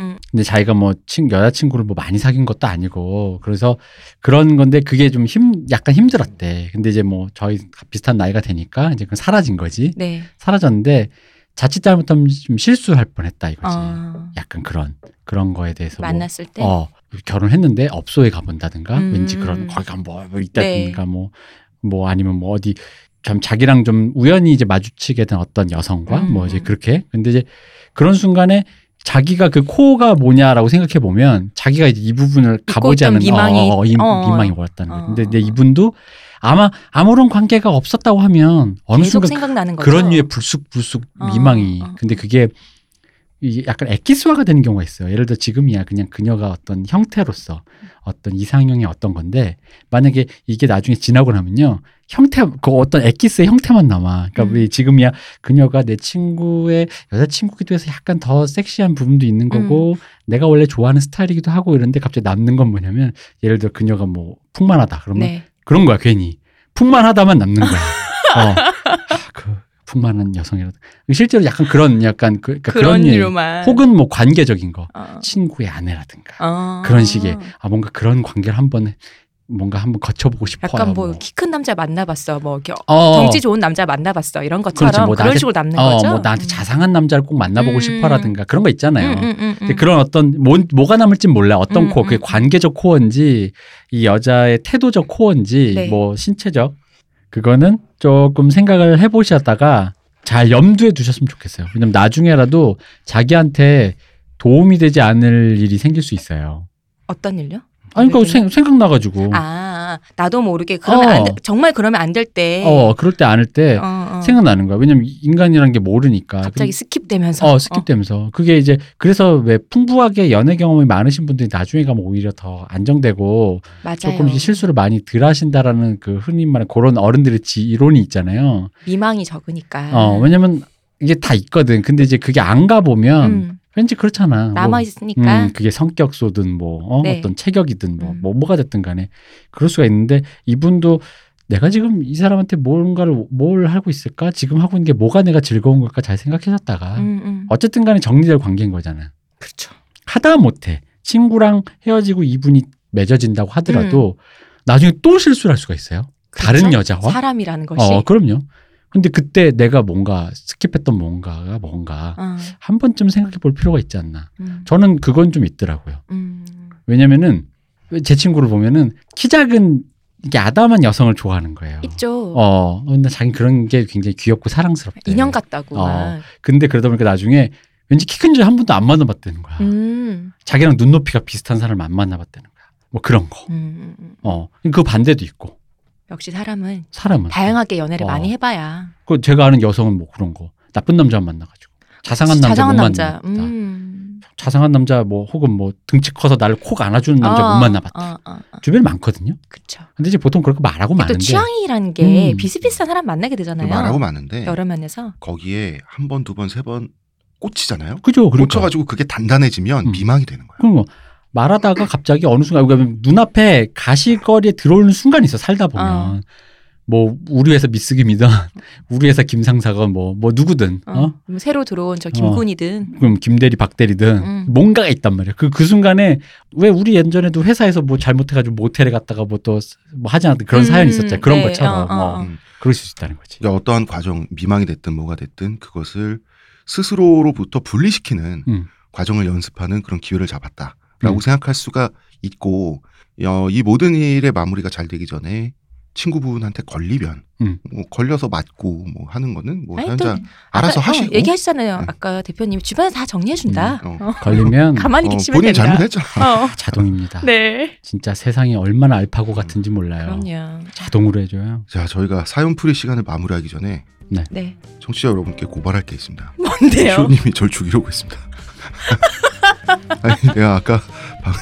[SPEAKER 3] 음.
[SPEAKER 2] 근데 자기가 뭐 친, 여자친구를 뭐 많이 사귄 것도 아니고 그래서 그런 건데 그게 좀 힘 약간 힘들었대. 근데 이제 뭐 저희 비슷한 나이가 되니까 이제 그 사라진 거지.
[SPEAKER 3] 네.
[SPEAKER 2] 사라졌는데 자칫 잘못하면 좀 실수할 뻔했다 이거지.
[SPEAKER 3] 어,
[SPEAKER 2] 약간 그런 그런 거에 대해서 뭐,
[SPEAKER 3] 만났을 때.
[SPEAKER 2] 어 결혼했는데 업소에 가본다든가
[SPEAKER 3] 음.
[SPEAKER 2] 왠지 그런 거기 가면 뭐, 뭐
[SPEAKER 3] 네.
[SPEAKER 2] 있다든가 뭐 뭐 아니면 뭐 어디 참 자기랑 좀 우연히 이제 마주치게 된 어떤 여성과
[SPEAKER 3] 음.
[SPEAKER 2] 뭐 이제 그렇게 근데 이제 그런 순간에 자기가 그 코어가 뭐냐라고 생각해 보면 자기가 이제 이 부분을 가보지
[SPEAKER 3] 있던
[SPEAKER 2] 않은
[SPEAKER 3] 그 미망이-
[SPEAKER 2] 어, 어, 이,
[SPEAKER 3] 어, 어.
[SPEAKER 2] 미망이 왔다는 거예요. 근데
[SPEAKER 3] 어.
[SPEAKER 2] 이제 이분도 아마 아무런 관계가 없었다고 하면 어느
[SPEAKER 3] 계속
[SPEAKER 2] 순간
[SPEAKER 3] 생각나는 거죠.
[SPEAKER 2] 그런 류의 불쑥불쑥
[SPEAKER 3] 어,
[SPEAKER 2] 미망이.
[SPEAKER 3] 어.
[SPEAKER 2] 근데 그게 이게 약간 액기스화가 되는 경우가 있어요. 예를 들어 지금이야 그냥 그녀가 어떤 형태로서 어떤 이상형의 어떤 건데 만약에 이게 나중에 지나고 나면요 형태 그 어떤 액기스의 형태만 남아. 그러니까
[SPEAKER 3] 음.
[SPEAKER 2] 왜 지금이야 그녀가 내 친구의 여자 친구기도 해서 약간 더 섹시한 부분도 있는 거고
[SPEAKER 3] 음.
[SPEAKER 2] 내가 원래 좋아하는 스타일이기도 하고 이런데 갑자기 남는 건 뭐냐면 예를 들어 그녀가 뭐 풍만하다 그러면
[SPEAKER 3] 네.
[SPEAKER 2] 그런 거야 괜히 풍만하다만 남는 거야. 어. 아, 그 풍만한 여성이라 실제로 약간 그런 약간 그, 그러니까
[SPEAKER 3] 그런
[SPEAKER 2] 그런 일
[SPEAKER 3] 류만
[SPEAKER 2] 혹은 뭐 관계적인 거
[SPEAKER 3] 어.
[SPEAKER 2] 친구의 아내라든가
[SPEAKER 3] 어.
[SPEAKER 2] 그런 식의 아 뭔가 그런 관계를 한번 뭔가 한번 거쳐보고 싶어요.
[SPEAKER 3] 약간 뭐 키 큰 남자 만나봤어 뭐 이렇게
[SPEAKER 2] 어,
[SPEAKER 3] 덩치 좋은 남자 만나봤어 이런
[SPEAKER 2] 그렇지,
[SPEAKER 3] 것처럼
[SPEAKER 2] 뭐
[SPEAKER 3] 그런
[SPEAKER 2] 나한테-
[SPEAKER 3] 식으로 남는
[SPEAKER 2] 어,
[SPEAKER 3] 거죠.
[SPEAKER 2] 뭐 나한테
[SPEAKER 3] 음.
[SPEAKER 2] 자상한 남자를 꼭 만나보고
[SPEAKER 3] 음.
[SPEAKER 2] 싶어라든가 그런 거 있잖아요.
[SPEAKER 3] 음, 음, 음,
[SPEAKER 2] 근데
[SPEAKER 3] 음.
[SPEAKER 2] 그런 어떤 뭐, 뭐가 남을진 몰라 어떤
[SPEAKER 3] 음,
[SPEAKER 2] 코어 그게
[SPEAKER 3] 음.
[SPEAKER 2] 관계적 코어인지 이 여자의 태도적 코어인지
[SPEAKER 3] 네.
[SPEAKER 2] 뭐 신체적 그거는 조금 생각을 해보셨다가 잘 염두에 두셨으면 좋겠어요 왜냐면 나중에라도 자기한테 도움이 되지 않을 일이 생길 수 있어요
[SPEAKER 3] 어떤 일요?
[SPEAKER 2] 아니 그러니까
[SPEAKER 3] 예를 들면?
[SPEAKER 2] 생, 생각나가지고
[SPEAKER 3] 아 나도 모르게 그러면
[SPEAKER 2] 뭐. 어.
[SPEAKER 3] 안 돼- 정말 그러면 안 될 때.
[SPEAKER 2] 어 그럴 때 않을 때
[SPEAKER 3] 네. 어, 어.
[SPEAKER 2] 생각나는 거야 왜냐면 인간이란 게 모르니까 그
[SPEAKER 3] 갑자기 스킵되면서.
[SPEAKER 2] 어, 스킵되면서. 그게 이제, 그래서 왜 풍부하게 연애 경험이 많으신 분들이 나중에 가면 오히려 더 안정되고
[SPEAKER 3] 맞아요.
[SPEAKER 2] 조금 이제 실수를 많이 덜 하신다라는 그 흔히 말하는 그런 어른들의 지, 이론이 있잖아요.
[SPEAKER 3] 미망이 적으니까.
[SPEAKER 2] 어, 왜냐면 이게 다 있거든. 근데 이제 그게 안 가보면
[SPEAKER 3] 음,
[SPEAKER 2] 왠지 그렇잖아. 뭐,
[SPEAKER 3] 남아 있으니까.
[SPEAKER 2] 음, 그게 성격소든 뭐 어,
[SPEAKER 3] 네.
[SPEAKER 2] 떤 체격이든 뭐,
[SPEAKER 3] 음.
[SPEAKER 2] 뭐 뭐가 됐든 간에 그럴 수가 있는데 이분도 내가 지금 이 사람한테 뭔가를 뭘 하고 있을까? 지금 하고 있는 게 뭐가 내가 즐거운 걸까? 잘 생각해놨다가
[SPEAKER 3] 음, 음.
[SPEAKER 2] 어쨌든 간에 정리될 관계인 거잖아.
[SPEAKER 3] 그렇죠.
[SPEAKER 2] 하다 못해 친구랑 헤어지고 이분이 맺어진다고 하더라도 나중에 또 실수를 할 수가 있어요. 다른
[SPEAKER 3] 음. 그렇죠?
[SPEAKER 2] 여자와?
[SPEAKER 3] 사람이라는 것이.
[SPEAKER 2] 어, 그럼요. 근데 그때 내가 뭔가 스킵했던 뭔가가 뭔가
[SPEAKER 3] 어,
[SPEAKER 2] 한 번쯤 생각해 볼 필요가 있지 않나.
[SPEAKER 3] 음,
[SPEAKER 2] 저는 그건 좀 있더라고요.
[SPEAKER 3] 음.
[SPEAKER 2] 왜냐면은 제 친구를 보면은 키 작은 이게 아담한 여성을 좋아하는 거예요.
[SPEAKER 3] 있죠.
[SPEAKER 2] 어, 근데 자기 그런 게 굉장히 귀엽고 사랑스럽대.
[SPEAKER 3] 인형 같다고.
[SPEAKER 2] 어.
[SPEAKER 3] 막.
[SPEAKER 2] 근데 그러다 보니까 나중에 왠지 키 큰 줄 한 번도 안 만나봤다는 거야.
[SPEAKER 3] 음.
[SPEAKER 2] 자기랑 눈높이가 비슷한 사람을 안 만나봤다는 거야. 뭐 그런 거.
[SPEAKER 3] 음, 음, 음.
[SPEAKER 2] 어, 그 반대도 있고
[SPEAKER 3] 역시 사람은
[SPEAKER 2] 사람은
[SPEAKER 3] 다양하게 연애를
[SPEAKER 2] 어.
[SPEAKER 3] 많이 해봐야
[SPEAKER 2] 그 제가 아는 여성은 뭐 그런 거 나쁜 남자만 만나가지고 자상한 남자
[SPEAKER 3] 자상한
[SPEAKER 2] 못
[SPEAKER 3] 남자.
[SPEAKER 2] 만나.
[SPEAKER 3] 음.
[SPEAKER 2] 자상한 남자 뭐 혹은 뭐 등치 커서 나를 콕 안아주는 남자
[SPEAKER 3] 어,
[SPEAKER 2] 못 만나봤다.
[SPEAKER 3] 어, 어, 어.
[SPEAKER 2] 주변에 많거든요.
[SPEAKER 3] 그쵸.
[SPEAKER 2] 근데 이제 보통 그렇게 말하고
[SPEAKER 3] 또
[SPEAKER 2] 마는데
[SPEAKER 3] 취향이라는 게
[SPEAKER 2] 음.
[SPEAKER 3] 비슷비슷한 사람 만나게 되잖아요.
[SPEAKER 1] 말하고 많은데
[SPEAKER 3] 네. 여러 면에서.
[SPEAKER 1] 거기에 한 번, 두 번, 세 번 꽂히잖아요.
[SPEAKER 2] 그죠? 그러니까
[SPEAKER 1] 꽂혀가지고 그게 단단해지면
[SPEAKER 2] 음.
[SPEAKER 1] 미망이 되는 거예요.
[SPEAKER 2] 그런 거 말하다가 갑자기 어느 순간 그러니까 눈앞에 가시거리에 들어오는 순간이 있어 살다 보면 뭐 우리 회사 미스김이든 우리 회사 김상사건 뭐 뭐 누구든
[SPEAKER 3] 어.
[SPEAKER 2] 어?
[SPEAKER 3] 뭐 새로 들어온 저 김군이든.
[SPEAKER 2] 그럼 김대리 박대리든
[SPEAKER 3] 음.
[SPEAKER 2] 뭔가가 있단 말이야. 그 그 순간에 왜 우리 예전에도 회사에서 뭐 잘못해가지고 모텔에 갔다가 뭐 또 뭐 하지 않았던 그런
[SPEAKER 3] 음,
[SPEAKER 2] 사연이 있었잖아. 그런
[SPEAKER 3] 네.
[SPEAKER 2] 것처럼
[SPEAKER 3] 어, 어,
[SPEAKER 2] 뭐
[SPEAKER 3] 어.
[SPEAKER 1] 음.
[SPEAKER 2] 그럴 수 있다는 거지.
[SPEAKER 1] 그러니까 어떠한 과정, 미망이 됐든 뭐가 됐든 그것을 스스로로부터 분리시키는
[SPEAKER 2] 음.
[SPEAKER 1] 과정을 연습하는 그런 기회를 잡았다라고
[SPEAKER 2] 음.
[SPEAKER 1] 생각할 수가 있고 어, 이 모든 일의 마무리가 잘 되기 전에 친구분한테 걸리면
[SPEAKER 2] 음.
[SPEAKER 1] 뭐 걸려서 맞고 뭐 하는 거는 뭐
[SPEAKER 3] 아니,
[SPEAKER 1] 사연자
[SPEAKER 3] 또
[SPEAKER 1] 알아서
[SPEAKER 3] 아까, 어,
[SPEAKER 1] 하시고
[SPEAKER 3] 얘기하시잖아요.
[SPEAKER 1] 응.
[SPEAKER 3] 아까 대표님이 주변에서 다 정리해준다.
[SPEAKER 1] 음,
[SPEAKER 3] 어.
[SPEAKER 2] 걸리면
[SPEAKER 3] 가만히
[SPEAKER 1] 어,
[SPEAKER 3] 계시면
[SPEAKER 1] 본인
[SPEAKER 3] 된다.
[SPEAKER 1] 잘못했잖아.
[SPEAKER 3] 어.
[SPEAKER 2] 자동입니다.
[SPEAKER 3] 네.
[SPEAKER 2] 진짜 세상이 얼마나 알파고 같은지
[SPEAKER 1] 어.
[SPEAKER 2] 몰라요.
[SPEAKER 3] 그럼요.
[SPEAKER 2] 자동으로 해줘요.
[SPEAKER 1] 자 저희가 사연풀이 시간을 마무리하기 전에
[SPEAKER 3] 네.
[SPEAKER 1] 청취자 여러분께 고발할 게 있습니다.
[SPEAKER 3] 뭔데요?
[SPEAKER 1] 쇼님이 절 죽이려고 했습니다. 아니 내가 아까 방-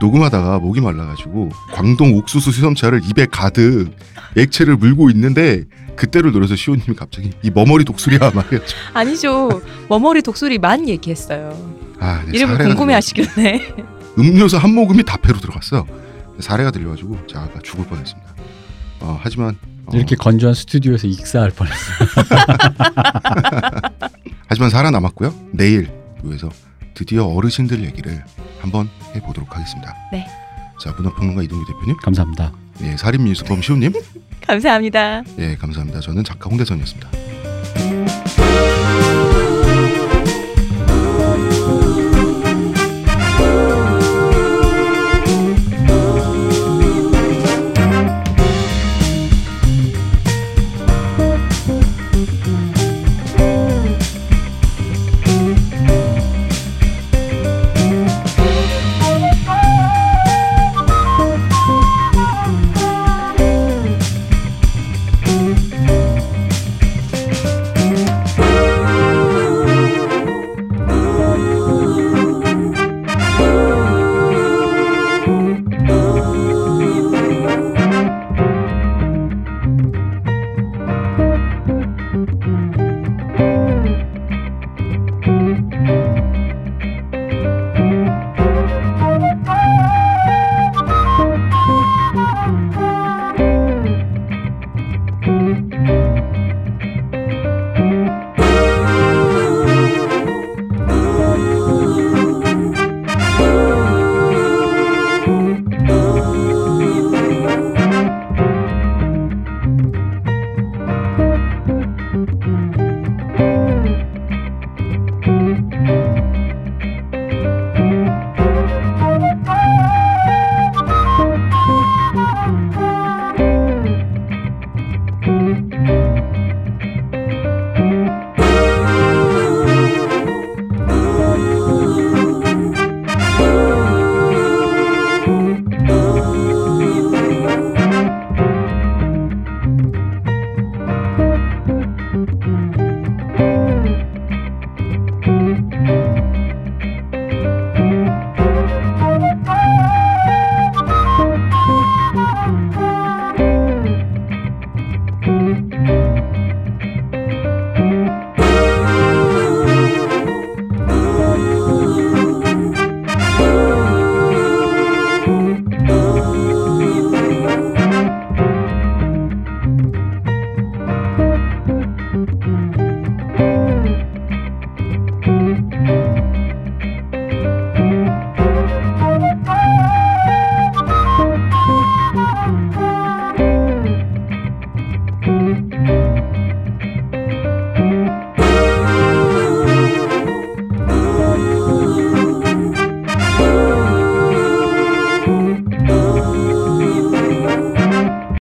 [SPEAKER 1] 녹음하다가 목이 말라가지고 광동 옥수수 수염차를 입에 가득 액체를 물고 있는데 그때를 노려서 시호님이 갑자기 이 머머리 독수리야 말이죠.
[SPEAKER 3] 아니죠. 머머리 독수리만 얘기했어요.
[SPEAKER 1] 아, 네,
[SPEAKER 3] 이름을
[SPEAKER 1] 사례가
[SPEAKER 3] 궁금해하시길래.
[SPEAKER 1] 들려- 음료수 한 모금이 다 배로 들어갔어. 사례가 들려가지고 제가 아까 죽을 뻔했습니다. 어, 하지만 어,
[SPEAKER 2] 이렇게 건조한 스튜디오에서 익사할 뻔했어.
[SPEAKER 1] 하지만 살아남았고요. 내일 위해서 드디어 어르신들 얘기를 한번 해보도록 하겠습니다.
[SPEAKER 3] 네.
[SPEAKER 1] 자 문화평론가 이동규 대표님,
[SPEAKER 2] 감사합니다.
[SPEAKER 1] 예, 살인 미수범 시호님.
[SPEAKER 3] 감사합니다.
[SPEAKER 1] 예, 감사합니다. 저는 작가 홍대선이었습니다.